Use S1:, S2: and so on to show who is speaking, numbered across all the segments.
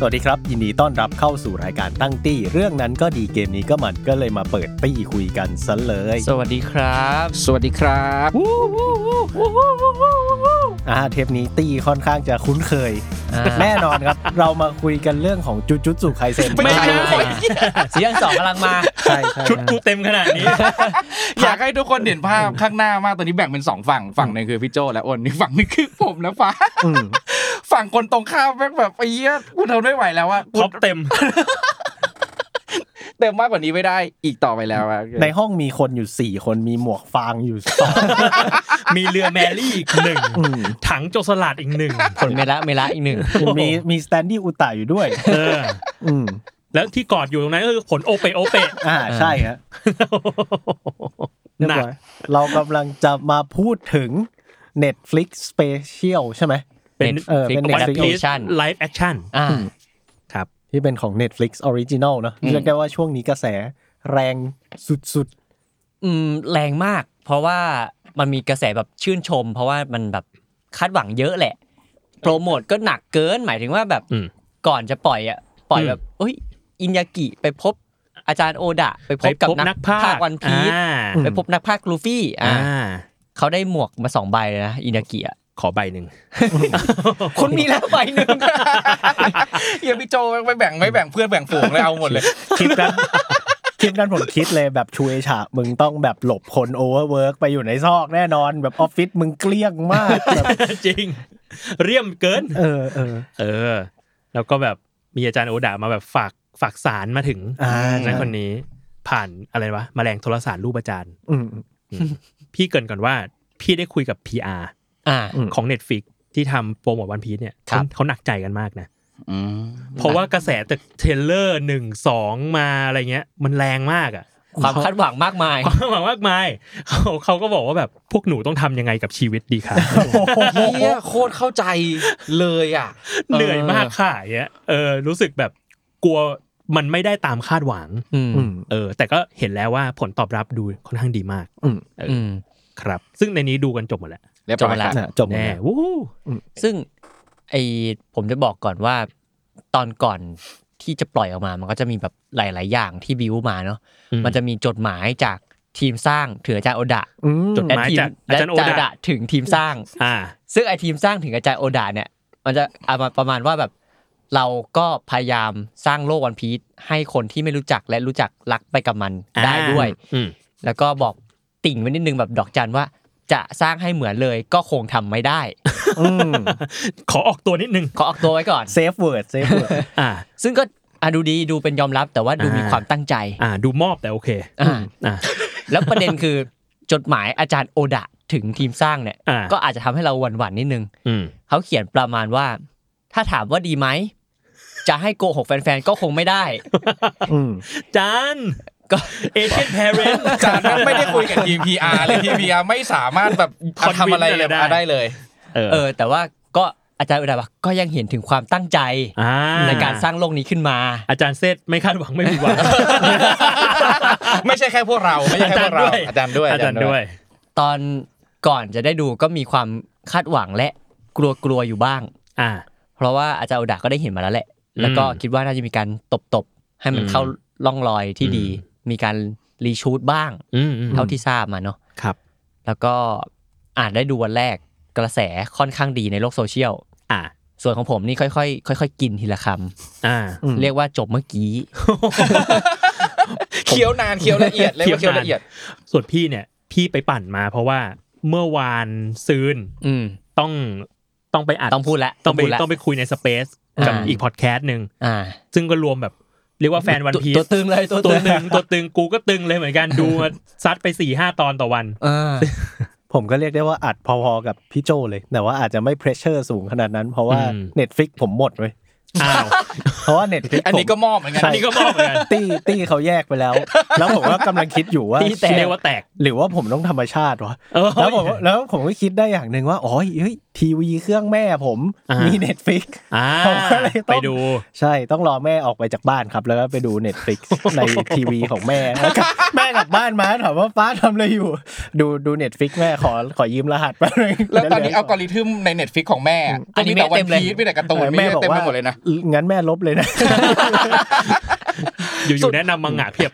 S1: สวัสดีครับ ยินดีต้อนรับเข้าสู่รายการตั้งตี้ เรื่องนั้นก็ดีเกมนี้ก็มันก็เลยมาเปิดตี้คุยกันซะเลย
S2: สวัสดีครับ
S3: สวัสดีครับ
S1: อ่าเทปนี้ตี้ค่อนข้างจะคุ้นเคย
S2: อ่า
S1: แน่นอนครับ เรามาคุยกันเรื่องของจุดจุดสู่ไคเซน
S2: ไม่ใช่ เสียงสองกำลังมา
S1: ใช่ใช่
S2: ชุดกูเต็มขนาด นี้
S3: อยากให้ทุกคนเห็นภาพข้างหน้ามากตอนนี้แบ่งเป็นสองฝั่งฝั่งหนึ่งคือพี่โจและอ้นนี่ฝั่งหนึงคือผมและฟ้า
S1: อืม
S3: ฝั่งคนตรงข้ามแม่งแบบไอ้เหี้ยกูทนไม่ไหวแล้วอะ
S2: ครบเต็ม
S3: เต็มมากกว่านี้ไม่ได้อีกต่อไปแล้วอะ
S1: ในห้องมีคนอยู่สี่คนมีหมวกฟาง อยู่สอง
S4: มีเรือแมรี่อีกห นึ่ง
S1: อืม
S4: ถังโจรสลัดอีกหนึ่ง
S2: คนเมละเมละอีกหนึ่ง
S1: มีมีสแตนดี้อุตาอยู่ด้วย
S4: เออ
S1: อืม
S4: แล้วที่กอดอยู่ตรงนั้นก็คือผลโอเปะโอเปะ
S1: อ่าใช่ฮะ
S4: หนัก
S1: เรากำลังจะมาพูดถึง Netflix Special ใช่ไหม
S4: เป็น
S2: Netflix
S1: เออเป็น
S2: เป็น
S1: Netflix
S4: พีช
S2: adaptation
S4: ไลฟ์แอคชั่น
S2: อ่า
S4: ครับ
S1: ที่เป็นของ Netflix Original เนอะเรียกได้ว่าช่วงนี้กระแสแรงสุด
S2: อืมแรงมาก เพราะว่ามันมีกระแสแบบชื่นชม เพราะว่ามันแบบคาดหวังเยอะแหละ โปรโมทก็หนักเกิน หมายถึงว่าแบบ
S4: อืม
S2: ก่อนจะปล่อยอ่ะ ปล่อย
S4: อืม
S2: แบบเอ้ย อินยากิไปพบอาจารย์โอดะ ไปพ
S4: ไป
S2: บกับ
S4: พบ
S2: นั
S4: นั
S2: ก
S4: กพา
S2: ภา
S4: ค
S2: ควันพีช
S4: อ่า
S1: อืม
S2: ไปพบนักภาคลูฟี่อ่า
S4: อ่า
S2: เขาได้หมวกมาสองใบเลยนะอินยากิอ่ะ
S4: ขอใบหนึ่ง
S2: คุณมีแล้วใบหนึ่ง
S3: เหี้ยพี่โจแม่งไม่แบ่งไม่แบ่งเพื่อนแบ่งฝูงเลยเอาหมดเลย
S1: ๆ คลิปนั้น คลิปนั้นผมคิดเลยแบบชูเอชามึงต้องแบบหลบคนโอเวอร์เวิร์กไปอยู่ในซอกแน่นอน แบบออฟฟิศมึงเกลี้ยงมากแบบ
S4: จริง เรียมเกิน
S1: เออเออ
S4: เออ แล้วก็แบบมีอาจารย์โอดามาแบบฝากฝากสารมาถึง
S1: อ่า
S4: นั้นคนนี้ผ่านอะไรวะแมลงโทรสารรูปอาจารย์
S1: อืม
S4: พี่เกรินก่อนว่าพี่ได้คุยกับ PR
S2: อ่า
S1: อืม
S4: ของ Netflix ที่ทำโปรโมทวันพีชเนี่ย
S2: ครับ
S4: เขาหนักใจกันมากนะ เพราะว่ากระแสจากเทรลเลอร์หนึ่งสองมาอะไรเงี้ย มันแรงมากอะ
S2: ความคาดหวังมากมาย
S4: ความหวังมากมายเขาเขาก็บอกว่าแบบพวกหนูต้องทำยังไงกับชีวิตดีค่ะ
S3: เหี้ยโคตรเข้าใจเลยอ่ะ
S4: เหนื่อยมากค่ะอย่างเงี้ยเออรู้สึกแบบกลัวมันไม่ได้ตามคาดหวัง
S2: อืม
S1: อืม
S4: เออ แต่ก็เห็นแล้วว่าผลตอบรับดูค่อนข้างดีมาก
S1: อืม
S4: เออ
S2: อืม
S4: ครับ ซึ่งในนี้ดูกันจบหมดแล้ว
S3: เรียบ
S2: จบ
S3: ร้อย
S2: ละ
S1: น่ะจบหมด
S4: แน่
S1: แล้ว
S4: วู้ฮู้
S2: ซึ่งไอผมจะบอกก่อนว่า ตอนก่อนที่จะปล่อยออกมา มันก็จะมีแบบหลาย ๆ อย่างที่บิวมาเนาะ
S4: อื
S2: มันจะมีจดหมายจากทีมสร้างถึงอาจารย์โอดะ
S1: อืม
S4: จด หมาย
S2: และที
S4: จากอาจารย์โอดะ
S2: และถึงทีมสร้าง
S4: อ่า
S2: ซึ่งไอทีมสร้างถึงอาจารย์โอดะเนี่ย มันจะเอามาประมาณว่าแบบ เราก็พยายามสร้างโลกวันพีชให้คนที่ไม่รู้จักและรู้จักรักไปกับมันได้ด้วย
S4: อืม
S2: แล้วก็บอกติ่งไว้นิดนึงแบบดอกจันว่า จะสร้างให้เหมือนเลยก็คงทำไม่ได้
S1: อืม
S4: ขอออกตัวนิดนึง
S2: ขอออกตัวไว้ก่อน
S1: เซฟเวิร์ดเซฟเวิร์ด
S4: อ่า
S2: ซึ่งก็อ่ะดูดีดูเป็นยอมรับแต่ว่าดูมี
S4: อ่า
S2: ความตั้งใจ
S4: อ่า ดูมอบแต่โอเค
S2: อ่า
S4: อ่า
S2: แล้วประเด็นคือ จดหมายอาจารย์โอดะถึงทีมสร้างเนี่ย
S4: อ่า
S2: ก็อาจจะทำให้เราหวั่นหวั่นๆนิดนึง
S4: อืม
S2: เขาเขียนประมาณว่า ถ้าถามว่าดีไหม จะให้โกหกแฟนๆ ก็คงไม่ได้
S1: อืม
S4: จาน
S2: ก็
S4: เอเชียนแพเรน
S3: จากนั้นไม่ได้คุยกับทีม PR เลยทีม PR ไม่สามารถแบบ
S4: Convince
S3: ทำอะไรเลย
S4: อะไรได้
S3: มาได้เลย
S4: เอ
S2: เออ แต่ว่าก็อาจารย์โอดะบอกก็ยังเห็นถึงความตั้งใจ
S4: อา
S2: ในการสร้างโลกนี้ขึ้นมา
S4: อาจารย์เซตไม่คาดหวังไม่ผิดหวัง
S3: ไม่ใช่แค่พวกเรา ไม่ใช่แค่พวกเรา อาจารย์ด้วย
S4: อาจารย์ด้วย
S2: ตอนก่อนจะได้ดูก็มีความคาดหวังและกลัวๆอยู่บ้าง
S4: อ่า
S2: เพราะว่าอาจารย์โอดาก็ได้เห็นมาแล้วแหละ
S4: อืม
S2: แล้วก็คิดว่าน่าจะมีการตบตบๆ ให้มัน
S4: อืม
S2: เข้าร่องรอยที่ดี
S4: อื
S2: มีการรีชูตบ้าง
S4: อืมอืม
S2: เท่าที่ทราบมาเนาะ
S4: ครับ
S2: แล้วก็อ่านได้ดูวันแรกกระแสค่อนข้างดีในโลกโซเชียล
S4: อ่า
S2: ส่วนของผมนี่ค่อยๆ ค่อย ๆ กินทีละค
S4: อ่า
S1: อืม
S2: ำ เรียกว่าจบเมื่อกี้
S3: เคี้ยวนานเคี้ยวละเอียดเลยว่า
S4: เคี้
S3: เคี้ยว วน
S4: ยาน
S3: ละเอียด
S4: ส่วนพี่เนี่ย พี่ไปปั่นมาเพราะว่าเมื่อวานซืน
S2: อืม
S4: ต้องต้องไปอัด
S2: ต้องพูดละ
S4: ต้องไป
S2: พูดละ
S4: ต้องไปคุยในสเปซกับ
S2: อ่า
S4: อีกพอดแคสต์หนึ่ง
S2: อ่า
S4: ซึ่งก็รวมแบบ เรียกว่าแฟนวันพี
S2: ตัวตึงเลยตัว
S4: ตัว
S2: ตึง
S4: หนึ่งตัวตึงกูก็ตึงเลยเหมือนกันดูมาซัดไปสี่ห้าตอนต่อวัน
S2: เออ
S1: ผมก็เรียกได้ว่าอัดพอๆกับพี่โจเลย แต่ว่าอาจจะไม่เพรสเชอร์สูงขนาดนั้น เพราะว่า
S4: อืม
S1: Netflix ผมหมดเว้ย
S4: อ้าว
S1: เพราะว่าเน็ตฟลิก
S3: อันนี้ก็มอบเหมือนกัน
S4: อันนี้ก็มอบเหมือนกัน
S1: ตี้ตี้เขาแยกไปแล้ว แล้วผมก็กำลังคิดอยู่ว่า
S2: ตี้แตก
S4: เรียกว่าแตก
S1: หรือว่าผมต้องธรรมชาติวะ
S4: เออ
S1: แล้วผมแล้วผมก็คิดได้อย่างหนึ่งว่าอ๋อเฮ้ยทีวีเครื่องแม่ผม
S4: อ่ามี
S1: มีเน็ตฟิก
S4: อ่า
S1: ผมก็เลยต้อง
S4: ไปดู
S1: ใช่ต้องรอแม่ออกไปจากบ้านครับ แล้วก็ไปดูเน็ตฟลิกในทีวีของแม่แล้วก็ แม่กลับบ้านมาถามว่าป้าทำอะไรอยู่ ดูดูเน็ตฟลิกแม่ขอขอยืมรหัสไปหน่อย
S3: แล้วตอนนี้อัลกอริทึมในเน็ตฟิกของแม่
S2: อันนี้
S3: มีแต่
S2: แม่
S3: วั
S2: เต็
S3: น
S2: มเลย
S3: พีชมีแต่การ์ตูนมี
S1: แม่
S3: เรื่อ
S1: อง ก
S3: บเต็มไป
S1: ว่า
S3: หมดเลยนะ
S1: งั้นแม่ลบเลยนะ
S4: อยู่อยู่แนะนำมังงะเพียบ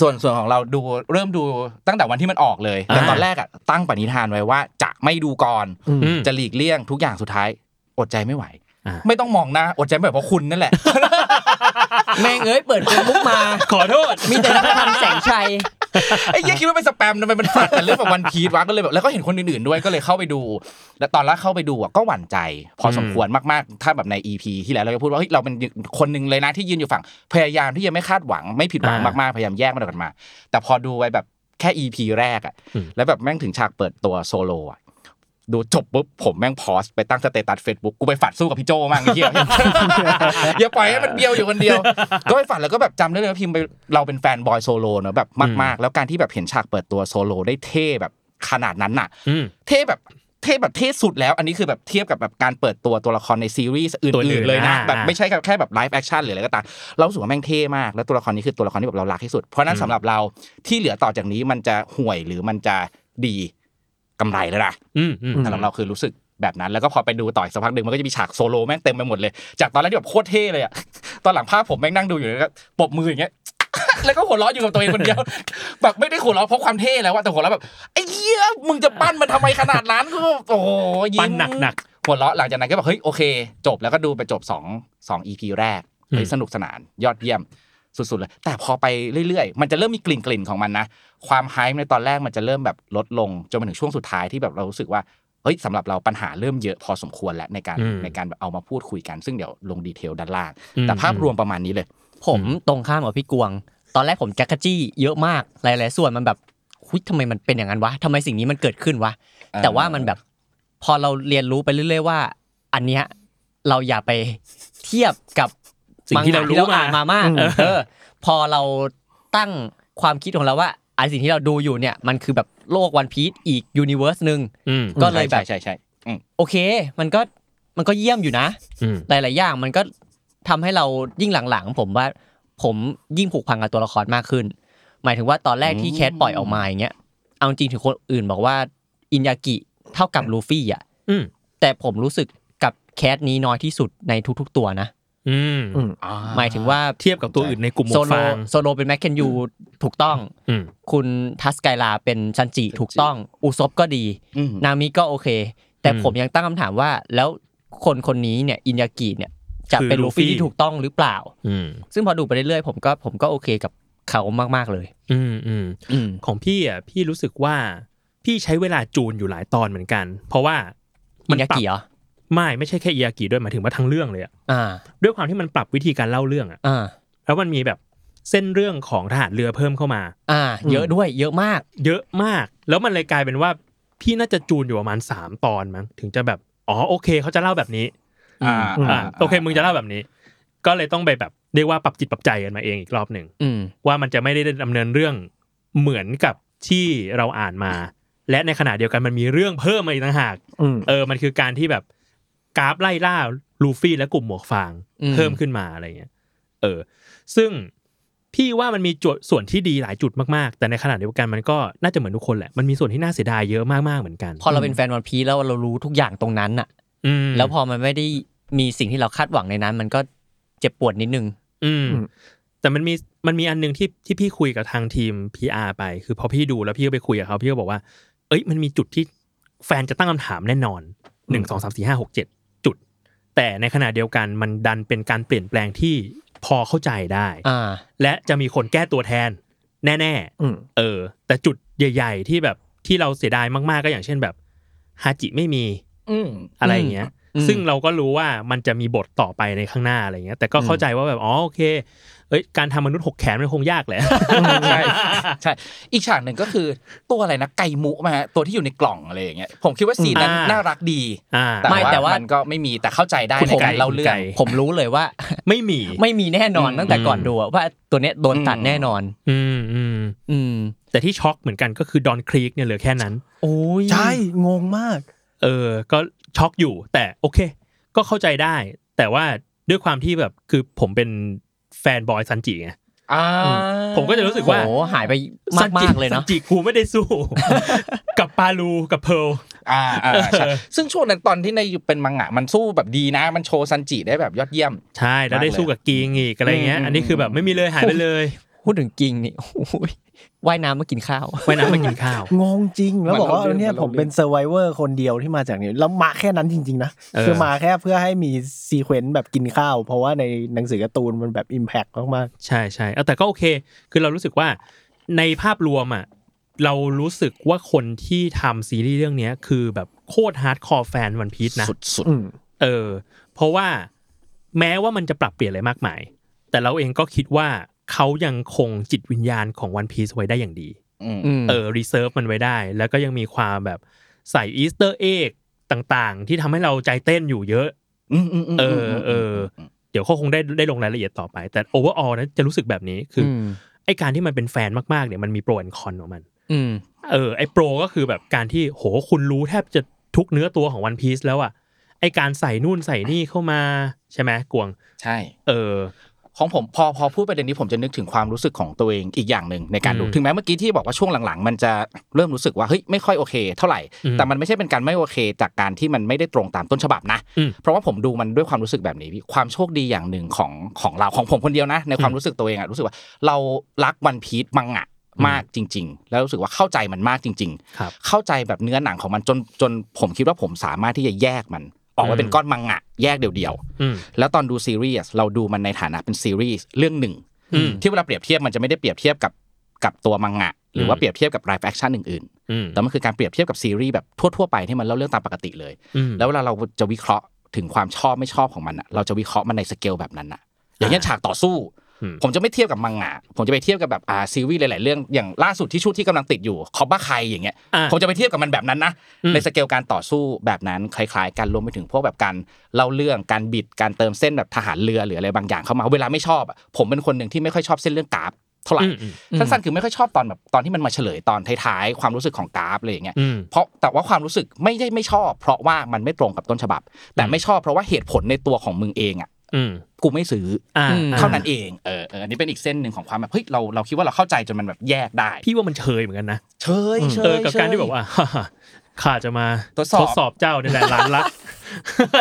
S3: ส่วนส่วนของเราดูเริ่มดูตั้งแต่วันที่มันออกเลย
S4: อ่า
S3: แต่ตอนแรกอ่ะตั้งปณิธานไว้ว่าจะไม่ดูก่อน
S4: อืม
S3: จะหลีกเลี่ยงทุกอย่างสุดท้าย อดใจไม่ไหว
S4: อ่า
S3: ไม่ต้องมองหน้าอดใจไม่ไหวเพราะคุณนั่นแหละ
S2: แม่งเอ้ยเปิดเฟซบุ๊กมา
S4: ขอโทษ
S2: มีแต่นักทำแสงชัย
S3: ไอ้ยี่คิดว่าเป็นสแปมทำไมมันฝัดแต่เรื่องแบบวันพีทวะก็เลยแบบแล้วก็เห็นคนอื่นๆด้วยก็เลยเข้าไปดู แล้วตอนแรกเข้าไปดูอ่ะก็หวั่นใจ พอสมควรมากๆ ถ้าแบบใน EP ที่แล้วเราจะพูดว่าเฮ้ยเราเป็นคนหนึ่งเลยนะที่ยืนอยู่ฝั่งพยายามที่ยังไม่คาดหวังไม่ผิดหวัง
S4: อ่าม
S3: มากๆพยายามแยกมันออกกันมา แต่พอดูไปแบบแค่ EP แรกอ่ะ
S4: อืม
S3: แล้วแบบแม่งถึงฉากเปิดตัวโซโลอ่ะดูจบปุ๊บผมแม่งพอสไปตั้งสเตตัสเฟซบุ๊กกูไปฝัดสู้กับพี่โจมั่งไอ้เหี้ย อย่าปล่อยให้มันเบียวอยู่คนเดียว ก็ไปฝันแล้วก็แบบจำได้เลยว่าพิมพ์ไปเราเป็นแฟนบอยโซโลเนอะแบบมากๆ แล้วการที่แบบเห็นฉากเปิดตัวโซโลได้เท่แบบขนาดนั้นน่ะ
S4: อืม
S3: เท่แบบเท่แบบเท่สุดแล้ว อันนี้คือแบบเทียบกับแบบการเปิดตัวตัวละครในซีรีส์
S4: ตัวอื่
S3: อื่น
S4: น
S3: ๆเลยนะ
S4: อ่า
S3: แบบไม่ใช่แค่แบบไลฟ์แอคชั่นหรืออะไรก็ตามเรารู้สึกว่าแม่งเท่มาก แล้วตัวละครนี้คือตัวละครที่แบบเรารักที่สุด เพราะฉะนั้น
S4: อืม
S3: สำหรับเราที่เหลือต่อจากนี้มันจะห่วยหรือมันจะดีกำไรแล้วนะ
S4: อืมอืม
S3: สำหรับเราคือรู้สึกแบบนั้น แล้วก็พอไปดูต่อยสักพักหนึ่งมันก็จะมีฉากโซโลแม่งเต็มไปหมดเลย จากตอนแรกที่แบบโคตรเท่เลยอะ ตอนหลังภาพผมแม่งนั่งดูอยู่แล้วก็ปรบมืออย่างเงี้ย แล้วก็หัวเราะอยู่กับตัวเองคนเดียว แบบไม่ได้หัวเราะเพราะความเท่แล้วว่าแต่หัวเราะแบบไอ้เหี้ยมึงจะปั้นมันทำไมขนาดนั้นก็โอ้โหยิ้ม
S4: ปั้นหนัก
S3: หัวเราะหลังจากนั้นก็แบบเฮ้ยโอเค จบแล้วก็ดูไปจบสองสอง EP แรกเฮ้ย
S4: อืม
S3: สนุกสนานยอดเยี่ยมสุดๆเลย แต่พอไปเรื่อยๆ มันจะเริ่มมีกลิ่นๆของมันนะ ความไฮป์ในตอนแรกมันจะเริ่มแบบลดลงจนมาถึงช่วงสุดท้ายที่แบบเรารู้สึกว่าเฮ้ยสำหรับเราปัญหาเริ่มเยอะพอสมควรแล้วในการ
S4: อืม
S3: ในการแบบเอามาพูดคุยกันซึ่งเดี๋ยวลงดีเทลด้านล่าง
S4: อืม
S3: แต่ภาพรวมประมาณนี้เลย
S2: ผมตรงข้ามกับพี่กวง ตอนแรกผมจักกะจี้เยอะมาก หลาย ๆ ส่วนมันแบบคุยทำไมมันเป็นอย่างนั้นวะทำไมสิ่งนี้มันเกิดขึ้นวะ
S3: เออ
S2: แต่ว่ามันแบบ พอเราเรียนรู้ไปเรื่อย ๆ ว่า อันเนี้ยเราอย่าไปเทียบกับ
S4: สิ่งที่เรารู้
S2: มังงะอ่านมามาก
S1: อืม
S2: เออ พอเราตั้งความคิดของเราว่าไอันสิ่งที่เราดูอยู่เนี่ย มันคือแบบโลกวันพีซอีกยูนิเวอร์สหนึ่ง
S4: อืม
S2: ก็เลยแบบ
S3: ใช่ใช่ใช่อืม
S2: โอเค มันก็มันก็เยี่ยมอยู่นะ
S4: อืม
S2: หลาย ๆ อย่างมันก็ทำให้เรายิ่งหลัง ๆ ผมว่าผมยิ่งผูกพันกับตัวละครมากขึ้น หมายถึงว่าตอนแรกที่
S3: อืม
S2: แคทปล่อยออกมาอย่างเงี้ยเอาจริงถึงคนอื่นบอกว่าอินยากิเท่ากับลูฟี่อ่ะ
S4: อืม
S2: แต่ผมรู้สึกกับแคทนี้น้อยที่สุดในทุก ๆ ตัวนะ
S4: อืม
S1: อืม
S3: อ่
S2: หมายถึงว่า
S4: เทียบกับตัวอื่นในกลุ่มหม
S2: โซ
S4: วก
S2: โล
S4: ฟาง
S2: โซโลเป็นแมคเคนยูถูกต้อง
S4: อืม
S2: คุณทัสไกลาเป็นชันจิถูกต้องอุซบก็ดี
S3: อืม
S2: นามิก็โอเค แต่
S4: อืม
S2: ผมยังตั้งคำถามว่าแล้วคนคนนี้เนี่ยอินยากิเนี่ยจะ
S4: คือ
S2: เป็นลู
S4: ลูฟี่
S2: ฟี่ที่ถูกต้องหรือเปล่า
S4: อืม
S2: ซึ่งพอดูไปเรื่อยๆผมก็ผมก็โอเคกับเขามากๆเลย
S4: อืมอืม ของพี่อ่ะพี่รู้สึกว่าพี่ใช้เวลาจูนอยู่หลายตอนเหมือนกัน เพราะว่า
S2: อิ
S4: มัน
S2: ยา
S4: ปรับ
S2: กิเหรอ
S4: ไม่ไม่ใช่แค่อิยากิด้วยหมายถึงว่าทั้งเรื่องเลยอะ
S2: อ่า
S4: ด้วยความที่มันปรับวิธีการเล่าเรื่องอ่ะ
S2: อ่า
S4: แล้วมันมีแบบเส้นเรื่องของทหารเรือเพิ่มเข้ามา
S2: อ่า เยอะด้วยเยอะมาก
S4: เยอะมาก แล้วมันเลยกลายเป็นว่าพี่น่าจะจูนอยู่ประมาณสามตอนมั้งถึงจะแบบอ๋อโอเคเขาจะเล่าแบบนี้
S3: อ่า
S1: อืม
S4: อ่าโอเคมึงจะเล่าแบบนี้ ก็เลยต้องไปแบบเรียกว่าปรับจิตปรับใจกันมาเองอีกรอบหนึ่ง
S2: อืม
S4: ว่ามันจะไม่ได้ดำเนินเรื่องเหมือนกับที่เราอ่านมา และในขณะเดียวกันมันมีเรื่องเพิ่มมาอีกต่างหาก
S1: อืม
S4: เออมันคือการที่แบบกราฟไล่ล่าลูฟี่และกลุ่มหมวกฟาง
S2: อืม
S4: เพิ่มขึ้นมาอะไรเงี้ยเออ ซึ่งพี่ว่ามันมีจุดส่วนที่ดีหลายจุดมากๆ แต่ในขณะเดียวกันมันก็น่าจะเหมือนทุกคนแหละมันมีส่วนที่น่าเสียดายเยอะมากๆเหมือนกัน
S2: พอเราเป็นแฟนวันพีแล้วเรารู้ทุกอย่างตรงนั้นอ่ะ
S4: ม
S2: แล้วพอมันไม่ได้มีสิ่งที่เราคาดหวังในนั้น มันก็เจ็บปวดนิดนึง
S4: อืม
S1: อืม
S4: แต่มันมีมันมีอันหนึ่งที่ที่พี่คุยกับทางทีม PR ไป คือพอพี่ดูแล้วพี่ก็ไปคุยกับเขาพี่ก็บอกว่า เอ้ยมันมีจุดที่แฟนจะตั้งคำถามแน่นอนหนึ่งสองสามสี่ห้าหกเจ็ดจุด แต่ในขณะเดียวกันมันดันเป็นการเปลี่ยนแปลงที่พอเข้าใจได้
S2: อ่า
S4: และจะมีคนแก้ตัวแทน แน่
S1: อืม
S4: ๆ เออ แต่จุดใหญ่ ๆ ที่แบบที่เราเสียดายมาก ๆ ก็อย่างเช่นแบบฮาจิไม่มี
S3: อืม
S4: อะไรอย่างเงี้ย
S3: อืม
S4: ซึ่งเราก็รู้ว่ามันจะมีบทต่อไปในข้างหน้าอะไรเงี้ย แต่ก็เข้าใจว่าแบบอ๋อโอเค เอ้ยการทำมนุษย์หกแขนมันคงยากแหละ
S3: ใช่ ใช่ อีกฉากหนึ่งก็คือตัวอะไรนะไก่มุมาฮะตัวที่อยู่ในกล่องอะไรอย่างเงี้ยผมคิดว่าซีนนั้น
S4: อ่า
S3: น่ารักดี
S4: อ่า
S3: แต่
S2: ไม่
S3: ว่า
S2: แต่ว่ามั
S3: มันก็ไม่มีแต่เข้าใจได้ในการเล่าเรื่อง
S2: ผมรู้เลยว่า
S4: ไม่มี
S2: ไม่มีแน่นอนตั้งแต่ก่อน
S3: อืม
S2: ดูอะว่าตัวเนี้ยโดนตัด
S3: อืม
S2: แน่นอน
S4: อืมอืม
S2: อืม
S4: แต่ที่ช็อกเหมือนกันก็คือดอนครีกเนี่ยเหลือแค่นั้น
S2: โอ้ย
S1: ใช่งงมาก
S4: เออ ก็ช็อกอยู่ แต่โอเค ก็เข้าใจได้ แต่ว่าด้วยความที่แบบคือผมเป็นแฟนบอยซันจิไง
S3: อ่า
S4: ผมก็จะรู้สึก
S2: โห
S4: ว่า
S2: หายไปมากมากๆเลยเนาะ
S4: ซันจิกูไม่ได้สู้ กับปาลูกับเพร์ล
S3: อ่าอ่าใช่
S4: เออ
S3: ซึ่งช่วงนั้นตอนที่ในเป็นมังงะมันสู้แบบดีนะ มันโชว์ซันจิได้แบบยอดเยี่ยม
S4: ใช่แล้วได้สู้กับกิงอีกอะไรเงี้ย
S3: อืม
S4: อันนี้คือแบบไม่มีเลยหายไปเลย
S2: พูดถึงกิงนี่โอ้ยว่ายน้ำมากินข้าว
S4: ว่ายน้ำไปกินข้าว
S1: งงจริง แล้วบอกว่า
S3: เหมือนเราเดิน
S1: เนี่ย
S3: เหมือนเรา
S1: ผมเป็นเซอร์ไวเวอร์คนเดียวที่มาจากนี้แล้วมาแค่นั้นจริง ๆ นะ
S4: เออ
S1: คือมาแค่เพื่อให้มีซีเควนต์แบบกินข้าว เพราะว่าในหนังสือการ์ตูนมันแบบอิมแพคมาก
S4: ใช่ใช่เอาแต่ก็โอเค คือเรารู้สึกว่าในภาพรวมอ่ะ เรารู้สึกว่าคนที่ทำซีรีส์เรื่องเนี้ยคือแบบโคตรฮาร์ดคอร์แฟนวันพีชนะ
S3: สุด
S1: ๆอืม
S4: เออ เพราะว่าแม้ว่ามันจะปรับเปลี่ยนอะไรมากมาย แต่เราเองก็คิดว่าเขายังคงจิตวิญญาณของวันพีซไว้ได้อย่างดี
S3: ๆอืม
S2: อืม
S4: เออรีเซิร์ฟมันไว้ได้ แล้วก็ยังมีความแบบใส่อีสเตอร์เอกต่างๆ ที่ทำให้เราใจเต้นอยู่เยอะ
S3: มมม
S4: เออ
S3: ม
S4: เออ เดี๋ยวเขาคงได้ได้ลงรายละเอียดต่อไป แต่โอเวอร์ออลนะจะรู้สึกแบบนี้คืออ
S2: ม
S4: ไอการที่มันเป็นแฟนมากๆเนี่ยมันมีโปรแอนคอนของมัน
S2: อืม
S4: เออไอโปรก็คือแบบการที่โหคุณรู้แทบจะทุกเนื้อตัวของวันพีซแล้วอะไอการใส่นู่นใส่นี่เข้ามาใช่ไหมกวง
S3: ใช่
S4: เออ
S3: ของผมพอพอพูดประเด็นนี้ผมจะนึกถึงความรู้สึกของตัวเองอีกอย่างหนึ่งในการดู
S4: อืม
S3: ถึงแม้เมื่อกี้ที่บอกว่าช่วงหลังๆ มันจะเริ่มรู้สึกว่าเฮ้ยไม่ค่อยโอเค เท่าไหร่
S4: อืม
S3: แต่มันไม่ใช่เป็นการไม่โอเค จากการที่มันไม่ได้ตรงตามต้นฉบับนะ
S4: อืม
S3: เพราะว่าผมดูมันด้วยความรู้สึกแบบนี้พี่ความโชคดีอย่างหนึ่งของของเราของผมคนเดียวนะ ในความรู้สึกตัวเองอะรู้สึกว่าเรารักวันพีชมังงะมากจริง ๆ แล้วรู้สึกว่าเข้าใจมันมากจริง
S4: ครับ
S3: ๆ เข้าใจแบบเนื้อหนังของมันจนจนผมคิดว่าผมสามารถที่จะแยกมัน ออกมาเป็น
S4: อืม
S3: ก้อนมังงะแยกเดี่ยวๆ
S4: อืม
S3: แล้วตอนดูซีรีส์เราดูมันในฐานะเป็นซีรีส์เรื่องหนึ่ง
S4: อืม
S3: ที่เวลาเปรียบเทียบมันจะไม่ได้เปรียบเทียบกับกับตัวมังงะ หรือว่า
S4: อืม
S3: เปรียบเทียบกับไลฟ์แอคชั่นอื่น
S4: อืม
S3: ๆแต่มันคือการเปรียบเทียบกับซีรีส์แบบทั่วๆไปที่มันเล่าเรื่องตามปกติเลย
S4: อืม
S3: แล้วเวลาเราจะวิเคราะห์ถึงความชอบไม่ชอบของมันอะเราจะวิเคราะห์มันในสเกลแบบนั้นอะอย่างเช่นฉากต่อสู้
S4: อืม
S3: ผมจะไม่เทียบกับมังงะผมจะไปเทียบกับแบบอ่าซีรีส์หลายๆเรื่องอย่างล่าสุดที่ชุดที่กำลังติดอยู่คอบบ้าใครอย่างเงี้ย
S4: อ่ะ
S3: ผมจะไปเทียบกับมันแบบนั้นนะ
S4: อืม
S3: ในสเกลการต่อสู้แบบนั้นคล้ายๆกันรวมไปถึงพวกแบบการเล่าเรื่องการบิดการเติมเส้นแบบทหารเรือหรืออะไรบางอย่างเข้ามาเวลาไม่ชอบอะผมเป็นคนหนึ่งที่ไม่ค่อยชอบเส้นเรื่องกราฟเท่าไหร่
S4: อืมอืม
S3: สั้นๆคือไม่ค่อยชอบตอนแบบตอนที่มันมาเฉลยตอนท้ายๆความรู้สึกของกราฟอะไรอย่างเงี้ย
S4: อืม
S3: เพราะแต่ว่าความรู้สึกไม่ได้ไม่ชอบ เพราะว่ามันไม่ตรงกับต้นฉบับ แต่ไม่ชอบเพราะว่าเหตุผลในตัวของมึงเองอ่ะ
S4: อืม
S3: กูไม่ซื้อ
S4: อ่า
S2: อืม
S3: อเท่านั้นเองเออเอออันนี้เป็นอีกเส้นหนึ่งของความแบบเฮ้ยเราเราคิดว่าเราเข้าใจจนมันแบบแยกได้
S4: พี่ว่ามันเชยเหมือนกันนะ
S3: เฉยเฉย
S4: เออกับการที่
S3: เฉย
S4: แบบว่า ข้าจะมา
S3: ทดสอบ
S4: เจ้าในแหละ ร้านลับ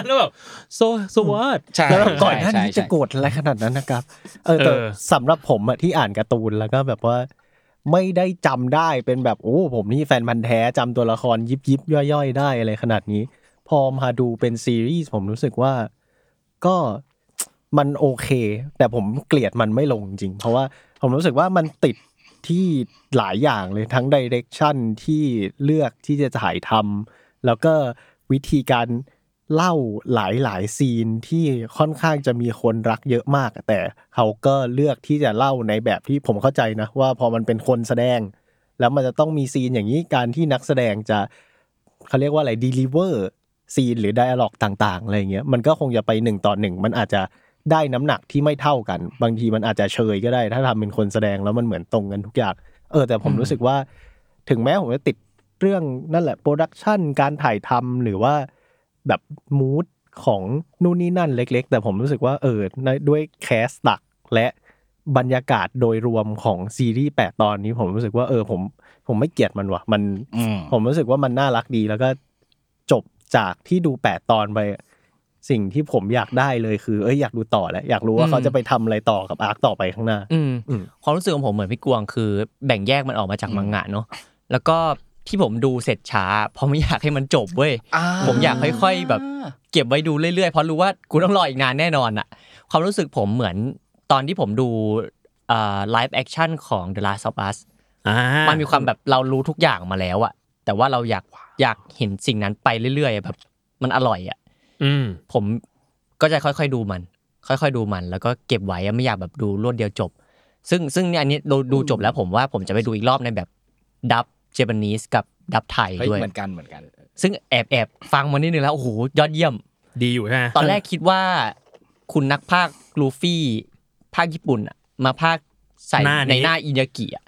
S4: แล้วแบบโซโซวอด
S3: ใช่
S1: แล้วเราก่อนหน้า
S3: ใช่
S1: นี้
S3: ใช่
S1: จะโกรธอะไรขนาดนั้นนะครับ เออแต่
S4: เออ
S1: สำหรับผมอะที่อ่านการ์ตูนแล้วก็แบบว่า ไม่ได้จำได้เป็นแบบโอ้ผมนี่แฟนพันธ์แท้จำตัวละครยิบยิบย่อยๆ ได้อะไรขนาดนี้ พอมาดูเป็นซีรีส์ผมรู้สึกว่าก็ มันโอเค แต่ผมเกลียดมันไม่ลงจริง เพราะว่าผมรู้สึกว่ามันติดที่หลายอย่างเลยทั้งดิเรกชันที่เลือกที่จะถ่ายทำแล้วก็วิธีการเล่าหลายหลายๆซีนที่ค่อนข้างจะมีคนรักเยอะมาก แต่เขาก็เลือกที่จะเล่าในแบบที่ผมเข้าใจนะ ว่าพอมันเป็นคนแสดง แล้วมันจะต้องมีซีนอย่างนี้การที่นักแสดงจะเขาเรียกว่าอะไร deliver ซีนหรือไดอะล็อกต่างๆอะไรอย่างเงี้ยมันก็คงจะไปหนึ่งต่อหนึ่งมันอาจจะได้น้ำหนักที่ไม่เท่ากัน บางทีมันอาจจะเชยก็ได้ ถ้าทำเป็นคนแสดงแล้วมันเหมือนตรงกันทุกอย่างเออแต่ผมรู้สึกว่า ถึงแม้ผมจะติดเรื่องนั่นแหละโปรดักชันการถ่ายทำหรือว่าแบบมูดของนู่นนี่นั่นเล็ก ๆ แต่ผมรู้สึกว่าเออในด้วยแคสต์หลักและบรรยากาศโดยรวมของซีรีส์แปดตอนนี้ผมรู้สึกว่าเออผมผมไม่เกลียดมันว่ะมัน
S3: อืม
S1: ผมรู้สึกว่ามันน่ารักดีแล้วก็จบจากที่ดูแปดตอนไป สิ่งที่ผมอยากได้เลยคือ เอ้ยอยากดูต่อแล้วอยากรู้ว่าเขาจะไปทำอะไรต่อกับอาร์คต่อไปข้างหน้า
S2: อืม
S1: อืม
S2: ความรู้สึกของผมเหมือนพี่กวางคือ แบ่งแยกมันออกมาจากมังงะเนาะแล้วก็ที่ผมดูเสร็จช้า เพราะไม่อยากให้มันจบเว้ย ผมอยากค่อยๆแบบ เก็บไว้ดูเรื่อยๆ เพราะรู้ว่ากูต้องรออีกนานแน่นอนอะความรู้สึกผมเหมือนตอนที่ผมดูไลฟ์แอคชั่นของ The Last of Us
S4: อ่า
S2: มันมีความแบบเรารู้ทุกอย่างมาแล้วอะแต่ว่าเราอยากอยากเห็นสิ่งนั้นไปเรื่อยๆอะแบบมันอร่อยอะ
S4: อืม
S2: ผมก็จะค่อยๆดูมัน ค่อยๆดูมัน แล้วก็เก็บไว้อะไม่อยากแบบดูรวดเดียวจบ ซึ่งซึ่งเนี่ยอันนี้ดูดูจบแล้วผมว่าผมจะไปดูอีกรอบในแบบดับเจแปนิสกับดับไทย
S3: เฮ้ย
S2: ด้วย
S3: เหมือนกันเหมือนกัน
S2: ซึ่งแอบแอบฟังมานิดนึงแล้วโอ้โหยอดเยี่ยม
S4: ดีอยู่ใช่ไหม
S2: ตอนแรกคิดว่าคุณนักภาคลูฟี่ ภาคญี่ปุ่นอะมาภาคใส่ในหน้าอินยากิอะ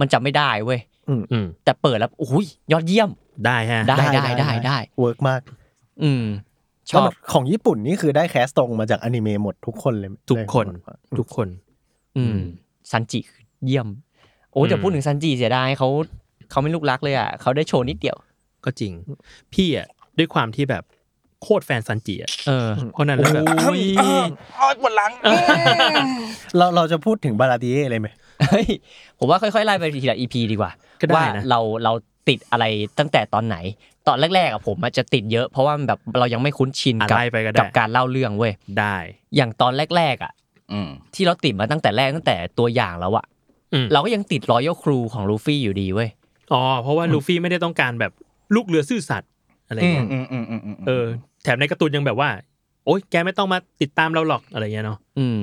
S2: มันจำไม่ได้เว้ย
S4: อืม
S2: แต่เปิดแล้วโอ้ยยอดเยี่ยม
S4: ได้ฮะ
S2: ได้ได้ได้ได้
S1: เวิร์กมาก
S2: อืม ช
S1: แล้ว
S2: อ
S1: มั
S2: บ
S1: นของญี่ปุ่นนี่คือได้แคสตรงมาจากอนิเมะหมดทุกคนเลย
S4: ทุกคน
S1: ได้หมด
S4: ทุกคน
S2: อืมซันจิคือเยี่ยม โอ้
S4: อืม
S2: แต่พูดถึงซันจิเสียดายเขาเขาไม่ลูกรักเลยอ่ะเขาได้โชว์นิดเดียว
S4: ก็จริง พี่อ่ะด้วยความที่แบบโคตรแฟนซันจิอ่ะ
S2: เออ
S4: เพราะนั้นแล้วแบบ
S3: โอ้ยปวดหลัง
S1: เราเราจะพูดถึงบาราดีเอะไรไหม
S2: เฮ้ยผมว่าค่อยๆไล่ไปทีละ EP ดีกว่า
S4: ก็ได้นะ
S2: ว่าเราเราติดอะไรตั้งแต่ตอนไหน ตอนแรกๆอะผมอะจะติดเยอะเพราะว่ามันแบบเรายังไม่คุ้นชินกับ
S4: อะไรไปก็
S2: กั
S4: ได้
S2: บการเล่าเรื่องเว้ย
S4: ได้
S2: อย่างตอนแรกๆอ่ะ
S3: อืม
S2: ที่เราติดมาตั้งแต่แรกตั้งแต่ตัวอย่างแล้วอะ
S4: อืม
S2: เราก็ยังติดรอยัลครูของลูฟี่อยู่ดีเว้ย
S4: อ๋อเพราะว่าลูฟี่ไม่ได้ต้องการแบบลูกเรือซื่อสัตย์อะไร
S3: อืม
S4: เงี้ย
S3: อืมอืมอืมอืม
S4: เออ แถมในการ์ตูนยังแบบว่า โอ๊ยแกไม่ต้องมาติดตามเราหรอกอะไรเงี้ยเนาะ
S2: อืม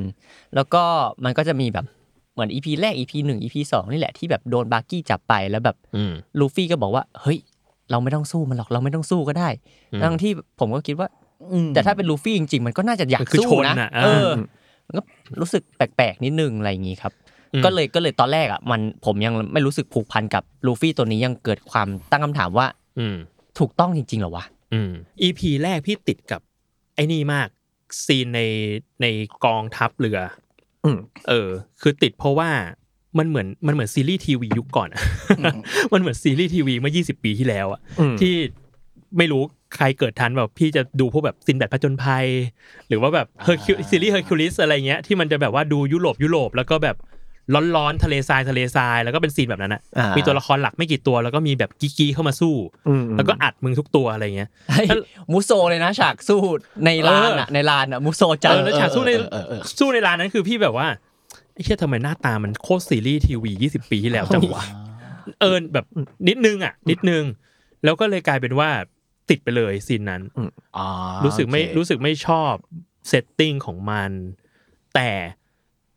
S2: แล้วก็มันก็จะมีแบบเหมือน EP แรก EP หนึ่ง EP สองนี่แหละที่แบบโดนบาร์กี้จับไปแล้วแบบ
S4: อืม
S2: ลูฟี่ก็บอกว่า เฮ้ย เราไม่ต้องสู้มันหรอกเราไม่ต้องสู้ก็ได้
S4: อืม
S2: ทั้งที่ผมก็คิดว่า
S3: อืม
S2: แต่ถ้าเป็นลูฟี่จริงๆ มันก็น่าจะอยาก
S4: มันคือ
S2: สู้
S4: ชน
S2: นะ
S4: น่ะ
S2: เอ
S4: เอ
S2: อ
S4: อ
S2: มันก็รู้สึกแปลกๆนิดนึงอะไรอย่างงี้ครับ
S4: อืม
S2: ก็เลยก็เลยตอนแรกอ่ะมันผมยังไม่รู้สึกผูกพันกับลูฟี่ตัวนี้ยังเกิดความตั้งคำถามว่า
S4: อืม
S2: ถูกต้องจริงๆเหรอวะ
S4: อืม EP แรกพี่ติดกับ ไอ้นี่มากซีนในในกองทัพเรืออ
S1: ม
S4: เออ คือติดเพราะว่ามันเหมือนมันเหมือนซีรีส์ทีวียุคก่อนอะ มันเหมือนซีรีส์ทีวีเมื่อ 20 ปีที่แล้วอะ
S1: ที่
S4: ที่ไม่รู้ใครเกิดทันแบบพี่จะดูพวกแบบซินแบดผจญภัย หรือว่าแบบเฮอร์คิวซีรีส์เฮอร์คิวลิสอะไรเงี้ยที่มันจะแบบว่าดูยุโรปยุโรปแล้วก็แบบร้อนๆทะเลทรายทะเลทรายแล้วก็เป็นซีนแบบนั้นอะ
S1: อ่ามี
S4: มีตัวละครหลักไม่กี่ตัว แล้วก็มีแบบกี้ๆเข้ามาสู้ แล้วก็อัดมึงทุกตัวอะไรเงี้ย
S2: เฮ้ยมุโซเลยนะฉากสู้ในลานอ่ะในลานอ่ะมุโซจั
S4: เอง อแล้วฉากสู้ใน
S3: เออเออเออ
S4: สู้ในร้านนั้นคือพี่แบบว่าไอ้เชี่ยทำไมหน้าตามันโคตรซีรีส์ทีวี 20 ปีที่แล้วจังวะเออแบบนิดนึงอ่ะ นิดนึง แล้วก็เลยกลายเป็นว่าติดไปเลยซีนนั้น
S3: อ๋อ
S4: รู้สึกไม่
S3: โอเค
S4: รู้สึกไม่ชอบเซตติ้งของมัน แต่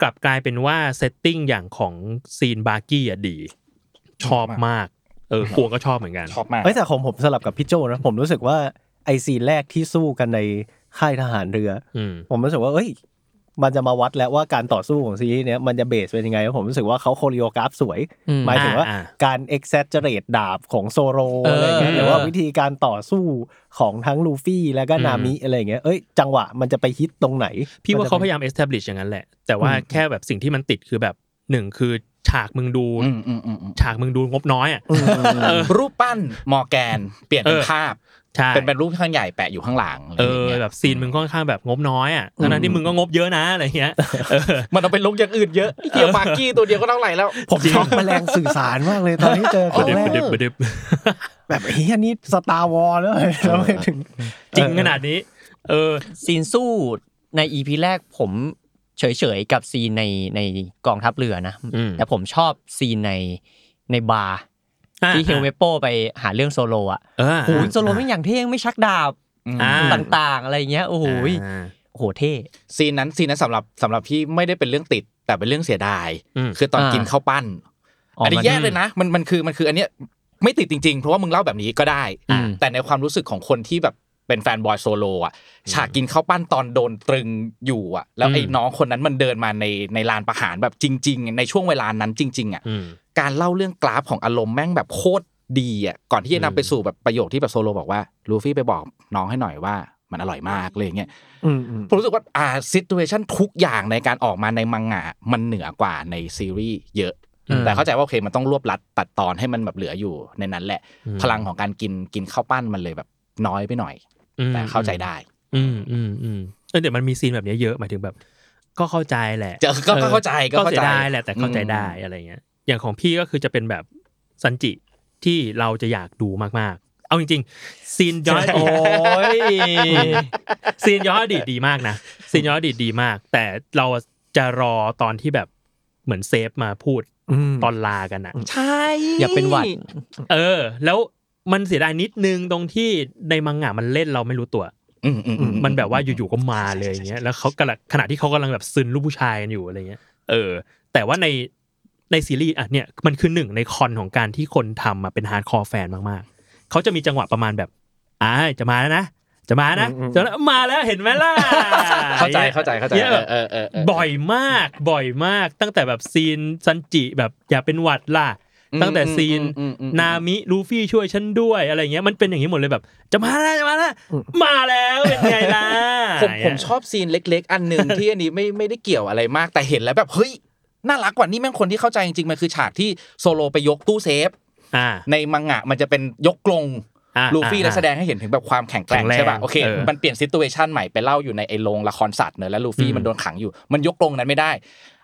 S4: กลับกลายเป็นว่าเซตติ้งอย่างของซีนบาร์กี้อ่ะดี ชอบมาก เออพวงก็ชอบเหมือนกัน
S3: ชอบมาก
S1: เอ้ยแต่ของผมสลับกับพี่โจนะผมรู้สึกว่าไอซีนแรกที่สู้กันในค่ายทหารเรือ
S4: อืม
S1: ผมรู้สึกว่าเอ้ย มันจะมาวัดแล้วว่าการต่อสู้ของซีรีส์เนี้ยมันจะเบสเป็นยังไงแล้วผมรู้สึกว่าเขาโคเรียกราฟสวย
S2: อืม
S1: หมายถึงว่า
S4: อ่าอ่า
S1: การ exaggerate ดาบของโซโร
S2: เอออ
S1: อะไรเงี้ยหรือว่า
S2: เออ
S1: วิธีการต่อสู้ของทั้งลูฟี่แล้วก็นามิอะไรเงี้ยเอ้ยจังหวะมันจะไปฮิตตรงไหน
S4: พี่ว่าเขาพ
S1: นจะ
S4: ยายาม establish อย่างนั้นแหละ แต่ว่าแค่แบบสิ่งที่มันติดคือแบบหนึ่งคือฉากมึงดู
S3: อืมอืมอืมอืม
S4: ฉากมึงดูงบน้อยอ่ะ
S3: รูปปั้นมอร์แกน เปลี่ยนเป็น
S4: เออ
S3: ภาพ
S4: ใช่
S3: เป็นเป็นรูปข้างใหญ่แปะอยู่ข้างหลังะ
S4: เอ
S3: ไรย่าง
S4: อ
S3: งี้ย
S4: แบบซีนมึงค่อนข้างแบบงบน้อยอ่ะทั้งนั้นที่มึงก็งบเยอะนะอะไรเงี้ยเออ
S3: มันเอาไปลงอย่างอื่นเยอะไอ้เกียวปากกี้ตัวเดียวก็เท่าไหร่แล้ว
S1: ผมช็อกแมลงสื่อสารมากเลยตอนที่เจอครั้งแรก
S4: ประเด็บประเด็บ
S1: แบบเฮียนี่สตาร์วอลเลยแล้วไม่ถึง
S4: จริงขนาดนี้ เออ
S2: ซีนสู้ใน EP แรกผมเฉยๆกับซีนในในกองทัพเรือนะ
S4: อืม
S2: แต่ผมชอบซีนในในบาร์ที่เฮลเมโปไปหาเรื่องโซโลอ่ะ
S4: เออ
S2: โอ้ยโซโลไม่งอย่างเท่งไม่ชักดาบ
S4: อ่า
S2: ต่างๆ อะไรเงี้ยโอ้โห
S4: อ่า
S2: โอ้โหเท่
S3: ซีนนั้นซีนนั้นสำหรับสำหรับพี่ไม่ได้เป็นเรื่องติดแต่เป็นเรื่องเสียดาย
S4: อืม
S3: คือตอนกินข้าวปั้น
S2: อ๋อ
S3: อันนี้
S2: มั
S3: แย่เลยนะมันมันคือมันคืออันเนี้ยไม่ติดจริงๆ เพราะว่ามึงเล่าแบบนี้ก็ได้
S2: อืม
S3: แต่ในความรู้สึกของคนที่แบบเป็นแฟนบอยโซโลอ่ะฉากกินข้าวปั้นตอนโดนตรึงอยู่อ่ะ แล้วไอ้
S4: อืม
S3: น้องคนนั้นมันเดินมาในในลานประหารแบบจริง ๆ ในช่วงเวลานั้นจริง ๆอ่ะ
S4: อืม
S3: การเล่าเรื่องกราฟของอารมณ์แม่งแบบโคตรดีอ่ะก่อนที่จะนำไปสู่แบบประโยคที่แบบโซโลบอกว่าลูฟี่ไปบอกน้องให้หน่อยว่ามันอร่อยมากเลยอย่างเงี้ย ผมรู้สึกว่าอ่าซิทูเอชันทุกอย่างในการออกมาในมังงะมันเหนือกว่าในซีรีส์เยอะ
S4: อืม
S3: แต่เข้าใจว่าโอเคมันต้องรวบรัดตัดตอนให้มันแบบเหลืออยู่ในนั้นแหละ
S4: อืม
S3: พลังของการกินกินข้าวปั้นมันเลยแบบน้อยไปหน่อย
S4: อืม
S3: แต่เข้าใจได้
S4: อืมอืมอืมเออเดี๋ยวมันมีซีนแบบเนี้ยเยอะหมายถึงแบบ ก็เข้าใจแหละ
S3: เจอก็ก็เข้าใจก็
S4: ก็
S3: เข้า
S4: เข้า
S3: ใจ
S4: ใจได้แหละแต่เข้าใจได้
S3: อืม
S4: อะไรเงี้ย อย่างของพี่ก็คือจะเป็นแบบซันจิที่เราจะอยากดูมากๆ เอาจริงๆซีนย้อนอดีต
S2: โอ้ย
S4: ซีนย้อนอดีตดีมากนะซีนย้อนอดีตดีมาก แต่เราจะรอตอนที่แบบเหมือนเซฟมาพูดตอนลากันอ่ะ
S3: ใช่
S2: อย่าเป็นหวัด
S4: เออ แล้วมันเสียดายนิดนึงตรงที่ในมังงะมันเล่นเราไม่รู้ตัว
S3: อืมอืมอื
S4: มันแบบว่าอยู่ๆก็มาเลยอย่างเงี้ยแล้วเขากำลังขณะที่เขากำลังแบบซึนลูกผู้ชายกันอยู่อะไรเงี้ยเออ แต่ว่าในในซีรีส์อ่ะเนี่ยมันคือหนึ่งในคอนของการที่คนทำอ่ะเป็นฮาร์ดคอร์แฟนมากๆเขาจะมีจังหวะประมาณแบบอ่าจะมาแล้วนะจะมานะ
S1: อืม
S4: จะมาแล้วเห็นไหมล่ะ
S3: เข้าใจเข้าใจเข้าใจ
S4: เนี่ย
S3: เออเออเออ
S4: บ่อยมากบ่อยมากตั้งแต่แบบซีนซันจิแบบอย่าเป็นหวัดล่ะ ตั้งแต่ซีน
S3: อืมอืมอืม
S4: นามิลูฟี่ช่วยฉันด้วยอะไรเงี้ยมันเป็นอย่างนี้หมดเลยแบบ จะมาแล้วจะมาแล้วมาแล้วเป็นไงล่ะ
S3: ผมผมชอบซีนเล็ก ๆ อัน หนึ่ง ที่อันนี้ไม่ไม่ได้เกี่ยวอะไรมากแต่เห็นแล้วแบบเฮ้ยน่ารักกว่านี่แม่งคนที่เข้าใจจริงๆมันคือฉากที่โซโลไปยกตู้เซฟ
S4: อ่า
S3: ในมังงะมันจะเป็นยกกลง
S4: อ่า
S3: ลูฟี่
S4: อ่า
S3: แล้วแสดงให้เห็นถึงแบบความแข็งแกร่ง
S4: แข็งแรง
S3: ใช่ป่ะโอเค
S4: เออ
S3: มันเปลี่ยนซิตูเอชันใหม่ไปเล่าอยู่ในไอ้โรงละครสัตว์เนอะแล้วลูฟี่
S4: อืม
S3: มันโดนขังอยู่ มันยกกลงนั้นไม่ได้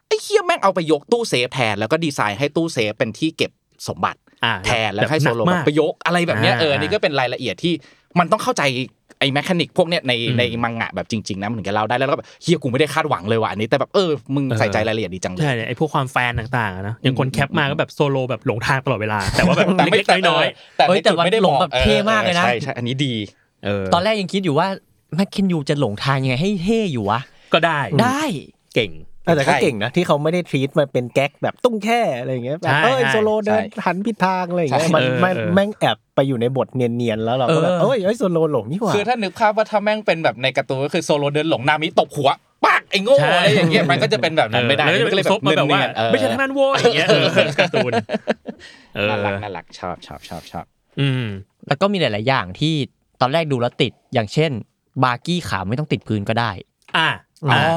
S3: ไอ้เฮียแม่งเอาไปยกตู้เซฟแทนแล้วก็ดีไซน์ให้ตู้เซฟเป็นที่เก็บสมบัติ
S4: อ่า
S3: แทนแล้วให้โซโล
S4: บบ
S3: แบบ
S4: นักมาก
S3: ประยกต์อะไรแบบเนี้ย
S4: อ่า
S3: เอออนนี่ก็เป็นรายละเอียดที่มันต้องเข้าใจไอ้แมคานิกพวกเนี้ยใน
S4: อืม
S3: ในมังงะแบบจริงๆนะมันถึงจะเล่าได้แล้วก็แบบเฮียกูไม่ได้คาดหวังเลยว่ะอันนี้แต่แบบเออมึง
S4: เออ
S3: ใส่ใจรายละเอียดดีจังเล
S4: ใช่
S3: ย
S4: เนี่ยไอพวกความแฟนต่างๆอะนะอย่างคนแคปมาก็แบบโซโลแบบหลงทางตลอดเวลา แต่ว่าแบบ
S3: แต่ไม่
S4: เล็กๆน้อย
S3: แต่
S2: เฮ้
S3: ไม่
S2: ยแต่
S3: จุด
S2: มัน
S3: ไม่ได้
S2: หลง
S3: บอก
S2: แบบเท่มากเลยนะ
S3: ใช่ใช่อันนี้ดี
S4: ๆเออ
S2: ตอนแรกยังคิดอยู่ว่าแมคเคนยูจะหลงทางยังไงให้เท่อยู่วะ
S4: ก็ได้
S2: ได้
S4: เก่ง
S1: แต่ก็เก่งนะที่เขาไม่ได้ทรีตมันเป็นแก๊กแบบตุ้งแค่อะไรอย่างเงี้ยแบบ
S4: ใช่
S1: เอ้ย
S4: ใช่
S1: โซโลเดินหันผิดทางอะไรอย่างเงี้ย
S4: ใช่
S1: มัน
S4: เออ
S1: มัน
S4: เออ
S1: แม่งแอบไปอยู่ในบทเนียนๆแล้วเราก็แบบเอ้ยเอ้ยโซโลหลงนี่หว่า
S3: คือถ้านึกภาพว่าถ้าแม่งเป็นแบบในการ์ตูนก็คือโซโลเดินหลงนามิตบหัวปักไอ้โง่
S4: ใช่
S3: อะไรอย่างเงี้ยมันก็จะเป็นแบบนั้นไม่ได้
S4: เออแล้ว
S3: มัน
S4: ก็
S3: ก็
S4: เล
S3: เลย ย
S4: ซมา
S3: แบบ บ
S4: แบบว่า
S3: เนียนๆเออ
S4: ไม่ใช่ทางนั้นโว้ยอย่างเงี้ยเออเป็นการ์ตูนเออ
S3: น่ารักน่ารักชอบชอบชอบชอบ
S4: อืม
S2: แล้วก็มีหลาย ๆ อย่างที่ตอนแรกดูแล้วติดอย่างเช่น บาร์กี้ขาไม่ต้องติดพื้นก็ได้
S4: อ่ะ
S3: อ๋
S4: อ่ะ
S3: อ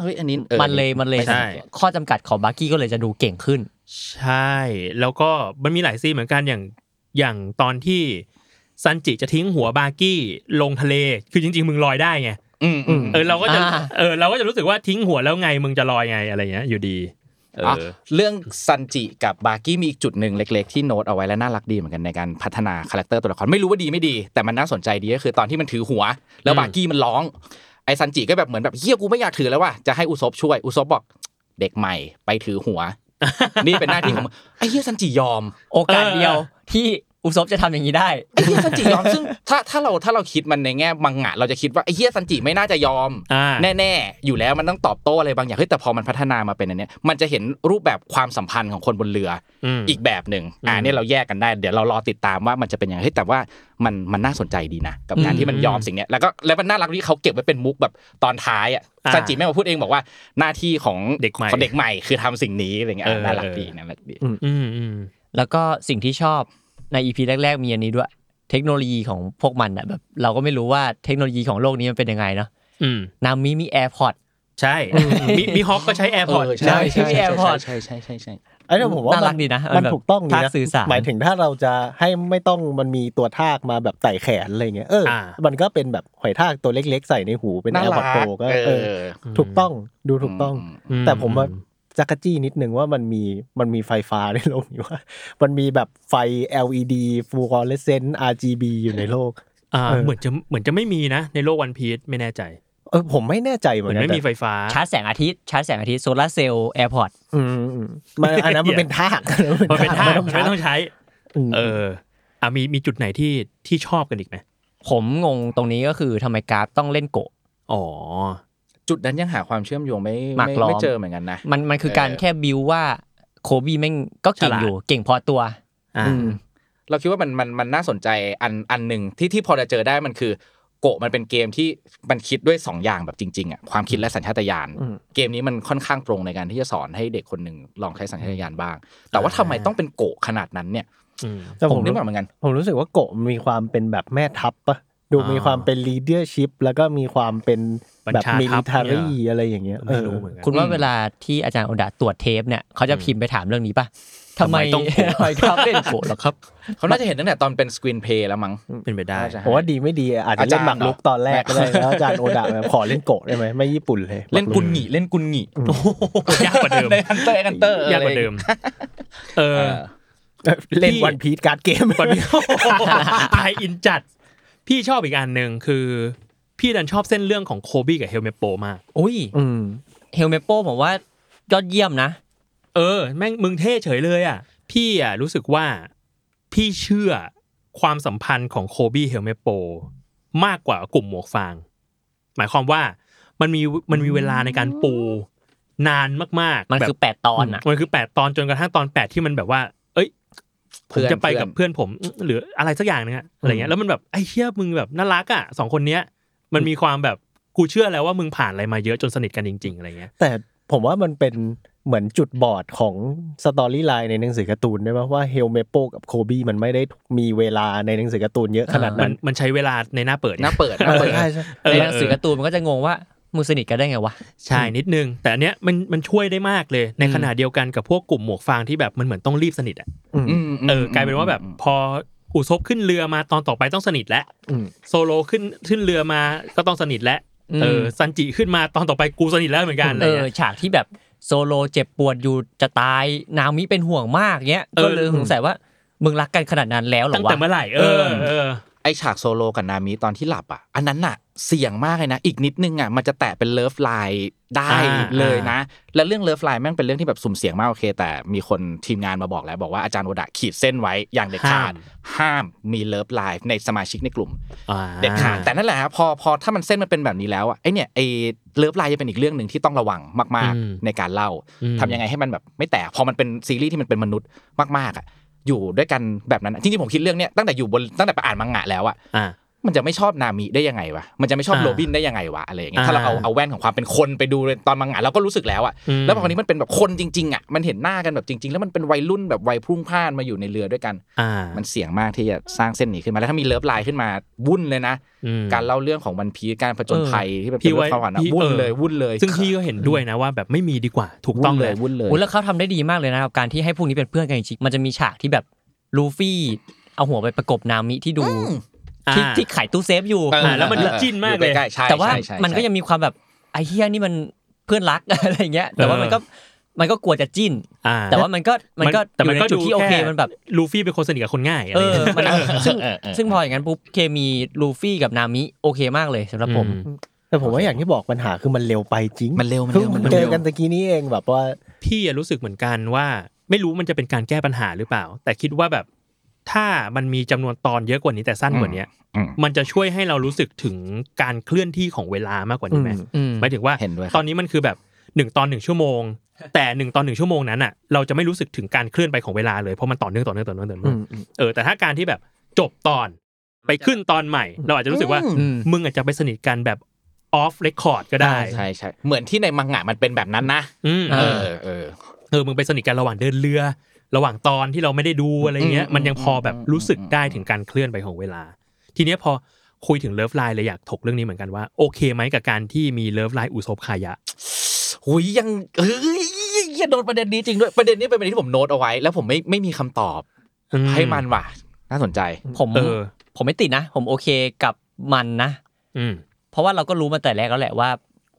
S3: เฮ้ยอันนี้ออ
S2: มันเลยมันเลย
S4: ใช่
S2: ข้อจำกัดของบาร์กี้ก็เลยจะดูเก่งขึ้น
S4: ใช่ แล้วก็มันมีหลายซีนเหมือนกันอย่างอย่างตอนที่ซันจิจะทิ้งหัวบาร์กี้ลงทะเลคือจริง ๆ มึงลอยได้ไง
S3: อืมอืม
S4: เออเราก็จะ
S2: อ่า
S4: เออเราก็จะรู้สึกว่าทิ้งหัวแล้วไงมึงจะลอยไงอะไรเงี้ยอยู่ดีเออ
S3: อ่ะ
S4: อ
S3: เรื่องซันจิกับบาร์กี้มีอีกจุดหนึ่งเล็ก ๆ ที่โน้ตเอาไว้และน่ารักดีเหมือนกันในการพัฒนาคาแรคเตอร์ตัวละครไม่รู้ว่าดีไม่ดี แต่มันน่าสนใจดีก็คือตอนที่มันถือหัว แล้วบาร์กี้มันร้อง ไอ้ซันจิก็แบบเหมือนแบบเฮียกูไม่อยากถือแล้วว่ะจะให้อุซบช่วยอุซบบอก เด็กใหม่ไปถือหัว นี่เป็นหน้าที่ของมึงไอ้เฮียซันจิยอม
S2: โอกาส
S4: เออ
S2: เดียวที่อุซบจะทำอย่างนี้ได้
S3: ไอ้เฮียซันจิยอม ซึ่งถ้าถ้าเราถ้าเราคิดมันในแง่มังงะเราจะคิดว่าไอ้เฮียซันจิไม่น่าจะยอม
S4: อ่า
S3: แน่ๆ อยู่แล้วมันต้องตอบโต้อะไรบางอย่างเฮ้ยแต่พอมันพัฒนามาเป็นอันเนี้ยมันจะเห็นรูปแบบความสัมพันธ์ของคนบนเรืออ
S4: ม
S3: อีกแบบหนึ่งอ่า
S4: อืม
S3: เนี่ยเราแยกกันได้ เดี๋ยวเรารอติดตามว่ามันจะเป็นยังไงเฮ้ยแต่ว่ามันมันน่าสนใจดีนะ กับการที่มันยอมสิ่งเนี้ยแล้วก็แล้วมันน่ารักที่เขาเก็บไว้เป็นมุกแบบตอนท้ายอ่ะ
S4: อ่า
S3: ซันจิแม่งมาพูดเองบอกว่าหน้าที่ของ
S4: เด็กใหม่
S3: ของเด็กใหม่คือทำสิ่งนี้อะไรเงี้ย
S4: เออ
S3: อ่ะน่ารักดีน่ารักดี
S4: อืมอืม
S2: แล้วก็สิ่งที่ชอบในอีพีแรก ๆ มีอันนี้ด้วย เทคโนโลยีของพวกมันอะแบบเราก็ไม่รู้ว่าเทคโนโลยีของโลกนี้มันเป็นยังไงเนาะ
S4: อืม
S2: นามิมีแอร์พอร์ต
S4: ใช่มีมีฮอปก็ใช้แอร์พอร์ต
S3: เออใช่ใช่
S2: ใช่ AirPods
S3: ใช่ใช่ใช่ใช่
S1: ไอ้เนี่ยผมว่า
S2: น่ารั
S1: มั
S2: ก
S1: น
S2: ดีนะ
S1: มันถูกต้องดี
S2: ภาค
S1: นะ
S2: สื่อสาร
S1: หมายถึงถ้าเราจะให้ไม่ต้องมันมีตัวทากมาแบบไต่แขนอะไรเงี้ยเอออา มันก็เป็นแบบหอยทากตัวเล็ก ๆ ใส่ในหูเป็นแอ
S3: น่า
S1: ร์
S3: รั
S1: พ
S3: ก
S1: อดโปก็เอ
S3: เอ
S1: อ
S3: อ
S1: ถูกต้องดูถูกต้อง
S4: อื
S1: แต่ผมว่า จักรจี้นิดนึงว่ามันมีมันมีไฟฟ้าในโลกนี้ว่า มันมีแบบไฟ LED fluorescent RGB อยู่ในโลก
S4: อ่า
S1: เออ
S4: เหมือนจะเหมือนจะไม่มีนะ ในโลกวันพีซไม่แน่ใจ
S1: เออผมไม่แน่ใจเห
S4: เห
S1: มือ
S4: มือน น
S1: กัน
S4: ไม่มี
S1: แต่
S4: ไฟฟ้า
S2: ชาร์จแสงอาทิตย์ชาร์จแสงอาทิตย์โซลาร์เซลล์แอร์พอร์ต
S1: อืมอืมมันอัน นั้นมันเป็นท าก
S4: มันเป็นท่ามัน
S1: ทา
S4: ไม่
S1: ก
S4: ต้องใช้
S1: ม
S4: เอออ่ะมีมีจุดไหนที่ที่ชอบกันอีกไหม
S2: ผมงงตรงนี้ก็คือทำไมกราฟต้องเล่นโกะ
S4: อ๋อ
S3: จุดนั้นยังหาความเชื่อมโยงไม่
S2: หมาก
S3: ไม่
S2: ล้อม
S3: ไม่เจอเหมือนกันนะ
S2: มันมันคือการ
S3: เออ
S2: แค่บิวว่าโคบีแม่งก็เก่
S4: ฉ
S2: ง
S4: ลาด
S2: อยู่เก่งพอตัว
S4: อ่า
S2: อืม
S3: เราคิดว่ามันมันมันน่าสนใจอันอันหนึ่งที่ที่พอจะเจอได้มันคือ โกะมันเป็นเกมที่มันคิดด้วยสองอย่างแบบจริงๆอ่ะความคิดและสัญชาตญาณ
S1: อืม
S3: เกมนี้มันค่อนข้างตรงในการที่จะสอนให้เด็กคนหนึ่งลองใช้สัญชาตญาณบ้าง แต่ว่าทำไมต้องเป็นโกะขนาดนั้นเนี่ย
S4: อืม
S1: แต่
S3: ผ
S1: ผม
S3: มนึกไม่ออกเหมือนกัน
S1: ผมรู้สึกว่าโกะมีความเป็นแบบแม่ทัพปะดู
S4: อ่ามี
S1: มีความเป็น leadership แล้วก็มีความเป็นแบบ
S4: บัญชาทัพ
S1: military
S4: เนี่ย
S1: อะไรอย่างเงี้ยเอ
S4: ไม่
S1: อ
S4: รู้เหมือนกัน
S2: คุณว่า
S3: อืม
S2: เวลาที่อาจารย์โอดาตรวจเทปเนี่ยเขาจะพิมพ์ไปถามเรื่องนี้ป่ะทำ
S4: ทำ
S2: ไม
S4: ไมต้องโกะ
S2: ทำไมกราฟเล่นโกะหรอครับ
S3: เขาน่าจะเห็นตั้งแต่ตอนเป็นสกรีนเพลย์แล้วมั้ง
S4: เป็นไปได้
S3: น่าจะ
S1: ผมว่าดีไม่ดีอาจจะเล่น
S3: อาจารย์
S1: หมากรุกตอนแรกก็ได้
S3: เหรอ
S1: แล้วอาจารย์โอดะแบบขอเล่นโกะได้ไหมไม่ญี่ปุ่นเลย
S3: เล่นกุนหงีเล่นกุนหงี
S4: โอ้โหยากกว่าเดิม
S3: ในฮันเตอร์ฮันเตอร์
S4: ยากกว่าเดิม เอ
S3: เอ
S4: อ
S3: อ
S1: เออเล่นวันพีทการ์ดเกม
S4: ก่อนพี่ ไออินจัด พี่ชอบอีกอันหนึ่งคือ พี่ดันชอบเส้นเรื่องของโคบี้กับเฮลเมโปมาก
S2: อุ้ย
S1: อืม
S2: เฮลเมโปผมว่ายอดเยี่ยมนะ
S4: เออ แม่งมึงเท่เฉยเลยอ่ะ พี่อ่ะรู้สึกว่าพี่เชื่อความสัมพันธ์ของโคบี้เฮลเมโป มากกว่ากลุ่มหมวกฟาง หมายความว่ามันมีมันมีเวลาในการปูนานมากๆ
S2: มันคือ
S4: แบบ
S2: แปดตอนอ่ะ
S4: มันคือแปดตอนจนกระทั่งตอนแปดที่มันแบบว่า เอ้ยผ
S3: เพื่
S4: ม
S3: อน
S4: จะไป
S3: เพื่อน
S4: กับเพื่อนผมหรืออะไรสักอย่างนึงอะอะไรเงี้ยแล้วมันแบบไอ้เชี่ยมึงแบบน่ารักอ่ะสองคนเนี้ย มันมีความแบบกูเชื่อแล้วว่ามึงผ่านอะไรมาเยอะจนสนิทกันจริง ๆอะไรเงี้ย
S1: แต่ผมว่ามันเป็นเหมือนจุดบอดของสตอรี่ไลน์ในหนังสือการ์ตูนด้วยว่าว่าเฮลเมโปกับโคบี้มันไม่ได้มีเวลาในหนังสือการ์ตูนเยอะขนาด
S4: มั
S1: นั้น น
S4: มันใช้เวลาในหน้าเปิด
S3: หน้าเปิดหน้าเปิด
S1: ใช่ใช่
S4: เออ
S2: ในหนังสือการ์ตูนมันก็จะงงว่ามึงสนิทกันได้ไงวะ
S4: ใช่นิดนึง แต่อันเนี้ยมันมันช่วยได้มากเลย ใน
S2: อืม
S4: ขณะเดียวกันกับพวกกลุ่มหมวกฟางที่แบบมันเหมือนต้องรีบสนิทอ่ะเออกลายเป็นว่าแบบพออุซบขึ้นเรือมาตอนต่อไปต้องสนิทแล้ว
S1: อืม
S4: โซโลขึ้นขึ้นเรือมาก็ต้องสนิทแล้วเออซันจิขึ้นมาตอนต่อไปกูสนิทแล้วเหมือนกันอะไร
S2: เออ
S4: เงี้ย
S2: ฉากที่แบบโซโลเจ็บปวดอยู่จะตายนามิเป็นห่วงมากเงี้ย
S4: เออ
S2: ก็เลยสงสัยว่ามึงรักกันขนาดนั้นแล้วเหรอ
S4: ตั้ง
S2: วะ
S4: แต่เมื่อไหร่เออเออ
S3: ไอฉากโซโลกับนามิตอนที่หลับอ่ะ อันนั้นน่ะ เสี่ยงมากเลยนะ อีกนิดนึงอ่ะมันจะแตะเป็นเลิฟไลน์ได้
S4: อ่า
S3: เลยนะ และเรื่องเลิฟไลน์แม่งเป็นเรื่องที่แบบสุ่มเสี่ยงมากโอเค แต่มีคนทีมงานมาบอกแล้วบอกว่าอาจารย์โอดะขีดเส้นไว้อย่างเด็ดขาด ห้ามมีเลิฟไลน์ในสมาชิกในกลุ่ม
S4: อ่า
S3: เด็ดขาดแต่นั่นแหละฮะพอพอถ้ามันเส้นมันเป็นแบบนี้แล้วอ่ะไอเนี่ยไอเลิฟไลน์จะเป็นอีกเรื่องหนึ่งที่ต้องระวังมาก ๆ ในการเล่า
S4: อืม
S3: ทำยังไงให้มันแบบไม่แตกพอมันเป็นซีรีส์ที่มันเป็นมนุษย์มากๆอ่ะอยู่ด้วยกันแบบนั้นอะจริงๆผมคิดเรื่องเนี้ยตั้งแต่อยู่บนตั้งแต่ไปอ่านมังงะแล้วอ่ะ
S4: อ่า
S3: มันจะไม่ชอบนามิได้ยังไงวะมันจะไม่ชอบ
S4: อ่า
S3: โรบินได้ยังไงวะอะไรอย่างเงี้ย
S4: อ่า
S3: ถ้าเราเอาเอาแว่นของความเป็นคนไปดูเลยตอนมังงะเราก็รู้สึกแล้วอ่ะ
S4: ม
S3: แล้วพอคนนี้มันเป็นแบบคนจริงๆอ่ะมันเห็นหน้ากันแบบจริง ๆ แล้วมันเป็นวัยรุ่นแบบวัยพรุ่งพล่านมาอยู่ในเรือด้วยกัน
S4: อ่า
S3: มันเสี่ยงมากที่จะสร้างเส้นนี้ขึ้นมาแล้วถ้ามีเลิฟไลน์ขึ้นมาวุ่นเลยนะ
S4: อืม
S3: การเล่าเรื่องของวันพีการผจญภัยที่แบบ
S4: พี่
S3: เป็น
S4: ว่า
S3: เรื่องความหวานอะ
S4: พี่
S3: วุ่น
S4: เออ
S3: เลยวุ่นเลย
S4: ซึ่งพี่ก็เห็นด้วยนะว่าแบบไม่มีดีกว่าถูกต้องเลย
S3: วุ่นเลย
S2: โอ้ยแล้วเขาทำได้ดีมากเลยนะครับการที่ให้พวกนี้เป็นเพื่อนกันจริงๆมันจะมีฉากที่แบบลูฟี่เอาหัวไปประกบนามิที่ดูที่
S4: อ่า
S2: ที่ขายตู้เซฟอยู่
S3: เออ
S4: อ่าแล้วมัน
S3: เออ
S4: จิ้นมากเลย
S3: อใๆใช่
S2: แต่ว่า
S3: ใช่ใช่
S2: มันก็ยังมีความแบบไอ้เฮียนี่มันเพื่อนรัก อะไรเงี้ย แต่ว่ามันก็มันก็กลัวจะจิ้น
S4: อ่า
S2: แต่ว่ามันก็มันก็
S4: แต่มัน
S2: อยู่
S4: ก็
S2: ในจุดที่โอเค
S4: ดูแค่
S2: มันแบบ
S4: ลูฟี่เป็นคนสนิทกับคนง่ายอะไร
S2: เออ
S4: เงี้ย
S2: มันซึ่ง
S3: เออเออ
S2: ซึ่งพออย่างนั้นปุ๊บเคมีลูฟี่กับนามิโอเคมากเลยสำหรับผม
S4: อืม
S1: แต่ผมว่าอย่างที่บอกปัญหาคือมันเร็วไปจริง
S3: มันเร็วมัน
S1: เพิ่
S3: เร็ว
S1: ง
S3: มันเร็ว
S1: เจอกันตะกี้นี้เองแบบว่า
S4: พี่อะรู้สึกเหมือนกันว่า ไม่รู้มันจะเป็นการแก้ปัญหาหรือเปล่า แต่คิดว่าแบบถ้ามันมีจำนวนตอนเยอะกว่านี้แต่สั้นกว่านี้
S3: อืม
S4: มันจะช่วยให้เรารู้สึกถึงการเคลื่อนที่ของเวลามากกว่านี้ไหม
S1: อืม
S2: อืม
S4: หมายถึงว่า
S3: เห็นด้วยครับ
S4: ตอนนี้มันคือแบบหนึ่งตอนหนึ่งชั่วโมง แต่หนึ่งตอนหนึ่งชั่วโมงนั้นอ่ะเราจะไม่รู้สึกถึงการเคลื่อนไปของเวลาเลยเพราะมันต่อเนื่องต่อเนื่องต่อเนื่องต่อเนื่องเออแต่ถ้าการที่แบบจบตอนไปขึ้นตอนใหม่ เราอาจจะรู้สึกว่า
S2: อืม
S4: มึงอาจจะไปสนิทกันแบบออฟเรคคอร์ดก็ได้
S3: ใช่ใช่เหมือนที่ในมังงะมันเป็นแบบนั้นนะ
S4: อืม
S3: เอ
S2: เอ
S3: อเออ
S4: เออ มึงไปสนิทกันระหว่างเดินเรือ ระหว่างตอนที่เราไม่ได้ดูอะไรเงี้ย
S3: อืม
S4: มันยังพอแบบ
S3: อืม
S4: รู้สึกได้
S3: อืม
S4: ถึงการเคลื่อนไปของเวลา ทีเนี้ยพอคุยถึงเลิฟไลน์เลยอยากถกเรื่องนี้เหมือนกันว่า โอเคไหมกับการที่มีเลิฟไลน์อุซบคายะ
S3: หุยยังเฮ้ยยังโดนประเด็นนี้จริงด้วยประเด็นนี้เป็นประเด็นที่ผมโน้ตเอาไว้ แล้วผมไม่ไม่มีคำตอบ
S4: อื
S3: ให้มันว่ะ น่าสนใจ
S2: ผม
S4: เออ
S2: ผมไม่ติดนะ ผมโอเคกับมันนะ
S4: อืม
S2: เพราะว่าเราก็รู้มาแต่แรกแล้วแหละว่า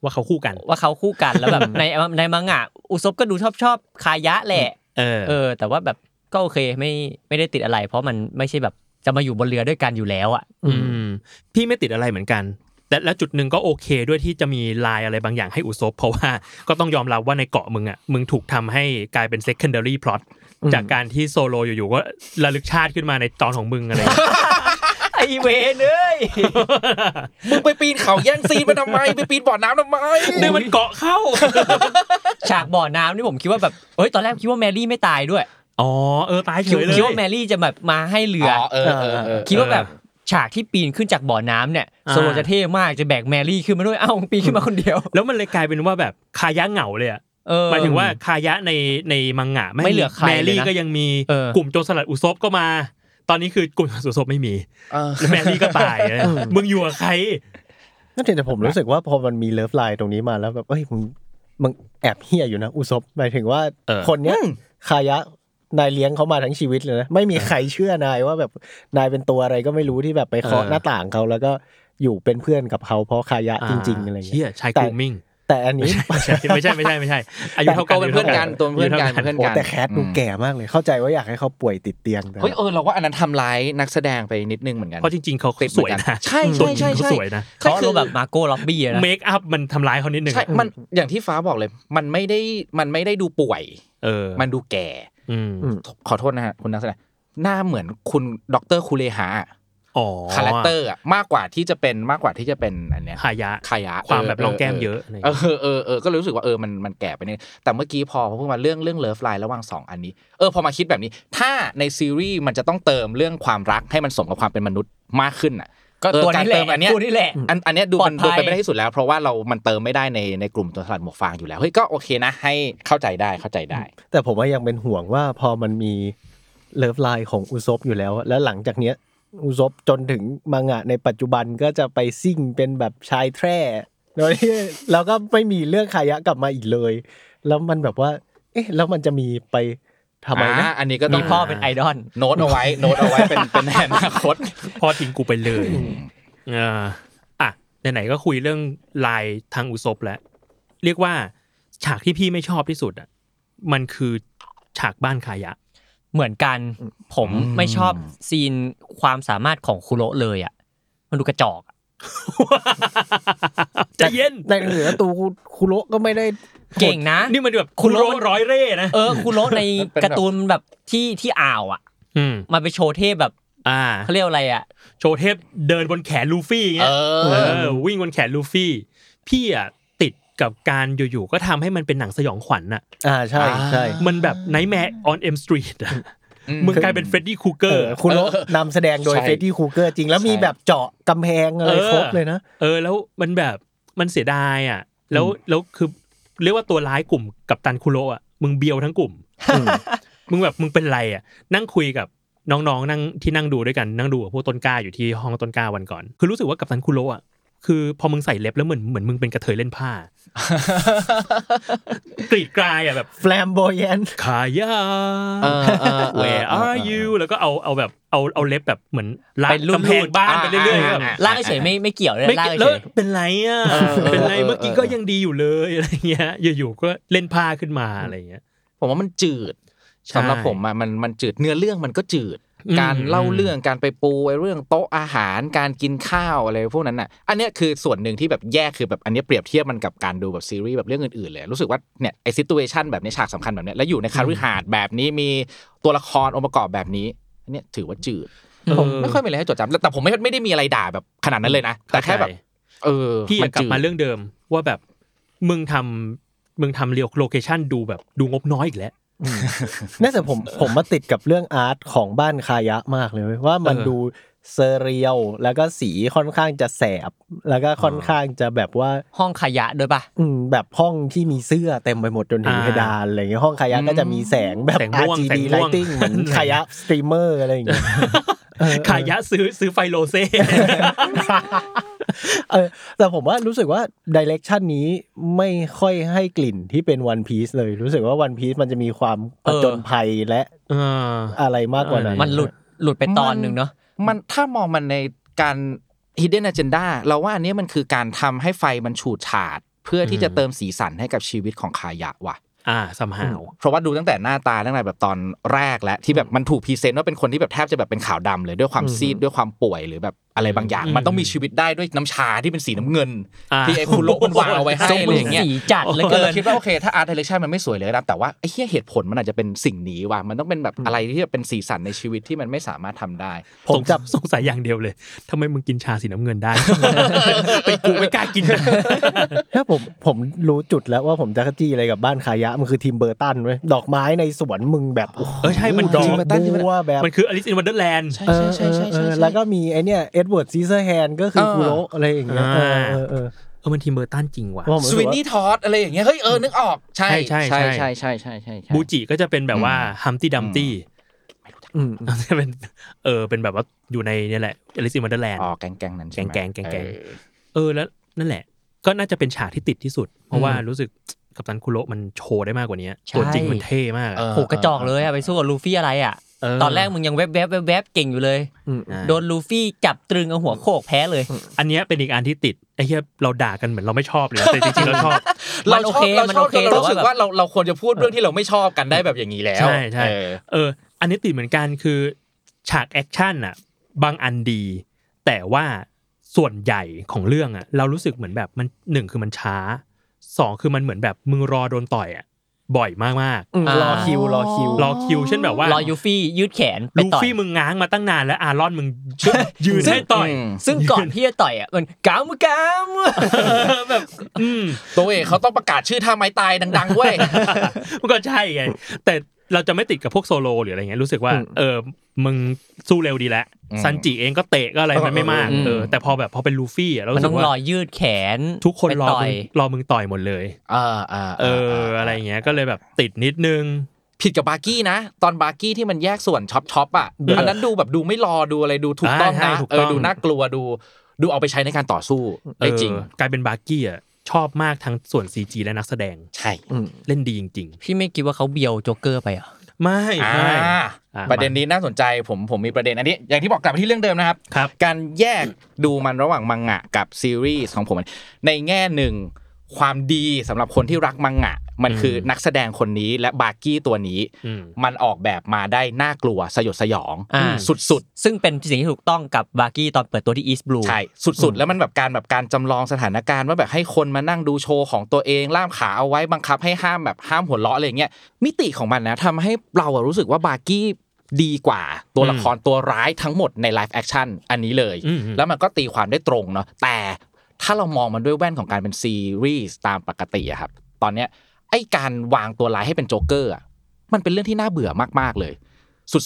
S4: ว่าเขาคู่กัน
S2: ว่าเขาคู่กันแล้วแบบ ในในมังงะอุซบก็ดูชอบชอบคายะแหละ
S4: เออ
S2: เออ แต่ว่าแบบก็โอเคไม่ไม่ได้ติดอะไร เพราะมันไม่ใช่แบบจะมาอยู่บนเรือด้วยกันอยู่แล้วอ่ะ
S4: อืม พี่ไม่ติดอะไรเหมือนกัน แต่แล้วจุดหนึ่งก็โอเคด้วยที่จะมีลายอะไรบางอย่างให้อุซบเพราะว่า ก็ต้องยอมรับว่าในเกาะมึงอ่ะ มึงถูกทำให้กลายเป็น secondary plot จากการที่โซโลอยู่ๆก็ระลึกชาติขึ้นมาในตอนของมึงอะไรเงี้ย
S2: ไอเวนเอ้ย
S3: มึงไปปีนเขาแย่งซีนมาทำไม ไปปีนบ่อน้ำทำไม
S4: นี่มันเกาะเข้า
S2: ฉากบ่อน้ำนี่ผมคิดว่าแบบเอ้ยตอนแรกคิดว่าแมรี่ไม่ตายด้วย
S4: อ๋อ เออ ตายเฉ
S2: คิด
S4: ยเลย
S2: คิดว่าแมรี่จะแบบมาให้เรือ
S3: อ๋อเออเออเออ
S2: คิดว่าแบบฉากที่ปีนขึ้นจากบ่อน้ำเนี่ยโซโลจะเท่มากจะแบกแมรี่ขึ้นมาด้วยเอ้าปีนขึ้นมาคนเดียว
S4: แล้วมันเลยกลายเป็นว่าแบบคายะเหงาเลยอะ
S2: เออ
S4: หมายถึงว่าคายะในในมังงะแง
S2: ไม่เหลือใคร
S4: แมรี่
S2: เลยนะ
S4: ก็ยังมี
S2: เออ
S4: กลุ่มโจรสลัดอุซบก็มา ตอนนี้คือกลุ่มโจรสลัดอุซบไม่มีแล้วแมรี่ก็ตายนะมึงอยู่กับใคร
S1: นั่นเองแต่ผมรู้สึกว่าพอมันมีเลิฟไลน์ตรงนี้มาแล้วแบบเอ้ยมึงมึงแอบเฮี้ยอยู่นะอุซบหมายถึงว่า
S4: เออ
S1: คนเนี้ย
S3: อืม
S1: คายะนายเลี้ยงเขามาทั้งชีวิตเลยนะไม่มีใครเชื่อนายว่าแบบนายเป็นตัวอะไรก็ไม่รู้ที่แบบไปเคาะหน้าต่างเขาแล้วก็อยู่เป็นเพื่อนกับเขาเพราะคายะจริง ๆ อะไร
S4: เฮี
S1: เงี้ย
S4: ยชายกลุ่มมิ่ง
S1: แต่อันนี้
S4: ไม่ใช่ไม่ใช่ไม่ใช่ อายุเท่ากั
S3: ตั
S4: น
S3: วเป็นเพื่อนกันตัวเป็นเพื่อนกัน
S4: อายุท่า
S3: เพื่อน
S1: โอ้
S3: กัน
S1: แต่แคทดูแก่มากเลย เข้าใจว่าอยากให้เขาป่วยติดเตียงแต่
S3: เฮ้ยเออเราว่าอันนั้นทำร้ายนักแสดงไปนิดนึงเหมือนกัน
S4: เพราะจริง ๆเขาสวยนะ
S3: ใช่ใช่ใช่
S4: ตัวจริงเขา
S3: ใช่
S4: สวยนะ
S2: เขาอารมณ์แบบมาโก้ล็อบบี้อะนะ
S4: เมคอัพมันทำร้ายเขานิดนึง
S3: ใช่ มันอย่างที่ฟ้าบอกเลย มันไม่ได้มันไม่ได้ดูป่วย
S4: เออ
S3: มันดูแก่
S4: อืม
S3: ขอโทษนะฮะคุณนักแสดงหน้าเหมือนคุณด็อกเตอร์คูเลหา
S4: อ๋อ
S3: คาแรคเตอร์อะมากกว่าที่จะเป็นมากกว่าที่จะเป็นอันเนี้ย
S4: ขายะ
S3: ขยะ
S4: ความแบบ
S3: เล
S4: องแก้มเยอะอะไรอย่าง
S3: เอ
S4: เงี้ย
S3: อเออเออก็เลยรู้สึกว่าเออมันมันแก่ไปเนี่ยแต่เมื่อกี้พอพูดมาเรื่องเรื่องเลิฟไลน์ระหว่างสองอันนี้เออพอมาคิดแบบนี้ ถ้าในซีรีส์มันจะต้องเติมเรื่องความรักให้มันสมกับความเป็นมนุษย์มากขึ้นอ่ะ
S2: ก็
S3: เออ
S2: ตัวนี้แห
S3: การเติ
S2: ละ
S3: มอันเนี้
S2: ตั
S3: ย
S2: วนี้แหละ
S3: อันอันเนี้ยดูมัน
S2: ปลอ
S3: ดู
S2: ดภัย
S3: ไปนไม่ได้ที่สุดแล้ว เพราะว่าเรา มันเติมไม่ได้ในในกลุ่มตัวสลัดหมวกฟางอยู่แล้วเฮ้ยก็โอเคนะ ให้เข้าใจได้เข้าใจได้
S1: แต่ผมว่ายังเป็นห่วงว่าพอมันมีเลิฟไลน์ของอุซบอยู่แล้ว แล้วหลังจากเนี้ยอุซบจนถึงมังงะในปัจจุบันก็จะไปซิ่งเป็นแบบชายแทร่โดยที่ แล้วก็ไม่มีเรื่องขายะกลับมาอีกเลย แล้วมันแบบว่า เอ๊ะ แล้วมันจะมีไปทำไมนะ
S3: อ่าอันนี้ก็ต้
S2: มี
S3: อง
S2: พ่อเป็นไอดอล
S3: โน้ตเอาไว้โน้ตเอาไว้เป็นเป็นแผนอนาคต
S4: พ่อทิ้งกูไปเลยเอออ่ะไหนๆก็คุยเรื่องลายทางอุศบแล้ว เรียกว่า ฉากที่พี่ไม่ชอบที่สุดอ่ะมันคือฉากบ้านขายะ
S2: เหมือนกันผม
S3: อืม
S2: ไม่ชอบซีนความสามารถของคุโระเลยอ่ะ มันดูกระจอกอะ
S4: ใจเย็น
S1: แต่เหนือตูคุโระก็ไม่ได้
S2: เก่งนะ
S4: นี่มันแบบคุ
S2: คุ
S4: ณ
S2: โร
S4: โร
S2: ส
S4: ร้อยเร่นะ
S2: เออคุโระใน
S3: เป็นแบบ
S2: การ์ตูนแบบที่ที่อ่าวอ่ะ
S4: อืม
S2: มันไปโชว์เทพแบบ
S4: อ่า
S2: เขาเรียกอะไรอ่ะ
S4: โชว์เทพเดินบนแขนลูฟี่อย่าง
S3: เอ
S4: เงี้ย
S3: อ
S4: เออวิ่งบนแขนลูฟี่ พี่อ่ะติดกับการอยู่ๆก็ทำให้มันเป็นหนังสยองขวัญน่ะ
S1: อ่าใช่ใช่
S4: มันแบบ Nightmare on M Street อ่ะ
S3: อืม
S4: มึงกลายเป็นเฟรดดี้ครูเก
S1: เอ
S4: อ
S1: อ
S4: ร์
S1: คุโระนำแสดงโดย
S3: ใช่
S1: เฟรดดี้ครูเกอร์จริง แล้ว
S3: ใช่
S1: มีแบบเจาะกำแพงอะไร
S4: เออ
S1: ครบเลยนะ
S4: เออแล้วมันแบบมันเสียดายอ่ะ แล้วแล้วคือเรียกว่าตัวร้ายกลุ่มกับตันคุโระอ่ะมึงเบียวทั้งกลุ่ม มึงแบบมึงเป็นไรอ่ะ นั่งคุยกับน้องๆนั่งที่นั่งดูด้วยกันนั่งดูกับพวกต้นกล้าอยู่ที่ห้องต้นกล้าวันก่อน คือรู้สึกว่ากับตันคุโระอ่ะคือพอมึงใส่เล็บแล้วเหมือนเหมือนมึงเป็นกระเทยเล่นผ้า กรีดกรายอ่ะแบบ
S1: แฟลมโบยัน
S4: ขายา
S3: เออเออเออ
S4: Where
S3: เออ
S4: are
S3: เออ
S4: you แล้วก็เอาเอาแบบเอาเอาเล็บแบบเหมือนลาก
S2: ไปรูด
S4: กำแพง
S2: รูด
S4: บ้านไปเรื่อยๆแบบ
S3: อ่า
S2: ล่างเฉยๆไม่ไม่เกี่ยวเลย
S4: ไม่
S2: ล่าง
S4: เกี่ยว
S2: เฉ
S4: แล้ว
S2: ย
S4: เป็นไรอ่ะ
S3: เออเออ
S4: เป็นไร
S3: เออ
S4: เมื่อกี้ก็
S3: เออ
S4: ยังดีอยู่เลยอะไรเงี้ย อยู่ๆก็เล่นผ้าขึ้นมาอะไรเงี้ย
S3: ผมว่ามันจืด
S4: ใช่
S3: สำหรับผมอะมันมันจืดเนื้อเรื่องมันก็จืด
S4: อืม
S3: การเล่าเรื่องการไปปูไอ้เรื่องโต๊ะอาหารการกินข้าวอะไรพวกนั้นอ่ะ อันเนี้ยคือส่วนหนึ่งที่แบบแยกคือแบบอันเนี้ยเปรียบเทียบมันกับการดูแบบซีรีส์แบบเรื่องอื่นๆเลย รู้สึกว่าเนี่ยไอ้ซิตูเอชันแบบเนี้ยฉากสำคัญแบบเนี้ยแล้วอยู่ในคาริฮาดแบบนี้มีตัวละครองค์ประกอบแบบนี้อันเนี้ยถือว่าจืด
S4: เออ
S3: ผมไม่ค่อยมีอะไรให้จดจำแต่แต่ผมไม่ไม่ได้มีอะไรด่าแบบขนาดนั้นเลยนะแต่แค่แบบเออ
S4: พี่
S3: มัน
S4: กลับ
S3: จืด
S4: มาเรื่องเดิมว่าแบบมึงทำมึงทำเรียลโลเคชันดูแบบดูงบน้อยอีกแล้ว
S1: น่าจะผมผมมาติดกับเรื่องอาร์ตของบ้านคายะมากเลยเว้ยว่ามัน
S4: เออ
S1: ดูเซเรียลแล้วก็สีค่อนข้างจะแสบ แล้วก็ค่อนข้างจะแบบว่า
S2: ๆห้องขยะด้วยป่ะ
S1: อืมแบบห้องที่มีเสื้อเต็มไปหมดจนถึงเพดานอะไรเงี้ยห้องคายะก็จะมีแสงแบบ
S4: แสงม่วง
S1: RGB
S4: แสงม่วง
S1: lighting เหมือนคายะสตรีมเมอร์อะไรอย่างเงี้ยเออ
S4: ขายะซื้อซื้อไฟโลเซ่
S1: เออแต่ผมว่ารู้สึกว่าดิเรกชันนี้ไม่ค่อยให้กลิ่นที่เป็นวันพี e เลย รู้สึกว่าวันพี e มันจะมีความผจญภัยและ
S4: เออ
S1: อะไรมากกว่านั้น
S2: มันหลุดหลุดไปตอนหนึ่งเนาะ
S3: มันถ้ามองมันในการ hidden agenda เราว่าอันเนี้ยมันคือการทำให้ไฟมันฉูดฉาด เพื่อที่จะ
S4: อืม
S3: เติมสีสันให้กับชีวิตของคายะว่ะ
S4: อ่าสัมหาว
S3: เพราะว่าดูตั้งแต่หน้าตาตั้งแต่แบบตอนแรกแล้วที่แบบมันถูกพรีเซนต์ว่าเป็นคนที่แบบแทบจะแบบเป็นขาวดำเลยด้วยความ
S1: อืม
S3: ซีดด้วยความป่วยหรือแบบอะไรบางอย่าง
S4: อืม
S3: มันต้องมีชีวิตได้ด้วยน้ำชาที่เป็นสีน้ำเงิน
S4: อ่า
S3: ที่ไอ้คุโระมันวางเอาไว้ให้
S2: ทรง
S3: อะไร
S2: มึ
S3: อง ย่างเงี้ย
S2: สีจัดเหลย
S3: ก็
S2: เกิ
S3: เลย
S2: น
S3: คิดว่าโอเคถ้าอาร์ต i ดเร t ชันมันไม่สวยเลยนะแต่ว่าไอ้เหี้ยเหตุผลมันอาจจะเป็นสิ่งนี้ว่ะมันต้องเป็นแบบอะไรที่แบบเป็นสีสันในชีวิตที่มันไม่สามารถทำได้
S1: ผมจับ
S4: สงสัยอย่างเดียวเลยทำไมมึงกินชาสีน้ำเงิ นได้ เป็นกูไม่กล้ากินนะ
S1: ถ้าผมผมรู้จุดแล้วว่าผมจะขจี้อะไรกับบ้านขายะ มันคือทีมเบอร์ตันเว้ยดอกไม้ในสวนมึงแบบโโห
S4: เออใช่มัน
S1: ดอก
S3: ทีมเบอร์ตันใช่ไหม
S1: บัวแบบ
S4: มันคืออลิซอินวันเดอร์แลนด์
S1: เออเออเออแล้วก็มีไอเนี่ยเอ็ดเวิร์ดซีเซอร์แฮนก็คือคุโระอะไรอย่างเงี้ยเออเออเออ
S4: เออมันทีมเบอร์ตันจริงว่ะ
S1: ผมรู้
S3: ส
S1: สึ
S3: วิ
S1: ก
S3: น
S1: ว่า
S3: นี่ทอดอะไรอย่างเงี้ยเฮ้ยเออนึกออกใช่
S4: ใช่ใช่
S3: ใช่ใช่ใช่ใช่ใช่ใช่
S4: บูจิก็จะเป็นแบบว่าฮัมตี้ดัมตี้
S1: อืม
S4: เป็น เออเป็นแบบว่าอยู่ในเนี่ยแหละอลิซอินวันเดอร์แลนด์
S3: อ๋อแก๊งแก๊งนั้นใช่ไหม
S4: แก๊งแก๊งแก๊งแก๊ง
S3: เออ
S4: เออแล้วนั่นแหละ ก็น่าจะเป็นฉากที่ติดที่สุด เพราะว่ารู้สึกกับตันคุโระมันโชว์ได้มากกว่านี้
S2: ใช่
S4: ตัวจริงมันเท่มากอะ
S3: เ
S2: โหกระจอกเลยอะไปสู้กับลูฟี่อะไรอะ
S4: เ
S2: ตอนแรกมึงยังแวบแวบแวบแวบเก่งอยู่เลย
S4: อ่า
S2: โดนลูฟี่จับตรึงเอาหัวโขกแพ้เลย
S4: อันเนี้ยเป็นอีกอันที่ติดไอ้เหี้ยเราด่ากันเหมือนเราไม่ชอบเลยนะแต่จริงๆเราชอบ
S3: เรา
S2: มันโอ
S3: ชอบ
S2: เค
S3: เรา
S2: มัน
S3: ชอ
S2: โอบ เค
S3: เรา
S2: แต่
S3: รู้
S2: ว่า
S3: สึก
S2: แบบ
S3: ว่าเราเราควรจะพูดเรื่องที่เราไม่ชอบกันได้แบบอย่างนี้แล้ว
S4: ใช่ใช่
S3: เออ
S4: เออ อันนี้ติดเหมือนกันคือฉากแอคชั่นอะบางอันดี แต่ว่าส่วนใหญ่ของเรื่องอะเรารู้สึกเหมือนแบบมันหนึ่งคือมันช้าสองคือมันเหมือนแบบมึงรอโดนต่อยอะ บ่อยมาก
S1: อืมรอคิวรอคิว
S4: ๆรอคิว เช่นแบบว่าร
S2: อยูฟี่ยืดแขนไป
S4: ลู
S2: ต่อย
S4: ฟี่มึงง้างมาตั้งนานแล้วอารอนมึงยืนให้ต่อย
S3: ม
S2: ซึ่งก่อนที่จะต่อยอ่ะมันกามกาม
S4: แบบอืม
S3: ตัวเอกเขาต้องประกาศชื่อท่าไม้ตายดังๆเว้ย
S4: มันก็ใช่ไง แต่เราจะไม่ติดกับพวกโซโลหรืออะไรเงี้ยรู้สึกว่า
S1: อืม
S4: เออมึงสู้เร็วดีแล้ว
S3: อืม
S4: ซันจิเองก็เตะก็อะไรมันไม่มาก
S3: อืม
S4: เออแต่พอแบบพอเป็นลูฟี่อะเรา
S2: มัน
S4: รู้สึ
S2: ต้อก งรอ
S4: ว่า
S2: ยืดแขน
S4: ทุกคนรอ
S2: ไปต่
S4: มึ
S2: อย
S4: งรอมึงต่อยหมด เลย
S3: อ่าอ่า
S4: เอออะไรเงี้ยก็เลยแบบติดนิดนึง
S3: ผิดกับบาร์กี้นะ ตอนบาร์กี้ที่มันแยกส่วนช็อปช็อปอ่ะอันนั้นดูแบบดูไม่รอดูอะไรดูถูกต้อง
S4: ใช่
S3: นะ
S4: ถูก
S3: เอ
S4: ต้
S3: อ
S4: อง
S3: ดูน่ากลัวดู ดูเอาไปใช้ในการต่อสู้
S4: เอ
S3: ได้
S4: อ
S3: จริง
S4: กลายเป็นบาร์กี้อ่ะชอบมากทั้งส่วน CG และนักแสดง
S3: ใช่
S1: อืม
S4: เล่นดีจริง
S2: พี่ไม่คิดว่าเขาเบียวโจ๊กเกอร์ไปเหรอ่ะ
S4: ๆ ไม่
S3: อ่
S4: ไม่
S3: า
S4: อ่ะ
S3: ประเด็นนี้น่าสนใจผมผมมีประเด็นอันนี้ อย่างที่บอกกลับไปที่เรื่องเดิมนะครับ
S4: ครับ
S3: การแยกดูมันระหว่างมังงะกับซีรีส์ของผม ในแง่หนึ่ง ความดีสำหรับคนที่รักมังงะ มันคือนักแสดงคนนี้และบาร์กี้ตัวนี้
S4: อืม
S3: มันออกแบบมาได้น่ากลัวสยดสยอง
S2: อ่า
S3: สุด
S2: ซึ่งเป็นสิ่งที่ถูกต้องกับบาร์กี้ตอนเปิดตัวที่อีสต์บลู
S3: ๆใช่สุด ๆ แล้วมันแบบการแบบการจำลองสถานการณ์ว่าแบบให้คนมานั่งดูโชว์ของตัวเองล่ามขาเอาไว้บังคับให้ห้ามแบบห้ามหัวเราะอะไรอย่างเงี้ยมิติของมันนะทำให้เราอะรู้สึกว่าบาร์กี้ดีกว่าตัวละครตัวร้ายทั้งหมดในไลฟ์แอคชั่นอันนี้เลย
S4: อืมอืม
S3: แล้วมันก็ตีความได้ตรงเนาะแต่ถ้าเรามองมันด้วยแว่นของการเป็นซีรีส์ตามปกติอะครับ ตอนเนี้ยไอ้การวางตัวร้ายให้เป็นโจ๊กเกอร์อะมันเป็นเรื่องที่น่าเบื่อมากๆเลย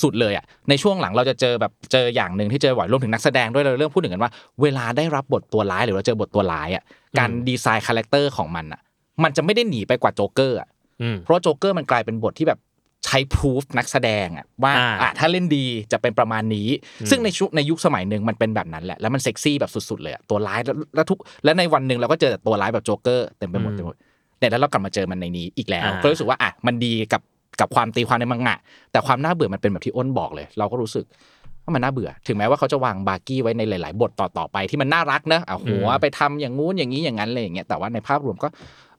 S3: สุดๆเลยอะในช่วงหลังเราจะเจอแบบเจออย่างหนึ่งที่เจอบ่อยรวมถึงนักแสดงด้วยเราเริ่มพูดถึงกันว่า เวลาได้รับบทตัวร้ายหรือเราเจอบทตัวร้ายอะการดีไซน์คาแรคเตอร์ของมันอะมันจะไม่ได้หนีไปกว่าโจ๊กเกอร์อะ
S4: อืม
S3: เพราะโจ๊กเกอร์มันกลายเป็นบทที่แบบใช้พ o ูฟนักแสดงอะว่า
S4: อ่า
S3: อ่ะถ้าเล่นดีจะเป็นประมาณนี้
S4: อืม
S3: ซึ่งในชุในยุคสมัยหนึ่งมันเป็นแบบนั้นแหละ แล้วมันเซ็กซี่แบบสุดๆเลยอะตัวร้ายแล้วแล้วทุกและในวันหนึ่งเราก็เจอแต่ตัวร้ายแบบโจ๊กเกอร์เต็มไปหมดเต็มไปหมดเนี่ยแล้วเรากลับมาเจอมันในนี้อีกแล้ว ก็รู้สึกว่าอ่ะมันดีกับกับความตีความในมังงะ แต่ความน่าเบื่อมันเป็นแบบที่อ้นบอกเลย เราก็รู้สึกว่ามันน่าเบื่อ ถึงแม้ว่าเขาจะวางบาร์กี้ไว้ในหลาย ๆ บทต่อๆไปที่มันน่ารักนะเอาหัวไปทำอย่างงู้นอย่างนี้อย่างนั้นอะไรอย่างเงี้ยแต่ว่าในภาพรวมก็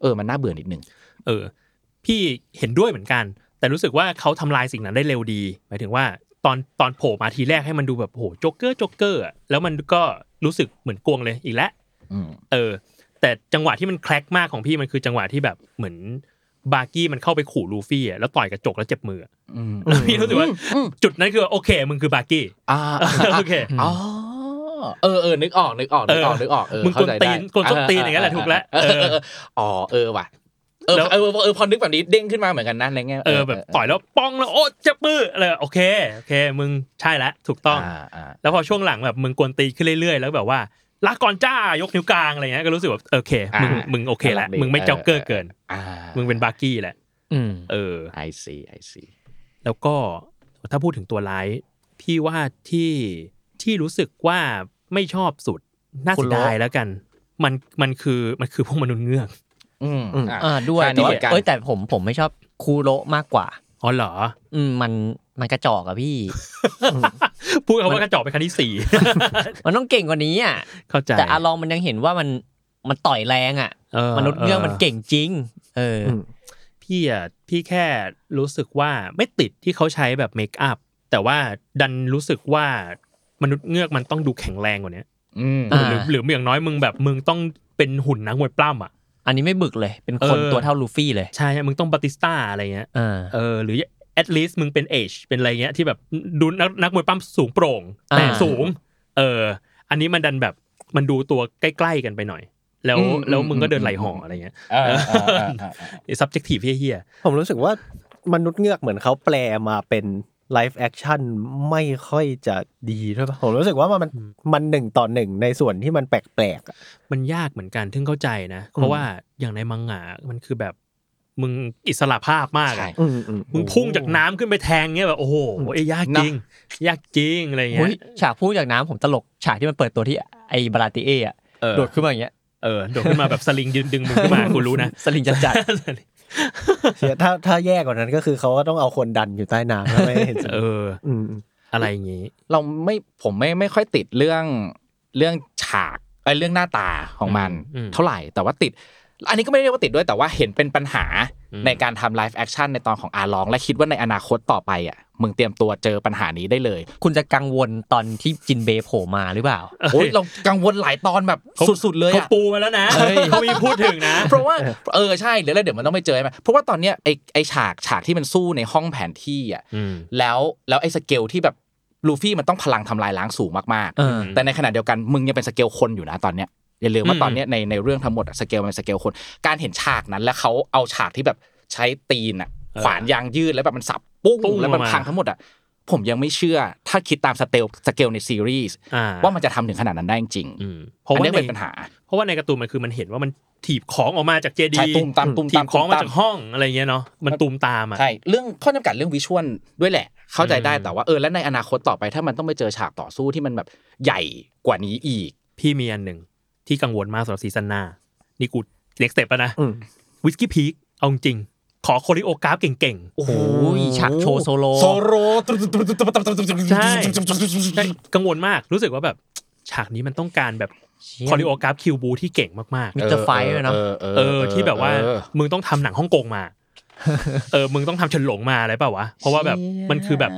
S3: เออมันน่าเบื่อนิดนึง
S4: เออพี่เห็นด้วยเหมือนกัน แต่รู้สึกว่าเขาทำลายสิ่งนั้นได้เร็วดี หมายถึงว่าตอนตอนโผล่มาทีแรกให้มันดูแบบโหโจ๊กเกอร์โจ๊กเกอร์อะแล้วมันก็รู้สึกเหมือนกวงเลยอีกแล้ว
S3: อืม
S4: เออ แต่จังหวะที่มันแคลกมากของพี่มันคือจังหวะที่แบบเหมือนบาร์กี้มันเข้าไปขู่ลูฟี่อะแล้วต่อยกระจกแล้วเจ็บมืออะ
S3: อืม
S4: แล้ว พี่รู้สึกว่าจุดนั้นคือโอเคมึงคือบาร์กี้
S3: อ่า
S4: โอเค
S3: อ๋อเออเออนึกออกนึกออกนึกออกนึกออกเออ
S4: มึงกวน
S3: เข้าใจได้
S4: ตีนกวนส้นตีนอย่างนั้นแหละถูกแล้ว
S3: เออเออเอออ๋อเออว่ะเออ
S4: แล้ว
S3: เออเออเออพอนึกแบบนี้เด้งขึ้นมาเหมือนกันนะในแง่
S4: เออแบบต่อยแล้วป้องแล้วโอ้เจ็บมืออะไรโอเคโอเค มึงใช่แล้วถูกต้อง
S3: าา
S4: แล้วพอช่วงหลังแบบมึงกวนตีนขึ้นเรื่อยๆ แล้วแบบว่าลาก่อนจ้ายกนิ้วกลางอะไรเงี้ยก็รู้สึกแบบโอเคมึงมึงโอเคแล้วมึงไม่จ็อกเกอร์เกิน
S3: อ่า
S4: มึงเป็นบาร์กี้แหละ
S2: อืม
S4: เออ
S3: ไอซีไอซี
S4: แล้วก็ถ้าพูดถึงตัวร้ายพี่ว่าที่ที่รู้สึกว่าไม่ชอบสุดน่า
S2: คุ
S4: เสี
S2: ณ
S4: ย
S2: โล
S4: ดายแล้วกัน มันมันคือมันคือพวกมนุษย์เงือก
S3: อืม
S1: อืม
S3: ะ
S2: อ่าด้วย
S3: ใช่
S2: แต่
S3: นี่
S2: ว่า
S3: เหมือนกัน
S2: เอ้ยแต่ผมผมไม่ชอบคูโระมากกว่า
S4: อ๋อเหรอ
S2: อืมมันมันกระจอกอะพี่
S4: พูดคำว่ากระจอกไปครั้งที่ สี่
S2: มันต้องเก่งกว่านี้อ่ะ
S4: เข้าใจ
S2: แต่อารองมันยังเห็นว่ามันมันต่อยแรงอ่ะ มนุษย์เงือกมันเก่งจริง เอออ
S1: ม
S4: พี่อ่ะพี่แค่รู้สึกว่าไม่ติดที่เขาใช้แบบเมคอัพแต่ว่าดันรู้สึกว่ามนุษย์เงือกมันต้องดูแข็งแรงกว่าเนี้ย
S3: อืม
S2: อ่า
S4: หรือหรืออย่างน้อยมึงแบบมึงต้องเป็นหุ่นนักมวยปล้ำอ่ะ
S2: อันนี้ไม่บึกเลย เป็นคน
S4: เออ
S2: ตัวเท่าลูฟี่เลย
S4: ใช่มึงต้องบาติสต้าอะไรเงี้ย
S2: อ่า
S4: เออหรือ at least มึงเป็นเอชเป็นอะไรเงี้ยที่แบบดูนักนักมวยปล้ำสูงโปร่ง
S2: อ่า
S4: แต่สูงเอออันนี้มันดันแบบมันดูตัวใกล้ๆกันไปหน่อย แล้วแล้วมึงก็เดินไหลห่ออะไรเงี้ย
S3: เออเออเออเออ
S4: subjective เฮี้ย
S1: ผมรู้สึกว่ามนุษย์เงือกเหมือนเขาแปลมาเป็นไลฟ์แอคชั่นไม่ค่อยจะดีด้วยป่ะผมรู้สึกว่ามันมันหนึ่งต่อหนึ่งในส่วนที่มันแปลกๆอะ
S4: ๆมันยากเหมือนกันทึ่งเข้าใจนะ เพราะว่าอย่างในมังงะมันคือแบบมึงอิสระภาพมากอะ
S3: ใช่
S1: อืมอืม
S4: มึงพุ่งจากน้ำขึ้นไปแทงเงี้ยแบบโอ้โหเอ้ยยากจริง ยากจริงอะไร
S2: หุ้
S4: เงี้
S2: ย
S4: ย
S2: ฉากพูดจากน้ำผมตลก ฉากที่มันเปิดตัวที่ไอ้บาราติเอะอะ
S4: เออ
S2: โดดขึ้นมาอย่างเงี้ย
S4: เออโดดขึ้นมาแบบสลิงดึงดึงมึงขึ้นมากูรู้นะ
S2: สลิงจัดจัด
S1: เสียถ้าถ้าแย่กว่านั้นก็คือเขาก็ต้องเอาคนดันอยู่ใต้น้ำแล้วไม่เห็นจะ
S4: เออ
S1: อืม
S4: อะไรอย่างงี้
S3: เราไม่ผมไม่ไม่ค่อยติดเรื่องเรื่องฉากไอ้ยเรื่องหน้าตาของมัน
S4: อืมอืม
S3: เท่าไหร่แต่ว่าติด อันนี้ก็ไม่ได้เรียกว่าติดด้วยแต่ว่าเห็นเป็นปัญหา
S4: อืม
S3: ในการทำไลฟ์แอคชั่นในตอนของอาลอง และคิดว่าในอนาคตต่อไปอ่ะมึงเตรียมตัวเจอปัญหานี้ได้เลย
S2: คุณจะกังวลตอนที่จินเบย์โผล่มาหรือเปล่า
S3: โอ้ยเรากังวลหลายตอนแบบสุดๆเลย
S4: เขา
S3: อ่ะ
S4: ปูมาแล้วนะ
S3: เฮ้ย
S4: เขามีพูดถึงนะ
S3: เพราะว่าเออใช่เดี๋ยวแล้วเดี๋ยวมันต้องไปเจอไหมเพราะว่าตอนเนี้ยไอไอฉากฉากที่มันสู้ในห้องแผนที่อ่ะ
S4: อืม
S3: แล้วแล้วไอสเกลที่แบบลูฟี่มันต้องพลังทำลายล้างสูงมาก
S2: เออ
S3: ๆ แต่ในขณะเดียวกันมึงยังเป็นสเกลคนอยู่นะตอนเนี้ยอย่าลืมว่า
S4: อืม
S3: ตอนเนี้ยในในเรื่องทั้งหมดอะสเกลมันเป็นสเกลคน การเห็นฉากนั้นแล้วเขาเอาฉากที่แบบใช้ตีนอ่ะขวานยางยืดแล้วแบบมันสับปุ้ง
S4: ปุ้ง
S3: แล้วมัน
S4: ออกมา
S3: พังทั้งหมดอ่ะผมยังไม่เชื่อถ้าคิดตามสเกลสเกลในซีรีส์
S4: อ่า
S3: ว่ามันจะทำถึงขนาดนั้นได้จริง
S4: อืมเพราะ
S3: อัน
S4: ว่า
S3: เนี้ย
S4: ใน
S3: เป็นปัญหา
S4: เพราะว่าในการ์ตูนมันคือมันเห็นว่ามันถีบของออกมาจากเจดี
S3: ใช่ตุ่มตามตุ่มตา
S4: ถี
S3: ม
S4: บของมา
S3: ตุ่
S4: ม
S3: ตาม
S4: จากห้องอะไรเงี้ยเนาะมันตูมตามอ่ะ
S3: ใช่เรื่องข้อจำกัดเรื่องวิชวลด้วยแหละ เข้าใจได้
S4: อืม
S3: แต่ว่าเออและในอนาคตต่อไปถ้ามันต้องไปเจอฉากต่อสู้ที่มันแบบใหญ่กว่านี้อีก
S4: พี่มีอันหนึ่งที่กังวลมากสำหรับซีซั่นหน้า นี่กูเล็กสเต็ปแล้วนะ
S1: อืม
S4: วิสกี้พีคเอาจริง ขอโคริโอกราฟเก่ง
S3: โอ้โห
S2: ฉากโชว์โซโล
S3: โซโล
S4: ใช่ ๆใช่กังวลมากรู้สึกว่าแบบฉากนี้มันต้องการแบบโคริโอกราฟคิวบูที่เก่งมาก
S2: มิสเตอร์ไฟท์ด้วยเนอะ
S4: ๆ เออ ที่แบบว่ามึงต้องทำหนังฮ่องกงมา เออ มึงต้องทำเฉนหลงมาอะไรเปล่าวะ เพราะว่าแบบมันคือแบบ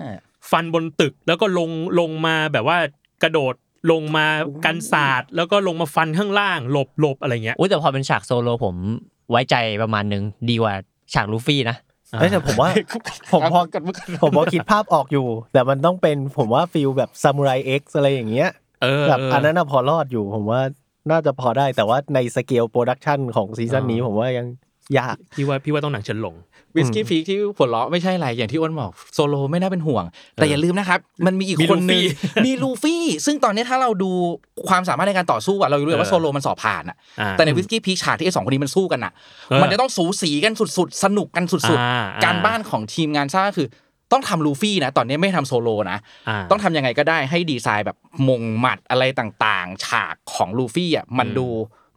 S4: ฟันบนตึกแล้วก็ลงลงมาแบบว่ากระโดดลงมากันศาสตร์แล้วก็ลงมาฟันข้างล่างหลบหลบอะไรเงี้ย
S2: อุ้ยแต่พอเป็นฉากโซโลผมไว้ใจประมาณนึงดีกว่าฉากลูฟี่นะ
S1: เอ้ยแต่ผมว่า ผมพอ
S3: กันเมื่อกี้
S1: ผมว่าคิดภาพออกอยู่ แต่มันต้องเป็นผมว่าฟิลแบบซามูไรเอ็กซ์อะไรอย่างเงี้ย
S4: เออ
S1: แบบ
S4: เ
S1: อันนั้นน่ะพอรอดอยู่ ผมว่าน่าจะพอได้แต่ว่าในสเกลโปรดักชันของซีซั่นนี้ผมว่ายังยาก
S4: พี่ว่าพี่ว่าต้องหนังเฉนหลง
S3: วิสกี้พีคที่หัวเราะไม่ใช่อะไรอย่างที่อ้นบอกโซโลไม่น่าเป็นห่วง แต่อย่าลืมนะครับ มันมีอีกคน นึง
S4: มีลูฟี่
S3: มีลูฟี่ ซึ่งตอนนี้ถ้าเราดูความสามารถในการต่อสู้อะเรารู้เลยว่า
S4: เออ
S3: โซโลมันสอบผ่านอะ
S4: อ่า
S3: แต่ในวิสกี้พีคฉากที่ไอ้สองคนนี้มันสู้กันอะ
S4: เออ
S3: มันจะต้องสูสีกันสุดๆ สนุกกันสุด
S4: อ่
S3: ๆ การบ้านของทีมงานสร้างก็คือต้องทำลูฟี่นะตอนนี้ไม่ทำโซโลนะ
S4: า
S3: ต้องทำยังไงก็ได้ให้ดีไซน์แบบมงหมัดอะไรต่างๆ ฉากของลูฟี่อ่ะมัน
S4: อืม
S3: ดู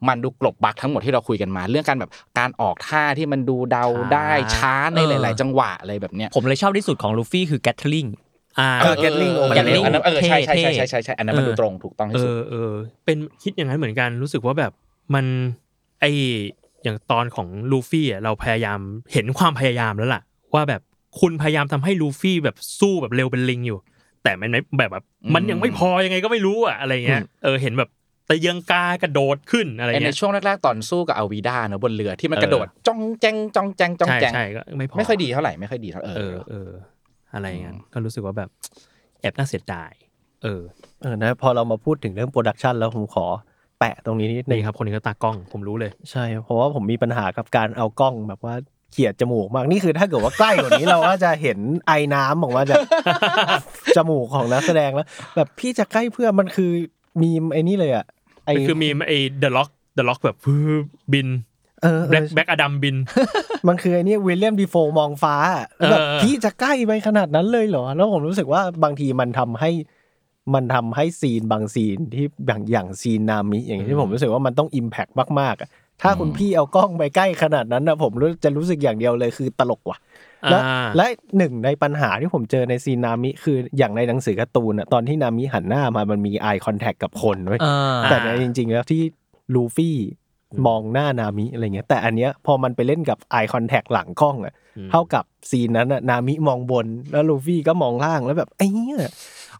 S3: มันดูกลบบักทั้งหมดที่เราคุยกันมา เรื่องการแบบการออกท่าที่มันดูเดา
S4: ช้า
S3: ได้ช้าใน
S2: เออ
S3: หลาย ๆ จังหวะอะไรแบบเนี้ย
S2: ผมเลยชอบที่สุดของลูฟี่คือแกทลิง
S4: อ่า
S3: เออ
S1: Gatling
S3: เออ
S2: Gatling
S3: อันนั้นเออใช่ใช่
S2: เท่
S3: ใช่ใช่ใช่ใช่อันนั้นมัน
S2: เออ
S3: ดูตรงถูกต้องที่
S4: เอ
S3: สุด
S4: อเออเป็นคิดอย่างนั้นเหมือนกันรู้สึกว่าแบบมันไออย่างตอนของลูฟี่อ่ะเราพยายามเห็นความพยายามแล้วล่ะ ว่าแบบคุณพยายามทำให้ลูฟี่แบบสู้แบบเร็วเป็นลิงอยู่ แต่มันไม่แบบแบบมันยังไม่พอยังไงก็ไม่รู้อ่ะอะไรเงี้ยเออเห็นแบบตะเยงกากระโดดขึ้นอะไร
S3: ไอ้ใน
S4: เงี้ย
S3: ช่วงแรก ๆ ตอนสู้กับอาวีด้าเนอะบนเรือที่มัน
S4: เออ
S3: กระโดดจ้องแจ้งจ้องแจ้งจ้อง
S4: ใช่
S3: แจ้ง
S4: ใช่ก็ไม่พอ
S3: ไม่ค่อยดีเท่าไหร่ไม่ค่อยดีเท่าเอ
S4: เอ
S3: อ
S4: อเออ อะไรเงี้ยก็รู้สึกว่าแบบแอบน่าเสียดายเออ
S1: เออนะพอเรามาพูดถึงเรื่องโปรดักชันแล้วผมขอแปะตรงนี้นิดนึง
S4: นี่ครับคนนี้ก็ตากล้องผมรู้เลย
S1: ใช่ เพราะว่าผมมีปัญหากับการเอากล้องแบบว่าเขี่ยจมูกมากนี่คือถ้าเกิดว่าใกล้กว่านี้ เราก็จะเห็นไอ้น้ำออกมาจาก จมูกของนักแสดงแล้ว แบบพี่จะใกล้เพื่อนมันคือมีมไอ้นี่เลยอะไอ้
S4: มันคือมีไอ้ The Lock The Lock แบบพื้นบิน
S1: เออเอ
S4: แบ็
S1: อ
S4: คแบ็คอดัมบิน
S1: มันคือไอ้เนี่ยวิลเลียมดีโฟมองฟ้าอะ
S4: เออ
S1: แบบพี่จะใกล้ไปขนาดนั้นเลยเหรอ แล้วผมรู้สึกว่าบางทีมันทำให้มันทำให้ซีนบางซีนที่อย่างอย่างซีนนามิอย่างที่ผมรู้สึกว่ามันต้องอิมแพกมากๆอะถ้าคุณพี่เอากล้องไปใกล้ขนาดนั้นนะผมรู้จะรู้สึกอย่างเดียวเลยคือตลกว่ะ และ
S4: อ่า
S1: และหนึ่งในปัญหาที่ผมเจอในซีนนามิคืออย่างในหนังสือการ์ตูนอะตอนที่นามิหันหน้ามามันมี eye contact กับคนเว้ย
S2: เออ
S4: า
S1: แต่ในจริงๆแล้วที่ลูฟี่มองหน้านามิอะไรเงี้ย แต่อันเนี้ยพอมันไปเล่นกับ Eye Contact หลังกล้องอะ
S4: อืม
S1: เท่ากับซีนนั้นอะนามิมองบนแล้วลูฟี่ก็มองล่างแล้วแบบไอ้เนี้ย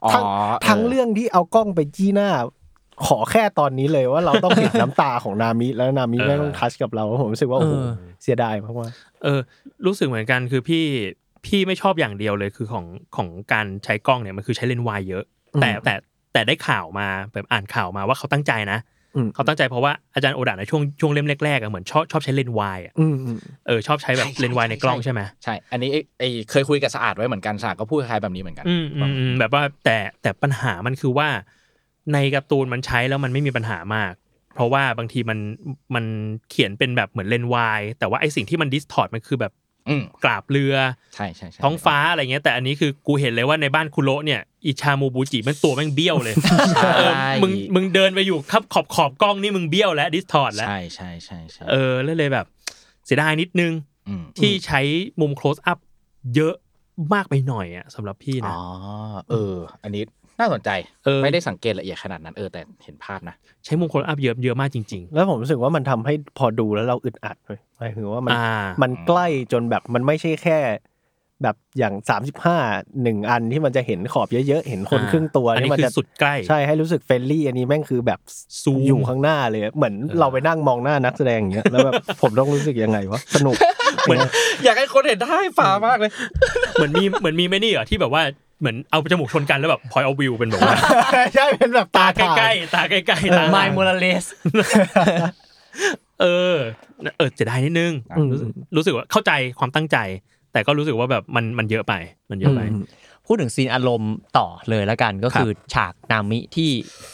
S3: อ๋อ
S1: ทั้งทั้ง
S3: เออ
S1: เรื่องที่เอากล้องไปจี้หน้า ขอแค่ตอนนี้เลยว่าเราต้องเห็น น้ำตาของนามิแล้วนามิ
S4: เออ
S1: ไม่ต้องทัชกับเราผมรู้สึกว่าโอ้โห
S2: เออ
S1: เสียดายมากว่า
S4: เออ รู้สึกเหมือนกันคือพี่พี่ไม่ชอบอย่างเดียวเลยคือของของการใช้กล้องเนี่ยมันคือใช้เลนส์วายเยอะ แต่แต่แต่ได้ข่าวมาแบบอ่านข่าวมาว่าเขาตั้งใจนะ เขาตั้งใจเพราะว่าอาจารย์โอดาในช่วงช่วงเล่มแรกๆอะเหมือนชอบชอบใช้เลนส์วายอะ
S1: อืมอืม
S4: เออชอบใช้แบบ
S3: ใช่
S4: เลนส์วายในกล้อง
S3: ใช่
S4: ใช่ไหม
S3: ใช่ อันนี้ไอ้ไอ้เคยคุยกับสะอาดไว้เหมือนกันสะอาดก็พูดคล้ายๆแบบนี้เหมือนกัน
S4: อืมอืมอืมแบบว่าแต่แต่ปัญหามันคือว่า ในการ์ตูนมันใช้แล้วมันไม่มีปัญหามาก เพราะว่าบางทีมันมันเขียนเป็นแบบเหมือนเลนส์วายแต่ว่าไอสิ่งที่มันดิสทอร์มันคือแบบ
S3: อืม
S4: กราบเรือ
S3: ใช่ใช่ใช่
S4: ท้องฟ้าอะไรเงี้ยแต่อันนี้คือกูเห็นเลยว่าในบ้านคุโระเนี่ยอิชามูบูจิมันตัวแม่งเบี้ยวเลย
S3: ใช่
S4: เออมึงมึงเดินไปอยู่ครับขอบขอบกล้องนี่มึงเบี้ยวแล้วดิสทอร์ดแล้ว
S3: ใช่ใช่ใช่ใช่
S4: เออแล้วเลยแบบ เสียดายนิดนึง
S3: ม
S4: ที่ใช้มุม close up เยอะมากไปหน่อยอะสำหรับพี่นะ
S3: อ๋อเออ อันนี้ น่าสนใจ
S4: เออ
S3: ไม่ได้สังเกตละเอียดขนาดนั้นเออแต่เห็นภาพนะ
S4: ใช้มงคลอัพเยอะเยอะมากจริง
S1: แล้วผมรู้สึกว่ามันทำให้พอดูแล้วเราอึดอัดเลยหมายถึงว่า
S4: ๆ
S1: มัน
S4: อ่า
S1: มันใกล้จนแบบมันไม่ใช่แค่ แบบอย่างสามสิบห้าหนึ่งอันที่มันจะเห็นขอบเยอะๆ เห็นคน
S4: อ่า
S1: ครึ่งตัว
S4: อันนี้
S1: นี่มั
S4: คือ
S1: จะ
S4: สุดใกล้
S1: ใช่ให้รู้สึกเฟรนลี่อันนี้แม่งคือแบบ
S4: ซูม
S1: อยู่ข้างหน้าเลย เหมือนเราไปนั่งมองหน้านักแสดงอย่างเงี้ยแล้วแบบ ผมต้องรู้สึกยังไงวะสนุก
S4: เหมือน
S3: อยากให้คนเห็นได้ฝ่ามากเลย
S4: เหมือนมีเหมือนมีไหม่นี่เหรอที่แบบว่าเหมือนเอาจมูกชนกันแล้วแบบพอยเอาวิวเป็นแบบว่า
S1: ใช่เป็นแบบตา
S4: ตาใกล้ๆ
S1: ถ่าย
S4: ตาใกล้ๆตา
S2: ไมล์โมราเลส
S4: เออเออจะได้นิดนึง
S3: อืม
S4: รู้สึกรู้สึกว่าเข้าใจความตั้งใจ แต่ก็รู้สึกว่าแบบมันมันเยอะไปมันเยอะไป
S1: อืม
S2: พูดถึงซีนอารมณ์ต่อเลยละกันก็คือฉากนามิที่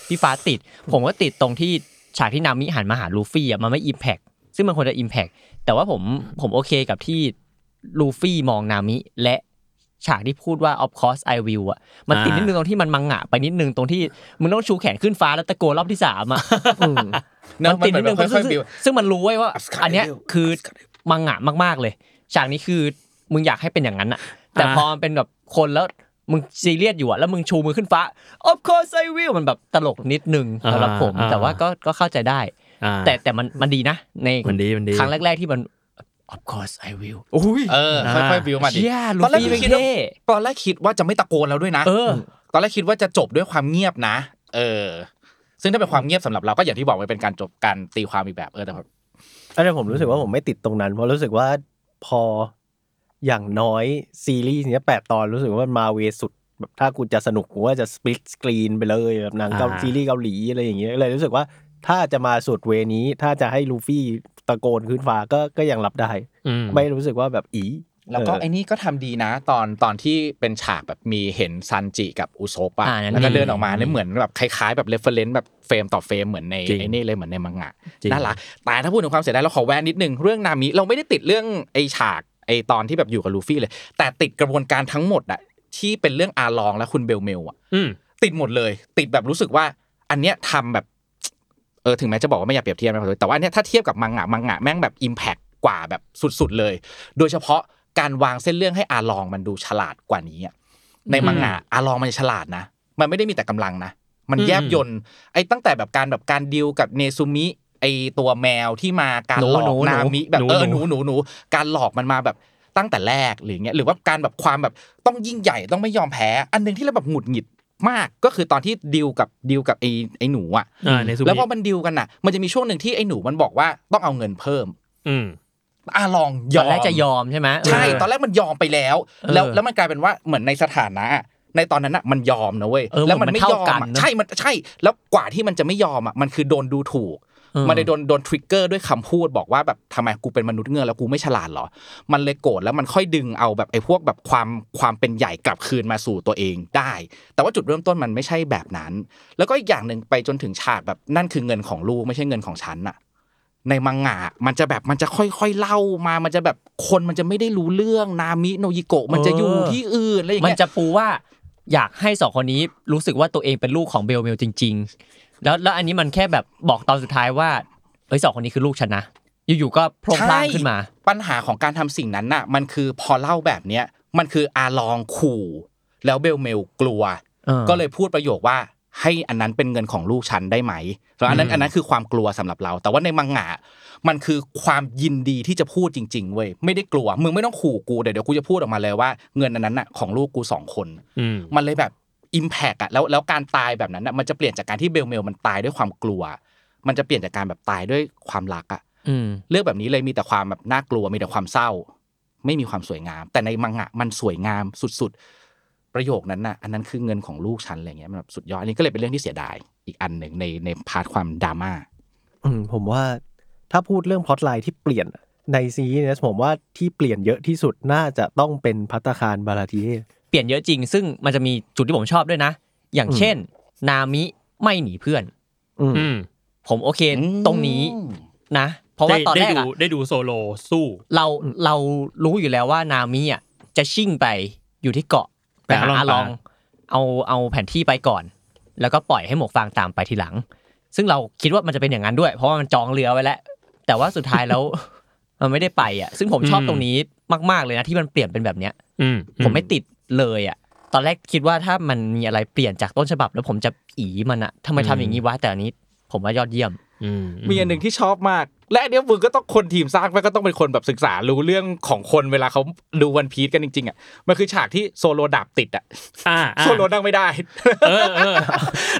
S2: พี่ฟ้าติด ผมก็ติดตรงที่ฉากที่นามิหันมาหาลูฟี่อ่ะมันไม่อิมแพกซึ่งมันควรจะอิมแพกแต่ว่าผมผมโอเคกับที่ลูฟี่มองนามิ และฉากที่พูดว่า of course I will อ่ะมันติด
S4: อ่านิ
S2: นิดนึงตรงที่มันมังงะไปนิดนึงตรงที่มึงต้องชูแขนขึ้นฟ้าแล้วตะโกนรอบที่สามอ่ะ
S3: เนอะ
S2: มันติดนิดนึง
S3: มันเหมือนแบบ
S2: ซึ่ง
S3: ค่อยๆบิว
S2: ซึ่งมันรู้ไว้ว่า
S3: Ascari
S2: อันเนี้ย
S3: Bill
S2: คือมังงะมากๆเลยฉากนี้คือมึงอยากให้เป็นอย่างนั้นอะแต่
S4: อ่า
S2: พอมันเป็นแบบคนแล้วมึงซีเรียสอยู่อะแล้วมึงชูมือขึ้นฟ้า of course I will มันแบบตลกนิดนึงสำหรับผม แต่ว่าก็ก็เข้าใจได้
S4: อ่า
S2: แต่แต่มันมันดีนะใน
S4: มันดีมันดี
S2: ครั้งแรก ๆที่มัน of course I will โอ้ย
S3: เออค่อยๆบิวมาดิ
S2: เชี่ยลู
S3: ตอนแรก
S2: ฟี่
S3: พี่
S2: เป็น
S3: คิดว่า
S2: เท่
S3: ตอนแรกคิดว่าจะไม่ตะโกนแล้วด้วยนะ
S2: เออ
S3: ตอนแรกคิดว่าจะจบด้วยความเงียบนะ เออ ซึ่งถ้าเป็นความเงียบสำหรับเราก็อย่างที่บอกมันเป็นการจบการตีความอีกแบบเออแต่แบบ
S1: อันนี้ผมรู้สึกว่าผมไม่ติดตรงนั้น เพราะรู้สึกว่าพออย่างน้อยซีรีส์เนี้ยแปดตอนรู้สึกว่ามันมาเวสุดแบบถ้ากูจะสนุกกูว่าจะสปลิตสกรีนไปเลยแบบหนังเกา
S4: อ่า
S1: ซีรีส์เกาหลีอะไรอย่างเงี้ยเลยรู้สึกว่าถ้าจะมาสุดเวนี้ ถ้าจะให้ลูฟี่ตะโกนขึ้นฟ้าก็ก็ยังรับได้
S4: อืม
S1: ไม่รู้สึกว่าแบบอี
S3: แล้วก็
S1: เออ
S3: ไอ้นี่ก็ทำดีนะ ตอนตอนที่เป็นฉากแบบมีเห็นซันจิกับอุโซปะ
S2: อ่านั่น
S3: แล้วก็
S2: ดี
S3: เดินออกมาเนี่ยเหมือนแบบคล้ายๆแบบเรฟเฟรนซ์แบบเฟรมต่อเฟรมเหมือนใน
S4: จริง
S3: ไอ้นี่เลยเหมือนในมังงะ
S4: จริง
S3: น่ารักแต่ถ้าพูดถึงความเสียดายเราขอแวนนิดนึงเรื่องนามิเราไม่ได้ติดเรื่องไอ้ฉากไอ้ตอนที่แบบอยู่กับลูฟี่เลย แต่ติดกระบวนการทั้งหมดอะที่เป็นเรื่องอาลองและคุณเบลเมลอะ
S4: อืม
S3: ติดหมดเลย ติดแบบรู้สึกว่า อันเนี้ยทำแบบ เออถึงแม้จะบอกว่าไม่อยากเปรียบเทียบนะแต่ว่าอันเนี้ยถ้าเทียบกับมังงะมังงะแม่งแบบอิมแพกกว่าแบบสุดๆเลย โดยเฉพาะการวางเส้นเรื่องให้อาลองมันดูฉลาดกว่านี้อะในมังงะอาลองมันฉลาดนะ มันไม่ได้มีแต่กำลังนะ มันแยบยนไอ้ตั้งแต่แบบการแบบการดิวกับเนซูมิไอ้ตัวแมวที่มาการ
S2: หนู
S3: หลอก
S2: หนูหนู
S3: นามิแบบ
S4: หนู
S3: เอ
S4: ห
S3: อห
S4: นู
S3: นูหนูหนูการหลอกมันมาแบบ ตั้งแต่แรกหรือเงี้ยหรือว่าการแบบความแบบต้องยิ่งใหญ่ต้องไม่ยอมแพ้ อันหนึงที่เราแบบหงุดหงิดมากก็คือตอนที่ดิวกับดิวกับไอ้ไอ้หนูอะ
S4: อ่าในซูมิ
S3: แล้วพอมันดิวกันน่ะ มันจะมีช่วงหนึ่งที่ไอ้หนูมันบอกว่าต้องเอาเงินเพิ่ม
S4: อืม
S3: อาลองย
S2: ต
S3: อ
S2: อ
S3: ม
S2: นแรกจะยอมใช่ไหม
S3: ใช่ตอนแรกมันยอมไปแล้ว
S2: เออ
S3: แล้วแล้วมันกลายเป็นว่าเหมือนในสถานะอะในตอนนั้นน่ะมันยอมนะเว้ย
S2: เออ
S3: แล้วมัน
S2: มัน
S3: ไม่
S2: เท่าย
S3: อม
S2: กัน
S3: อะ
S2: นะ
S3: ใช่มันใช่ แล้วกว่าที่มันจะไม่ยอมอะมันคือโดนดูถูก
S2: เออ
S3: มันเลยโดนโดนทริกเกอร์ด้วยคำพูดบอกว่าแบบทำไมกูเป็นมนุษย์เงือกแล้วกูไม่ฉลาดเหรอ มันเลยโกรธแล้วมันค่อยดึงเอาแบบไอ้พวกแบบความความเป็นใหญ่กลับคืนมาสู่ตัวเองได้ แต่ว่าจุดเริ่มต้นมันไม่ใช่แบบนั้น แล้วก็อีกอย่างหนึ่งไปจนถึงฉากแบบนั่นคือเงินของลูกไม่ใช่เงินของฉันน่ะ ในมังงะมันจะแบบมันจะค่อยๆเล่ามา มันจะแบบคนมันจะไม่ได้รู้เรื่องนามิโนยิโกะมันจะอยู่ที่อื่นอะไรอย่าง
S2: มัน
S3: เงี้ย
S2: จะปูว่าอยากให้สองคนนี้รู้สึกว่าตัวเองเป็นลูกของเบลเมลจริง ๆ แล้วแล้วอันนี้มันแค่แบบบอกตอนสุดท้ายว่าเอ้ยสองคนนี้คือลูกฉันนะ อยู่ๆก็โพลงพลางขึ้นมา
S3: ปัญหาของการทำสิ่งนั้นน่ะ มันคือพอเล่าแบบเนี้ยมันคืออาลองขู่ แล้วเบลเมลกลัว
S2: เออ
S3: ก็เลยพูดประโยคว่าให้อันนั้นเป็นเงินของลูกฉันได้ไหมแล้วอันนั้นอันนั้นคือความกลัวสำหรับเรา แต่ว่าในมังงะมันคือความยินดีที่จะพูดจริงๆเว้ยไม่ได้กลัวมึงไม่ต้องขู่กูเดี๋ยวเดี๋ยวกูจะพูดออกมาเลยว่าเงินอันนั้นน่ะของลูกกูสองคน
S4: อืม
S3: มันเลยแบบอิมแพกอะแล้วแล้วการตายแบบนั้นอะมันจะเปลี่ยนจากการที่เบลเมลมันตายด้วยความกลัว มันจะเปลี่ยนจากการแบบตายด้วยความรักอะ
S2: อืม
S3: เรื่องแบบนี้เลยมีแต่ความแบบน่ากลัวมีแต่ความเศร้า ไม่มีความสวยงาม แต่ในมังงะมันสวยงามสุดๆ ประโยคนั้นน่ะอันนั้นคือเงินของลูกฉันอะไรเงี้ยมันแบบสุดยอดอันนี้ก็เลยเป็นเรื่องที่เสียดายอีกอันหนึ่งในในพาร์ทความดราม่า
S1: อืมผมว่าถ้าพูดเรื่องพล็อตไลน์ที่เปลี่ยนในซีรีส์เนี้ผมว่าที่เปลี่ยนเยอะที่สุดน่าจะต้องเป็นพัตตาคารบาลาทีเย่
S2: เปลี่ยนเยอะจริง ซึ่งมันจะมีจุดที่ผมชอบด้วยนะ อย่างเช่น นามิไม่หนีเพื่อน
S4: อืม
S2: ผมโอเคตรงนี้นะ เพราะว่าตอนแร
S4: ได้
S2: ก
S4: ดู
S2: อะ
S4: ได้ดูโซโลสู้
S2: เราเรารู้อยู่แล้วว่านามิอะจะชิ่งไปอยู่ที่เกาะ
S4: ไปหา
S2: ห
S4: ลองปลา
S2: ลอง เอาเอาแผนที่ไปก่อน แล้วก็ปล่อยให้หมวกฟางตามไปทีหลัง ซึ่งเราคิดว่ามันจะเป็นอย่างนั้นด้วย เพราะว่ามันจองเรือไว้แล้ว แต่ว่าสุดท้ายแล้ว มันไม่ได้ไปอ่ะ ซึ่งผมชอบตรงนี้มาก ๆเลยนะที่มันเปลี่ยนเป็นแบบเนี้ย
S4: อืม
S2: ผมไม่ติดเลยอ่ะ ตอนแรกคิดว่าถ้ามันมีอะไรเปลี่ยนจากต้นฉบับ แล้วผมจะอีมันอะทำไมทำอย่างนี้วะแต่อันนี้ ผมว่ายอดเยี่ยม
S4: อื
S3: มีอันหนึ่งที่ชอบมาก และอันเนี้ยมึงก็ต้องคนทีมสร้างมันก็ต้องเป็นคนแบบศึกษารู้เรื่องของคนเวลาเขาดูวันพีซกันจริงๆอ่ะมันคือฉากที่โซโลดาบติดอ่ะ
S4: อ่าอ่า
S3: โซโลนั่งไม่ได้
S4: เออเออ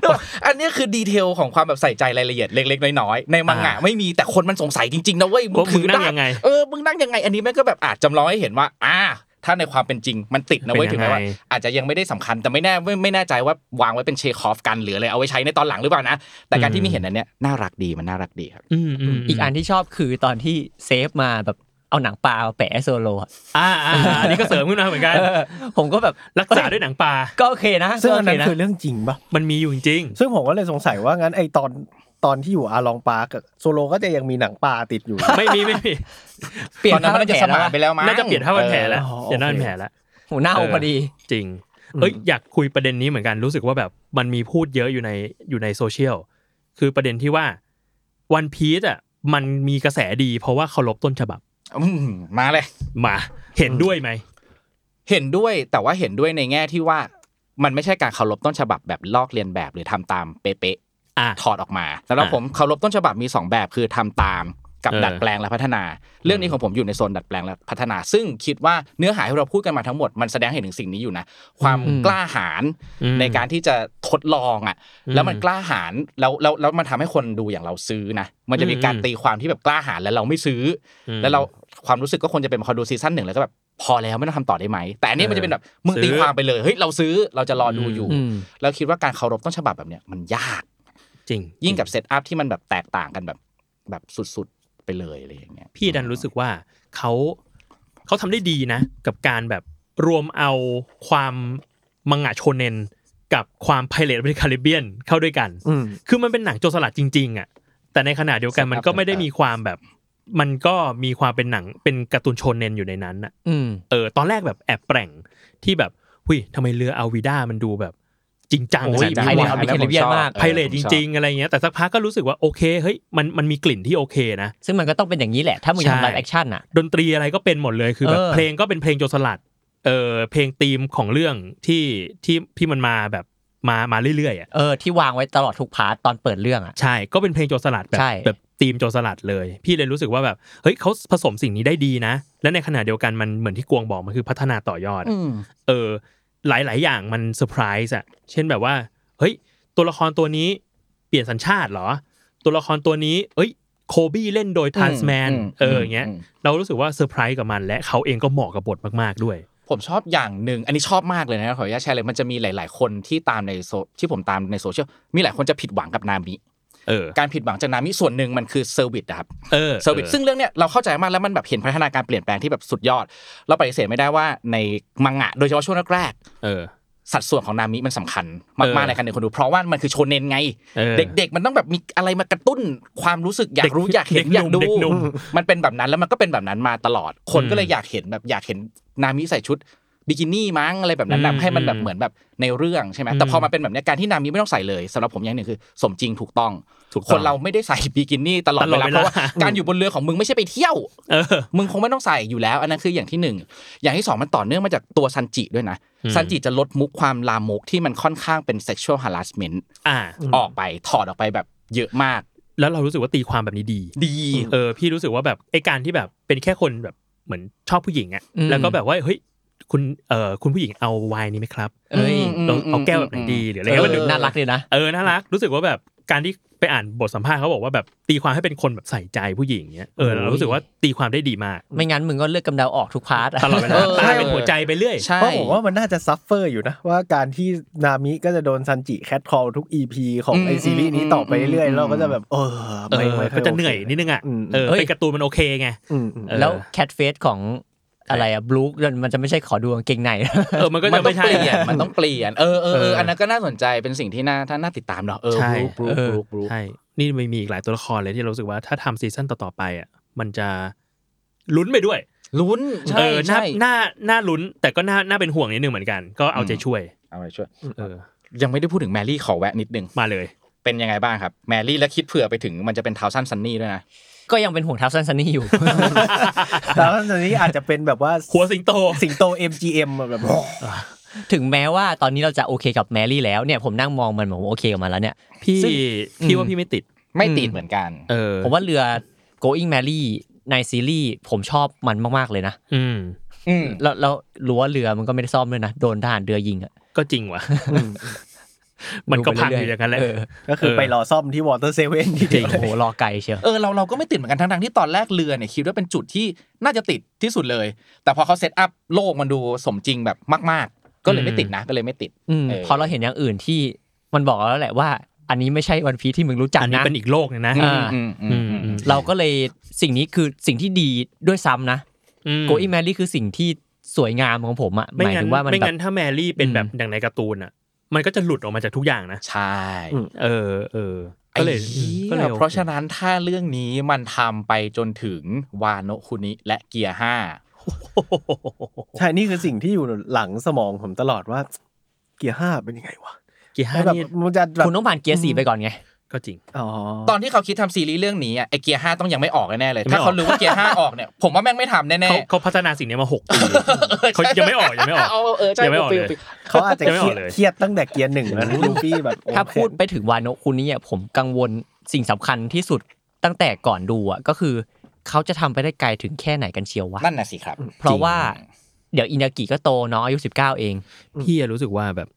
S3: แล้วแบบอันเนี้ยคือดีเทลของความแบบใส่ใจรายละเอียดเล็ก ๆ น้อยๆในมังงะ
S4: อ่า
S3: ไม่มีแต่คนมันสงสัยจริงๆนะเว้ยมึง
S4: ว่ามึ
S3: ถื
S4: ง
S3: อ
S4: นั่ง
S3: ด้า
S4: ยังไง
S3: เออมึงนั่งยังไง อันนี้แม่งก็แบบอาจจำลองให้เห็นว่า อ่า ถ้าในความเป็นจริงมันติดนะเว้ย
S4: เป็นยังไง
S3: ถึงแม้ว่า อาจจะยังไม่ได้สำคัญแต่ไม่แน่ไม่ไม่แน่ใจว่าวางไว้เป็นเชคอฟกันหรืออะไรเอาไว้ใช้ในตอนหลังหรือเปล่านะแต่การที่มีเห็นอันเนี้ยน่ารักดีมันน่ารักดีครับ
S4: อืมม
S2: อีกอันที่ชอบคือตอนที่เซฟมาแบบเอาหนังปลามาแปะให้โซโลอะ
S4: อ่าอ่าอันนี้ก็เสริมขึ้นมาเหมือนกัน
S2: เออ ผมก็แบบ
S4: รักษาด้วยหนังปลา
S2: ก็โอเคนะ
S1: ซึ่ง
S2: ก็
S1: อั
S2: โอน เค
S1: นั้น
S2: นะ
S1: คือเรื่องจริงปะ
S4: มันมีอยู่จริง
S1: ซึ่งผมก็เลยสงสัยว่างั้นไอตอนตอนที่อยู่อาลองปาร์กอะโซโลก็จะยังมีหนังปลาติดอยู่
S4: ไม่มีไม่มี
S2: เปลี่ย
S3: ต
S2: น
S3: อนนั้นมัน
S2: ผ้า
S3: น่าจะ
S2: แผล
S3: ส
S2: แล้
S3: มาว นไปแล้วมั้ง
S4: น่าจะเปลี่ยนท่าพันแผลแล้ว
S1: เออ
S4: เปลี่ยนท่าพันแผลแล้ว
S2: หูหน้าองพอดี
S4: จริง เอ้ยอยากคุยประเด็นนี้เหมือนกันรู้สึกว่าแบบมันมีพูดเยอะอยู่ในอยู่ในโซเชียลคือประเด็นที่ว่าวันพี e อ่ะมันมีกระแสดีเพราะว่าเคารพต้นฉบับ
S3: อืมมาเลย
S4: มาเห็นด้วยไหม
S3: เห็นด้วยแต่ว่าเห็นด้วยในแง่ที่ว่ามันไม่ใช่การเคารพต้นฉบับแบบลอกเลียนแบบหรือทำตามเป๊ะ
S4: อ่ะ
S3: ๆถอดออกมาสำหรับ
S4: อ่ะ
S3: ผมเคารพต้นฉบับมีสองแบบคือทำตามกับ
S4: เออ
S3: ดัดแปลงและพัฒนา เรื่องนี้ของผมอยู่ในโซนดัดแปลงและพัฒนา ซึ่งคิดว่าเนื้อหาที่เราพูดกันมาทั้งหมดมันแสดงให้เห็นถึงสิ่งนี้อยู่นะ ความ
S2: อืม
S3: กล้าหาญ
S4: อืม
S3: ในการที่จะทดลองอ่ะ
S4: อืม
S3: แล้วมันกล้าหาญแล้วแล้วแล้วมันทำให้คนดูอย่างเราซื้อนะมันจะมีการ
S4: อืม
S3: ตีความที่แบบกล้าหาญแล้วเราไม่ซื้อ แล้วเราความรู้สึกก็ควรจะเป็นพอดูซีซั่นหนึ่งแล้วก็แบบพอแล้วไม่ต้องทำต่อได้ไหม แต่อันนี้มันจะเป็นแบบมึง
S4: ซื้อ
S3: ตีความไปเลยเฮ้ยเราซื้อเราจะรอดู
S4: อืม
S3: อยู่
S2: อืม
S3: แล้วคิดว่าการเคารพต้นฉบับแบบเนี้ยมันยาก
S4: จริง
S3: ยิ่งกับเซตอัพที่มันแบบแตกต่างกันแบบแบบสุดๆไปเลยอะไรอย่างเงี้ย
S4: พี่ดันรู้สึกว่าเขาเขาทำได้ดีนะ กับการแบบรวมเอาความมังงะโชเนน กับความไพเรตบริคาริเบียนเข้าด้วยกัน
S1: อืม
S4: คือมันเป็นหนังโจรสลัดจริงๆอ่ะ แต่ในขณะเดียวกันมันก็ไม่ได้มีความแบบ มันก็มีความเป็นหนังเป็นการ์ตูนโชนเนนอยู่ในนั้นอ่ะ
S2: อืม
S4: เออตอนแรกแบบแอบแปลงที่แบบหุยทำไมเรืออาวิด้ามันดูแบบ จริงจัง
S3: โอ้
S4: ข
S3: ย
S4: นาดนั้น
S2: ไพเรต
S4: วะ
S2: อเมริกันเรียนมาก
S4: ไพเรตจริง ๆ อะไรเงี้ยแต่สักพักก็รู้สึกว่าโอเคเฮ้ยมันมันมีกลิ่นที่โอเคนะ
S2: ซึ่งมันก็ต้องเป็นอย่างนี้แหละ ถ้ามึง
S4: ใช่
S2: ทำไลฟ์แอคชั่นอ่ะ
S4: ดนตรีอะไรก็เป็นหมดเลยคือแบบ
S2: เออ
S4: เพลงก็เป็นเพลงโจรสลัดเออเพลงธีมของเรื่องที่ที่ที่มันมาแบบมามาเรื่อยๆอ่ะ
S2: เออที่วางไว้ตลอดทุกพาร์ทตอนเปิดเรื่องอ่ะ
S4: ใช่ ก็เป็นเพลงโจรสลัดแบบ
S2: ใช่
S4: แบบธีมโจรสลัดเลย พี่เลยรู้สึกว่าแบบ เฮ้ยเขาผสมสิ่งนี้ได้ดีนะ และในขณะเดียวกันมันเหมือนที่กวงบอกมันคือพัฒนาต่อยอด
S3: อืม
S4: เออ หลาย ๆ อย่างมันเซอร์ไพรส์อะเช่นแบบว่า เฮ้ย ตัวละครตัวนี้เปลี่ยนสัญชาติเหรอ ตัวละครตัวนี้ เอ้ย โคบี้เล่นโดยทันส์แมน
S3: ม
S4: เอออย่างเงี้ย
S3: ม
S4: เรารู้สึกว่าเซอร์ไพรส์กับมัน และเขาเองก็เหมาะกับบทมาก ๆ ด้วย
S3: ผมชอบอย่างหนึ่งอันนี้ชอบมากเลยนะขออนุญาตแชร์เลยมันจะมีหลาย ๆ คนที่ตามในโซที่ผมตามในโซเชียลมีหลายคนจะผิดหวังกับนามิ
S4: เออ
S3: การผิดหวังจากนามิส่วนหนึ่งมันคือเซอร์วิสนะครับ
S4: เออ
S3: เซอร์วิสซึ่งเรื่องเนี้ยเราเข้าใจมากแล้วมันแบบเห็นพัฒนาการเปลี่ยนแปลงที่แบบสุดยอด เราปฏิเสธไม่ได้ว่าในมังงะโดยเฉพาะช่วงแรก
S4: เออ
S3: ๆสัดส่วนของนามิมันสำคัญ
S4: เออ
S3: มากๆในการเด็นคนดู เพราะว่ามันคือโชเนนไง
S4: เออ
S3: เด็ก ๆ มันต้องแบบมีอะไรมากระตุ้นความรู้สึกอยา
S4: เด็
S3: ก
S4: ก
S3: รู้อยากเห็น
S4: เด็กหนุ่ม
S3: อยากดู
S4: เด็กหนุ่ม
S3: มันเป็นแบบนั้นแล้วมันก็เป็นแบบนั้นมาตลอด คน
S4: อืม
S3: ก็เลยอยากเห็นแบบอยากเห็นนามิใส่ชุดบิกินี่มั้งอะไรแบบนั้น
S4: อื
S3: นะ
S4: ม
S3: ให้มันแบบเหมือนแบบในเรื่องใช่ไหมแต่พอมาเป็นแบบเนี้ยการที่นามิไม่ต้องใส่เลยสำหรับผมอย่างหนึ่งคือ สมจริงถูกต้อง
S4: ถูกต้อง
S3: คนเราไม่ได้ใส่บิกินี่ตลอด
S4: ตล
S3: เว
S4: อด
S3: ลา
S4: เวลา
S3: เพราะว่าการอยู่บนเรือของมึงไม่ใช่ไปเที่ยว
S4: เออ
S3: มึงคงไม่ต้องใส่อยู่แล้ว อันนั้นคืออย่างที่หนึ่งอย่างที่สองมันต่อเนื่องมาจากตัวซันจิด้วยนะ
S4: อืม
S3: ซันจิจะลดมุกความลามกที่มันค่อนข้างเป็น sexual harassment
S4: อ่า
S3: ออกไปถอดออกไปแบบเยอะมาก
S4: แล้วเรารู้สึกว่าตีความแบบนี้ดี
S3: ดี
S4: เออพี่รู้สึกว่าแบบไอการที่แบบเป็นแค่คนแบบเหมือนชอบผู้หญิงอะ
S2: อืม
S4: แล้วก็แบบว่าเฮ้ยคุณเออคุณผู้หญิงเอาไวน์นี้ไหมครับ
S2: เอ้ย
S3: อืม
S4: เราเอาแก้วแบบไหน
S3: อืม
S4: ดีหรืออะไร
S2: เอ
S4: เงี้ย
S2: อ
S4: มันดู
S2: น่ารักดีนะ
S4: เออน่ารักรู้สึกว่าแบบการที่ไปอ่านบทสัมภาษณ์เขาบอกว่าแบบตีความให้เป็นคนแบบใส่ใจผู้หญิงเนี้ยเออ
S2: โอ้ย
S4: เรารู้สึกว่าตีความได้ดีมาก
S2: ไม่งั้นมึงก็เลือกกำเดาออกทุกพาร์ทะ
S4: ตลอดเวลา
S3: เออ
S4: ใช่เป็นหัวใจไปเรื่อย
S3: ใช่
S1: เพราะผมว่ามันน่าจะซัฟเฟอร์อยู่นะ ว่าการที่นามิก็จะโดนซันจิแคทคอลทุก EP ของไอซีรีส์นี้ต่อไปเรื่อยๆแล้วเราก็จะแบบ เออ
S4: เอ
S1: ไม่
S4: อ
S1: ไม่ค่
S4: ก็
S1: โค
S4: จะเหนื่อยนิดนึงอ่ะ
S1: อืม
S4: เออ
S2: เฮ้ย
S4: เป็นการ์ตูนมันโอเคไง
S1: อืมอืม
S4: เออ
S2: แล้วแคทเฟสของอะไรอะบลูคมันจะไม่ใช่ขอดูกางเกงใน
S4: เออมันก็
S3: มั
S4: จะ
S3: นต้อ
S4: ไม่
S3: ง
S4: ใช่
S3: เปลี่ยนมันต้องเปลี่ยนเออเออเอ
S4: เออ
S3: อ
S4: อั
S3: อันนั้นก็น่าสนใจเป็นสิ่งที่น่าถ้าน่าติดตามเนาะเออบ
S4: ใช่
S3: ลูบลู
S4: เออบ
S3: ลูบลู
S4: ใช่ นี่ไม่มีอีกหลายตัวละครเลยที่เรารู้สึกว่าถ้าทำซีซั่นต่อๆไปอ่ะมันจะลุ้นไปด้วย
S3: ลุ้น
S4: เออ
S3: ใช่
S4: น่า
S3: ใช่
S4: น่าน่าลุ้น แต่ก็น่าน่าเป็นห่วงนิดนึงเหมือนกัน ก็เอาใจช่วย
S3: เอาไปช่วย
S4: เออ
S3: ยังไม่ได้พูดถึงแมรี่ขอแวะนิดนึง
S4: มาเลย
S3: เป็นยังไงบ้างครับแมรี่และคิดเผื่อไปถึงมันจะเป็นทาวซันซันนี่ด้วยนะ
S2: ก็ยังเป็นห่วงทับซันซันนี่ อยู่
S1: แต่ว่าตอนนี้อาจจะเป็นแบบว่า
S4: หัวสิงโต
S1: สิงโต MGM อะแบบ
S2: ถึงแม้ว่าตอนนี้เราจะโอเคกับแมรี่แล้วเนี่ยผมนั่งมองมันผมว่าโอเคกับมันแล้วเนี่ย
S4: พี่
S2: ซึ่ง
S4: พี่ว่าพี่ไม่ติด
S3: ไม่ติดเหมือนกัน
S4: เออ
S2: ผมว่าเรือ going Mary ในซีรีส์ผมชอบมันมากๆเลยนะ
S4: อืม
S3: อืม
S2: แล้วแล้วรั้วเรือมันก็ไม่ได้ซ่อมด้วยนะ โดนทหารเรือยิงอ่ะ
S4: ก็จริงว่ะ มันก็พังอยู่อย่างนั้นแหละ
S2: เ
S1: ก็คือไปรอซ่อมที่วอเตอร์เซเว่นที่
S2: จ
S1: จ
S2: ริ
S1: ริ
S2: ง
S1: ง
S2: โอ้โหรอไกลเชียว
S3: เออเราเราก็ไม่ติดเหมือนกันทั้งทที่ตอนแรกเรือเนี่ยคิดว่าเป็นจุดที่น่าจะติดที่สุดเลย แต่พอเขาเซตอัพโลกมันดูสมจริงแบบมาก ๆ ก็เลยไม่ติดนะก็เลยไม่ติด
S2: อืม
S3: เออ
S2: พอเราเห็นอย่างอื่นที่มันบอกแล้วแหละว่า อันนี้ไม่ใช่วันพีที่มึงรู้จัก
S4: อันนี้
S2: นะ
S4: เป็นอีกโลกหนึงนะ
S2: อ่า
S3: อืมอืมอืมอืม
S2: เราก็เลยสิ่งนี้คือสิ่งที่ดีด้วยซ้ำนะ โกอีแมรี่คือสิ่งที่สวยงามของผมอ่ะห
S4: ไม่
S2: มาย
S4: งั้
S2: ถึ
S4: น
S2: งว่ามัน
S4: ไม่
S2: แบบ
S4: งั้นถ้าแมรี่เป็น
S2: อืม
S4: แบบอย่างในการ์ตูนอ่ะ มันก็จะหลุดออกมาจากทุกอย่างนะ
S3: ใช่
S4: เออเออ
S3: ไอ้
S4: ก็เลย
S3: หี้
S4: ก็เลยโอค
S3: เพราะฉะนั้นถ้าเรื่องนี้มันทำไปจนถึงวาโนะคุนิและเกียร์ห้า
S1: ใช่นี่คือสิ่งที่อยู่หลังสมองผมตลอดว่า เกียร์ห้าเป็นยังไงวะ
S4: เกียร์ห้า
S1: แล้วแบบ
S4: นี่
S1: มันจะแบบ
S2: คุณต้องผ่านเกียร์สี่ไปก่อนไง
S4: ก็จริง
S1: อ๋อ
S3: ตอนที่เขาคิดทำซีรีส์เรื่องนี้อะไอเกียร์ห้าต้องยังไม่ออกแน่ๆเลย
S4: ยังไม่อ
S3: ถ้า
S4: อก
S3: เขารู้ว่าเกียร์ห้าออกเนี่ย ผมว่าแม่งไม่ทำแน่
S4: เขาเขาพัฒนาสิ่งนี้มาหกปี
S3: ๆ
S4: เขายังไม่ออกยังไม่ออก
S3: เเออใช่
S4: ยังไม่ออกเลย
S3: ฟิล
S1: เขาอาจจะ
S4: ยังไม่
S1: เค
S4: ออย
S1: รี
S4: ก
S1: ด
S4: เลย
S1: เครียดตั้งแต่เกียร์หนึ่งแล้วนะลูฟี่แบบ
S2: ถ้าพูดไปถึงวานโนะคุณนี่ผมกังวลสิ่งสำคัญที่สุดตั้งแต่ก่อนดูอ่ะก็คือ เขาจะทำไปได้ไกลถึงแค่ไหนกันเชียววะ
S3: นั่นน่ะสิครับ
S2: เพราะว่าเดี๋ยวอินากิก็โตเนาะอายุ19 เอง
S4: พี่อะรู้สึกว่าแบบ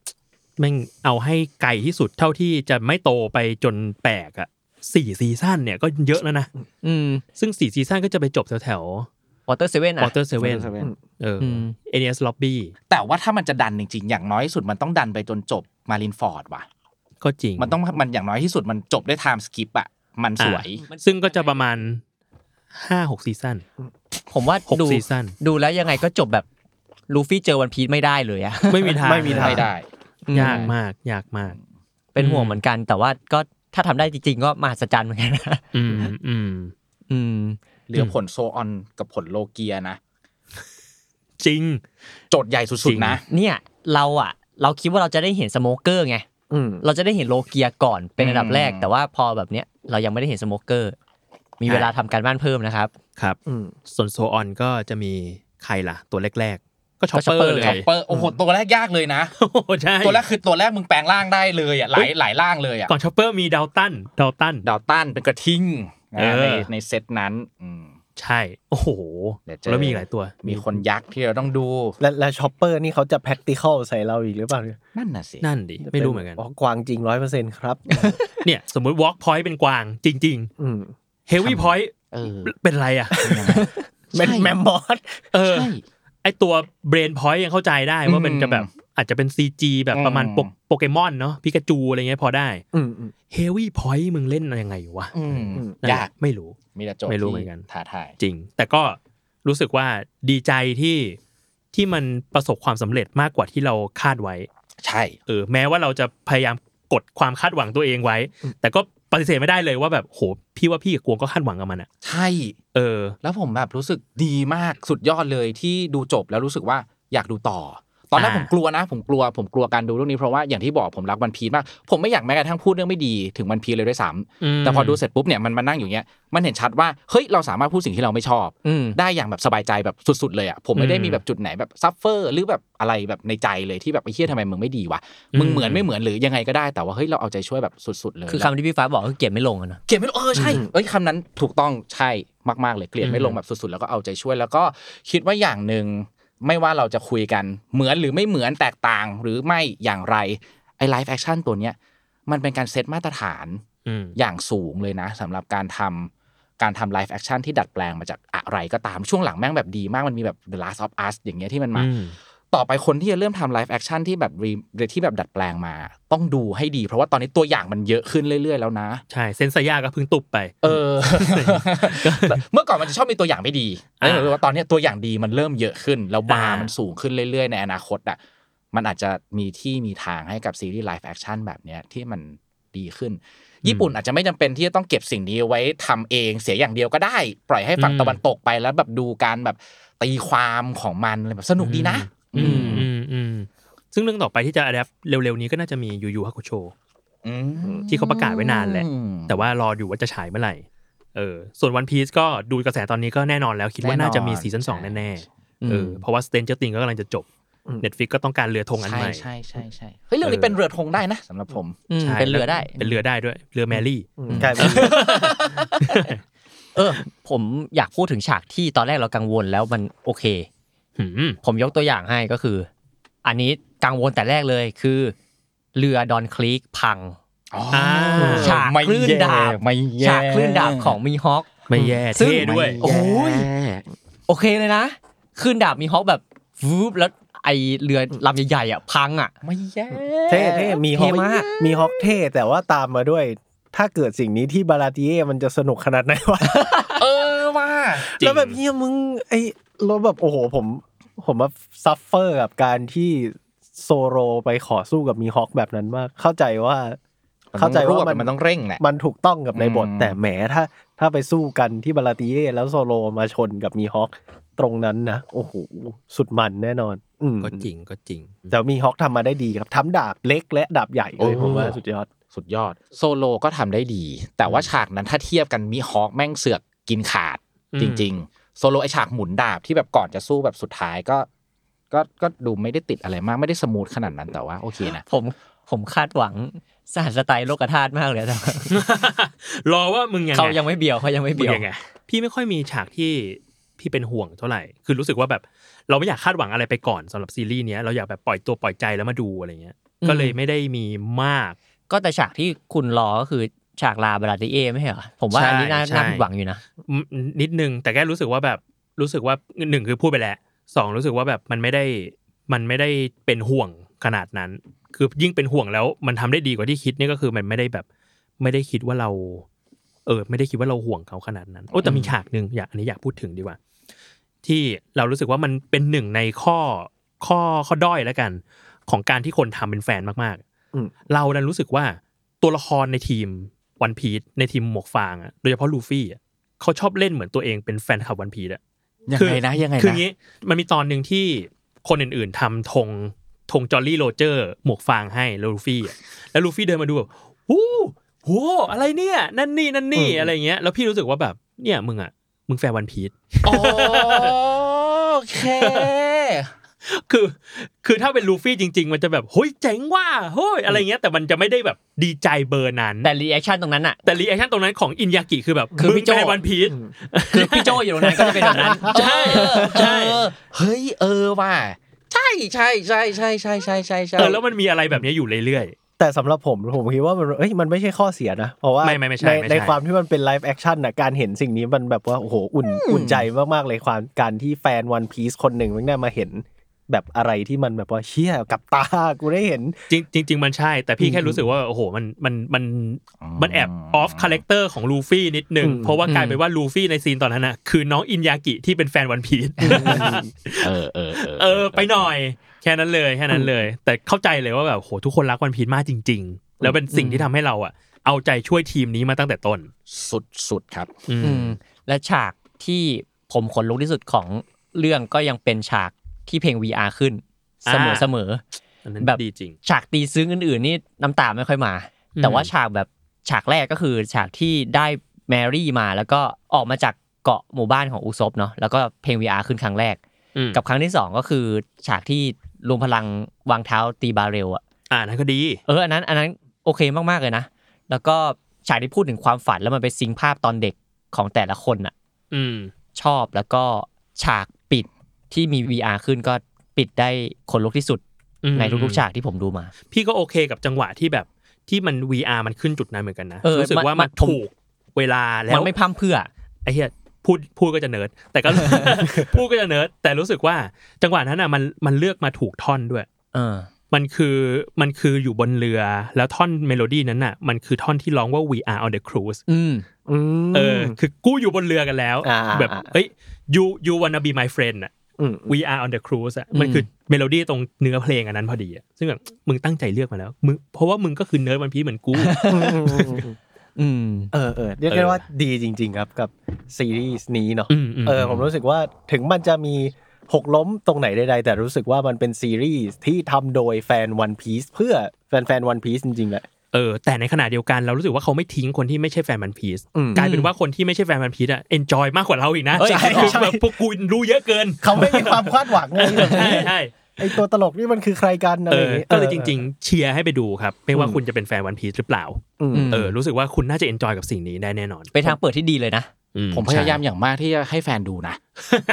S4: แม่งเอาให้ไกลที่สุดเท่าที่จะไม่โตไปจนแปลกอะสี่ซีซั่นเนี่ยก็เยอะแล้วนะ
S2: อืม
S4: ซึ่งสี่ซีซั่นก็จะไปจบแถว
S2: วอเตอร์เซเว่น
S4: ๆ
S2: อ่ะ
S4: Water Seven เออ
S2: ม
S4: เอเนียสล็อบบี้
S3: แต่ว่าถ้ามันจะดันจริงๆ อย่างน้อยที่สุดมันต้องดันไปจนจบมารินฟอร์ดว่ะ
S4: ก็จริง
S3: มันต้องมันอย่างน้อยที่สุดมันจบด้วยไทม์สกิปอะมันสวย
S4: อ่ะซึ่งก็จะประมาณห้าหกซีซั่น
S2: ผมว่า
S4: หก
S2: ดู
S4: ซีซั่น
S2: ดูแล้วยังไงก็จบแบบลูฟี่เจอวันพีชไม่ได้เลยอะ
S4: ไม่มีทาง
S1: ไม่มีทาง
S3: ไม่ได้
S4: ยากมากยากมาก
S2: เป็นห่วง
S4: อืม
S2: เหมือนกัน แต่ว่าก็ถ้าทำได้จริง ๆ ก็มหัศจรรย์เหมือนกันนะ
S4: อืมอืม
S2: อืม
S3: เหลือผลโซออนกับผลโลเกียนะ
S4: จริง
S3: โจทย์ใหญ่สุดๆนะ
S2: เนี่ยเราอะเราคิดว่าเราจะได้เห็นสโมเกอร์ไง
S1: อืม
S2: เราจะได้เห็นโลเกียก่อนเป็นอันดับแรก
S3: อืม
S2: แต่ว่าพอแบบเนี้ยเรายังไม่ได้เห็นสโมเกอร์ มีเวลาทำการบ้านเพิ่มนะครับ
S4: ครับ
S1: อืม
S4: ส่วนโซออนก็จะมีใครล่ะ ตัวแรกๆ ก็ช็อป
S2: ก็ช็อป
S4: เป
S2: เป
S4: อ
S2: อร์
S4: ร์เล
S2: เล
S4: ย ย
S3: เปิดโอ้โหตัวแรกยากเลยนะ
S4: โอ้โหใช่
S3: ตัวแรกคือตัวแรกมึงแปลงร่างได้เลยอ่ะหลายหลายร่างเลยอ่ะ
S4: ก่อนช็อปเปอร์มีดาวตันดาวตัน
S3: ดาวตันเป็นกระทิงนะ
S4: เออ
S3: ในในเซตนั้นอืม
S4: ใช่ โอ้โห
S3: เดี๋ยวเจอ
S4: แล้วมีอีกหลายตัว
S3: มีคนยักษ์ที่เราต้องดู
S1: และและช็อปเปอร์นี่เขาจะ practical ใส่เราอีกหรือเปล่าเนี่ย
S3: นั่นน่ะสิ
S4: นั่นดิ ไม่รู้เหมือนกัน
S1: อ๋อกวางจริงร้อยเปอร์เซ็นต์ครับ
S4: เนี่ย สมมุติวอล์กพอยต์เป็นกวางจริง
S1: อืม
S4: ๆ เฮฟวี่พอยต์
S3: เออ
S4: เป็นอะไรอ่ะ
S1: เป็นแมมมอส
S4: เออ
S3: ใช่
S4: ไอตัวเบรนพอยต์ยังเข้าใจได้ว่ามันจะแบบอาจจะเป็น CG แบบประมาณ
S3: อืม
S4: โปเกโปเกมอนเนาะพิกาจูอะไรเงี้ยพอได้
S1: อืมอืม
S4: เฮฟวี่พอยต์มึงเล่นยังไงวะ
S3: อืม
S1: อืม
S4: นั่นแหละ
S3: ยาก
S4: ไม่รู้
S3: มีแต่โจทย์
S4: ไม่รู้
S3: ที่
S4: เหมือนกัน
S3: ท้าทาย
S4: จริง แต่ก็รู้สึกว่าดีใจที่ที่มันประสบความสำเร็จมากกว่าที่เราคาดไว้
S3: ใช่
S4: เออแม้ว่าเราจะพยายามกดความคาดหวังตัวเองไว้ แต่ก็ปฏิเสธไม่ได้เลยว่าแบบโหพี่ว่าพี่กับกวงก็คาดหวังกับมันอะ
S3: ใช่
S4: เออ
S3: แล้วผมแบบรู้สึกดีมากสุดยอดเลยที่ดูจบแล้วรู้สึกว่าอยากดูต่อ ตอนแรก
S4: อ่า
S3: ผมกลัวนะ ผมกลัวผมกลัวการดูเรื่องนี้เพราะว่าอย่างที่บอกผมรักวันพีชมาก ผมไม่อยากแม้กระทั่งพูดเรื่องไม่ดีถึงวันพีชเลยด้วยซ้ำ
S4: ม
S3: แต่พอดูเสร็จปุ๊บเนี่ยมันมานั่งอยู่เนี้ยมันเห็นชัดว่าเฮ้ยเราสามารถพูดสิ่งที่เราไม่ชอบ
S2: อืม
S3: ได้อย่างแบบสบายใจแบบสุด ๆ เลยอ่ะผมไม่ได้มีแบบจุดไหนแบบซัฟเฟอร์หรือแบบอะไรแบบในใจเลยที่แบบไอ้เฮียทำไมมึงไม่ดีวะมึงเหมือนไม่เหมือนหรือยังไงก็ได้แต่ว่าเฮ้ยเราเอาใจช่วยแบบสุด ๆ เลย
S2: คือคำที่พี่ฟ้าบอกคือเก็บไม่ลงอะเนอะ
S3: เกลียดไม่ลงเออใช่เอ้ยคำนั้นถูกต้องใช่มากๆเลยเกลียดไม่ลงแบบสุดๆ แล้วก็เอาใจช่วย แล้วก็คิดว่าอย่างหนึ่งไม่ว่าเราจะคุยกันเหมือนหรือไม่เหมือนแตกต่างหรือไม่อย่างไรไอ้ไลฟ์แอคชั่นตัวเนี้ยมันเป็นการเซตมาตรฐาน
S4: อืม
S3: อย่างสูงเลยนะสำหรับการทำการทำไลฟ์แอคชั่นที่ดัดแปลงมาจากอะไรก็ตามช่วงหลังแม่งแบบดีมากมันมีแบบ The Last of Us อย่างเงี้ยที่มันมา
S4: อืม
S3: ต่อไปคนที่จะเริ่มทำไลฟ์แอคชั่นที่แบบรีที่แบบดัดแปลงมา ต้องดูให้ดี เพราะว่าตอนนี้ตัวอย่างมันเยอะขึ้นเรื่อยๆแล้วนะ
S4: ใช่เซนสยาก็เพิ่งตุบไป
S3: เออ เมื่อก่อนมันจะชอบมีตัวอย่างไม่ดี
S4: อ่า
S3: แล้วรู้ว่าตอนเนี้ยตัวอย่างดีมันเริ่มเยอะขึ้น แล้วบาร์มันสูงขึ้นเรื่อยๆ ในอนาคตอ่ะมันอาจจะมีที่มีทางให้กับซีรีส์ไลฟ์แอคชั่นแบบเนี้ยที่มันดีขึ้น ญี่ปุ่นอาจจะไม่จำเป็นที่จะต้องเก็บสิ่งนี้ไว้ทำเองเสียอย่างเดียวก็ได้ ปล่อยให้ฝั่งตะวันตกไปแล้วแบบดูการแบบตีความของมันอะไรแบบสนุกดีนะ
S4: อืมอืมอืมซึ่งเรื่องต่อไปที่จะอัดแอปเร็วๆนี้ก็น่าจะมียูยูฮัก u โช
S3: อืม
S4: ที่เขาประกาศไว้นานแหละ แต่ว่ารออยู่ว่าจะฉายเมื่อไหร่ เออ ส่วนวันพี e ก็ดูกระแสตอนนี้ก็แน่นอนแล้วคิดว่าน่าจะมีซีซั่นสองแน่ๆเออเพราะว่าสเตนเจอร์ติงก็กำลังจะจบ อืม Netflix ก็ต้องการเรือธงอัน
S3: ใช่
S4: ใหม่
S3: ใช่ใช่ใช่เฮ้ยเรื่องนี้เป็นเรือธงได้นะสำหรับผม
S2: อืม
S4: ใช่
S2: เป็นเรือได้
S4: เป็นเรือได้ด้วย เรือแมรี่
S1: กลายเป็น
S2: เออ ผมอยากพูดถึงฉากที่ตอนแรกเรากังวลแล้วมันโอเค
S4: หืม
S2: ผมยกตัวอย่างให้ก็คือ อันนี้กังวลแต่แรกเลยคือ เรือดอนคลีกพัง
S4: อ่า
S2: ฉาก
S3: ไม่
S2: คลื่น
S3: แย่
S2: ดาบ
S3: ไม่แย่
S2: ฉากคลื่นดาบของมีฮอค
S4: ไม่แย่
S2: ซึ่ง
S4: เท่ด้วย
S2: โอ้ย โอเคเลยนะคลื่นดาบมีฮอคแบบวูบแล้วไอเรือลำใหญ่ๆอ่ะพังอ่ะ
S3: ไม่แย่
S1: เท่เท่มีฮอก
S2: เท่มาก
S1: มีฮอกเท่แต่ว่าตามมาด้วย ถ้าเกิดสิ่งนี้ที่บาลาติเย่มันจะสนุกขนาดไหนวะ
S3: เออว่า
S4: จริง
S1: แล้วแบบเฮียมึงไอ้รถแบบโอ้โหผม ผมแบบซัฟเฟอร์กับการที่โซโรไปขอสู้กับมีฮอคแบบนั้นมาก เข้าใจว่า เข้าใจว่ามั
S3: มั
S1: น น
S3: มันต้องเร่งแหละ
S1: มันถูกต้องกับในบท
S3: อืม
S1: แต่แหมถ้า ถ้าไปสู้กันที่บาลาติเย่แล้วโซโลมาชนกับมีฮอคตรงนั้นนะโอ้โหสุดมันแน่นอน อืม
S4: ก็จริงก็จริง
S1: แต่มีฮอคทำมาได้ดีครับทั้งดาบเล็กและดาบใหญ่เลย
S3: โอ้
S1: ผมว่าสุดยอด
S3: สุดยอดโซโลก็ทำได้ดี แต่ว่าฉากนั้นถ้าเทียบกันมีฮอคแม่งเสือกกินขาด
S4: อืม
S3: จริง ๆ โซโลไอฉากหมุนดาบที่แบบก่อนจะสู้แบบสุดท้ายก็ ก็ก็ดูไม่ได้ติดอะไรมากไม่ได้สมูทขนาดนั้นแต่ว่าโอเคนะ
S2: ผมผมคาดหวังสารสไตล์โลกธาตุมากเลยแต่
S4: รอว่ามึงไง
S2: เขายังไม่เบียวเขายังไม่
S4: มึ
S2: เบียว
S4: งไงพี่ไม่ค่อยมีฉากที่พี่เป็นห่วงเท่าไหร่ คือรู้สึกว่าแบบเราไม่อยากคาดหวังอะไรไปก่อนสำหรับซีรีส์เนี้ยเราอยากแบบปล่อยตัวปล่อยใจแล้วมาดูอะไรเงี้ย
S2: อืม
S4: ก็เลยไม่ได้มีมาก
S2: ก็แต่ฉากที่คุณรอก็คือฉากลาบราติเอไม่ใช่เหรอผมว่าอันนี้น่า
S4: ใช่
S2: น่าผิดหวังอยู่นะ
S4: อืมนิดนึง แต่แค่รู้สึกว่าแบบรู้สึกว่าหนึ่งคือพูดไปแล้วสองรู้สึกว่าแบบมันไม่ได้มันไม่ได้เป็นห่วงขนาดนั้น คือยิ่งเป็นห่วงแล้วมันทำได้ดีกว่าที่คิดนี่ก็คือมันไม่ได้แบบไม่ได้คิดว่าเรา เออ ไม่ได้คิดว่าเราห่วงเขาขนาดนั้นโอ้แต่มีฉากหนึ่งอยากอันนี้อยากพูดถึงดีกว่า ที่เรารู้สึกว่ามันเป็นหนึ่งในข้อข้อข้อด้อยแล้วกัน ของการที่คนทำเป็นแฟนมาก
S1: อืม
S4: ๆเราดันรู้สึกว่าตัวละครในทีมวันพีชในทีมหมวกฟางอะโดยเฉพาะลูฟี่อะ เขาชอบเล่นเหมือนตัวเองเป็นแฟนคลับวันพีดอะ
S3: ยังไงนะ
S4: คือ
S3: ยังไงนะ
S4: คืองี้มันมีตอนหนึ่งที่คนอื่นๆทำธงธงจอลลี่โรเจอร์ หมวกฟางให้แล้วลูฟี่อะแล้วลูฟี่เดินมาดูแบบวู้โหอะไรเนี่ย นั่นนี่นั่นนี่อะไรเงี้ย แล้วพี่รู้สึกว่าแบบเนี่ยมึงอะมึงแฟนวันพีด
S3: โอเค
S4: คือ คือถ้าเป็นลูฟี่จริง ๆ มันจะแบบเฮ้ยเจ๋งว่ะเฮ้ยอะไรเงี้ย แต่มันจะไม่ได้แบบดีใจเบอร์นั้น
S2: แต่รีแอคชั่นตรงนั้นอ่ะ
S4: แต่รีแอคชั่นตรงนั้นของอินยากิคือแบบ
S2: คือพี่โจ้
S4: มึงแฟนวันพีด
S2: คือพี่โจอยู่ตรงนั้นก็จะเป็นแบบนั้น
S3: ใช่
S2: เออ
S3: ใช่เฮ้ยเออว่า ใช่ใช่ใช่ใช่ใช่ใช่ใช่ใช่
S4: เออแล้วมันมีอะไรแบบเนี้ยอยู่เรื่อย
S1: แต่สำหรับผมผมคิดว่ามันเอ้ยมันไม่ใช่ข้อเสียนะ เพราะว่า
S4: ไม่ไม่ไม่ใช่
S1: ใน
S4: ไม่ใช่
S1: ในความที่มันเป็นไลฟ์แอคชั่นน่ะการเห็นสิ่งนี้มันแบบว่าโอ้โหอุ่นอุ่นใจมาก ๆ เลยความการที่แฟนวันพีซคนหนึ่งมันได้มาเห็นแบบอะไรที่มันแบบว่าเชี่ยกับตา กูได้เห็น
S4: จริงจริง ๆ มันใช่ แต่พี่แค่รู้สึกว่าโอ้โหมันมันมันมันแอบออฟคาแรคเตอร์ของลูฟี่นิดหนึ่ง
S1: อืม
S4: เพราะว่ากลายเป็นว่าลูฟี่ในซีนตอนนั้นนะคือน้องอินยากิที่เป็นแฟนวันพีช
S3: เออเออเออ
S4: เออไปหน่อย แค่นั้นเลยแค่นั้นเลย แต่เข้าใจเลยว่าแบบโหทุกคนรักวันพีชมากจริง ๆ แล้วเป็นสิ่งที่ทำให้เราอ่ะ เอาใจช่วยทีมนี้มาตั้งแต่ต้น
S3: สุดสุดครับ
S4: อืม
S2: อืมและฉากที่ผมขนลุกที่สุดของเรื่องก็ยังเป็นฉากที่เพลง VR ขึ้น เสมอเสมอ
S4: อันนั้น
S2: แบบ
S4: ดีจริง
S2: ฉากตีซึ้งอื่นๆนี่น้ำตาไม่ค่อยมา
S4: อืม
S2: แต่ว่าฉากแบบฉากแรกก็คือฉากที่ได้แมรี่มาแล้วก็ออกมาจากเกาะหมู่บ้านของอุซบเนาะแล้วก็เพลง VR ขึ้นครั้งแรก
S4: อืม
S2: กับครั้งที่สองก็คือฉากที่รวมพลังวางเท้าตีบาเรลอะ
S4: อ่านั่นก็ดี
S2: เอออันนั้นอันนั้นโอเคมากๆเลยนะ แล้วก็ฉากที่พูดถึงความฝันแล้วมันไปซิงค์ภาพตอนเด็กของแต่ละคนอะ
S4: อืม
S2: ชอบแล้วก็ฉากปิดที่มี VR ขึ้นก็ปิดได้คนลุกที่สุด
S4: อืม
S2: ในทุกๆฉากที่ผมดูมา
S4: พี่ก็โอเคกับจังหวะที่แบบที่มัน VR มันขึ้นจุดนั้นเหมือนกันนะ
S2: เออ
S4: รู้สึกว่า
S2: มั
S4: มัน น
S2: ผม
S4: ถูกเวลาแล้ว
S2: มันไม่พร่ำเพรื่อ
S4: ไอ้เหี้ยพูดพูดก็จะเนิร์ดแต่ก็ พูดก็จะเนิร์ดแต่รู้สึกว่าจังหวะนั้นอ่ะมันมันเลือกมาถูกท่อนด้วย
S2: เออ
S4: มันคือมันคืออยู่บนเรือแล้วท่อนเมโลดี้นั้นอ่ะมันคือท่อนที่ร้องว่า we are on the cruise
S2: อืม
S1: อืม
S4: เออคือกูอยู่บนเรือกันแล้ว
S1: อ่า
S4: แบบ
S1: อ่า
S4: เฮ้ย you you wanna be my friend อ่ะ
S1: อืม
S4: we are on the cruise อ่ะ
S2: อืม
S4: มันคือเมโลดี้ตรงเนื้อเพลงอันนั้นพอดีอ่ะซึ่งแบบมึงตั้งใจเลือกมาแล้วมึงเพราะว่ามึงก็คือเนิร์ดวันพีชเหมือนกู
S2: อืม
S1: เออเออเรียกได้ว่าดีจริง ๆ ครับกับซีรีส์นี้เนาะ
S4: อืมอืม
S1: เออผมรู้สึกว่าถึงมันจะมีหกล้มตรงไหนใดๆแต่รู้สึกว่ามันเป็นซีรีส์ที่ทำโดยแฟนวันพีซเพื่อแฟนแฟนวันพีซจริงๆแหละ
S4: เออแต่ในขณะเดียวกันเรารู้สึกว่าเขาไม่ทิ้งคนที่ไม่ใช่แฟนมันพีซ
S1: อืม
S4: กลายเป็นว่าคนที่ไม่ใช่แฟนพันธุ์พีชอะเอนจอยมากกว่าเราอีกนะ
S2: เอ้ยใช่
S4: คือแบบพวกกูรู้เยอะเกิน
S1: เขาไม่มีความคาดหวังเลย
S4: ใช่ใช่
S1: ไอตัวตลกนี่มันคือใครกันอะ
S4: เอ
S1: ไร
S4: อ
S1: อย่างงี้
S4: ก็เลยจริง ๆ เชียร์ให้ไปดูครับ ไม่ว่าคุณจะเป็นแฟนวันพีซหรือเปล่า
S1: ๆอืม
S4: เออ รู้สึกว่าคุณน่าจะเอนจอยกับสิ่งนี้ได้แน่นอน
S2: เป็นทางเปิดที่ดีเลยนะ
S4: อื
S3: ผมพยายามอย่างมากที่จะให้แฟนดูนะ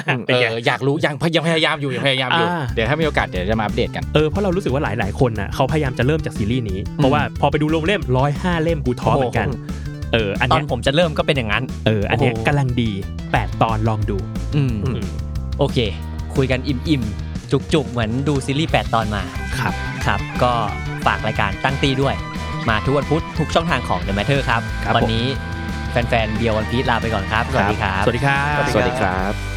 S3: เอ
S4: เป็นไง
S3: ออยากรู้ยังยังพยายามอยู่ยังพยายามอยู่
S4: อ่า
S3: เดี๋ยวถ้ามีโอกาสเดี๋ยวจะมาอัปเดตกัน
S4: เออเพราะเรารู้สึกว่าหลาย ๆ คนน่ะเขาพยายามจะเริ่มจากซีรีส์นี้ เพราะว่าพอไปดูลงเล่มร้อยห้าเล่มกูท้อเหมือนกัน เอออัน
S2: ตอ
S4: เนี้
S2: น
S4: ย
S2: ผมจะเริ่มก็เป็นอย่างนั้น
S4: เอออันเนี้ย
S2: โอ้โห
S4: กำลังดีแปดตอนลองดู
S2: อืม
S4: อืม
S2: โอเค คุยกันอิ่มๆ จุกๆ เหมือนดูซีรีส์ 8 ตอนมา
S4: ครับ
S2: ครับ ก็ฝากรายการตั้งตีด้วย มาทุกวันพุธทุกช่องทางของ The Matter ครับ
S4: ครับ
S2: วั
S4: ผม
S2: นี้แฟนๆเบียร์วันพีลาไปก่อนครับ สวัสดีครับ
S4: สวัสดีครับ
S3: สวัสดีครับ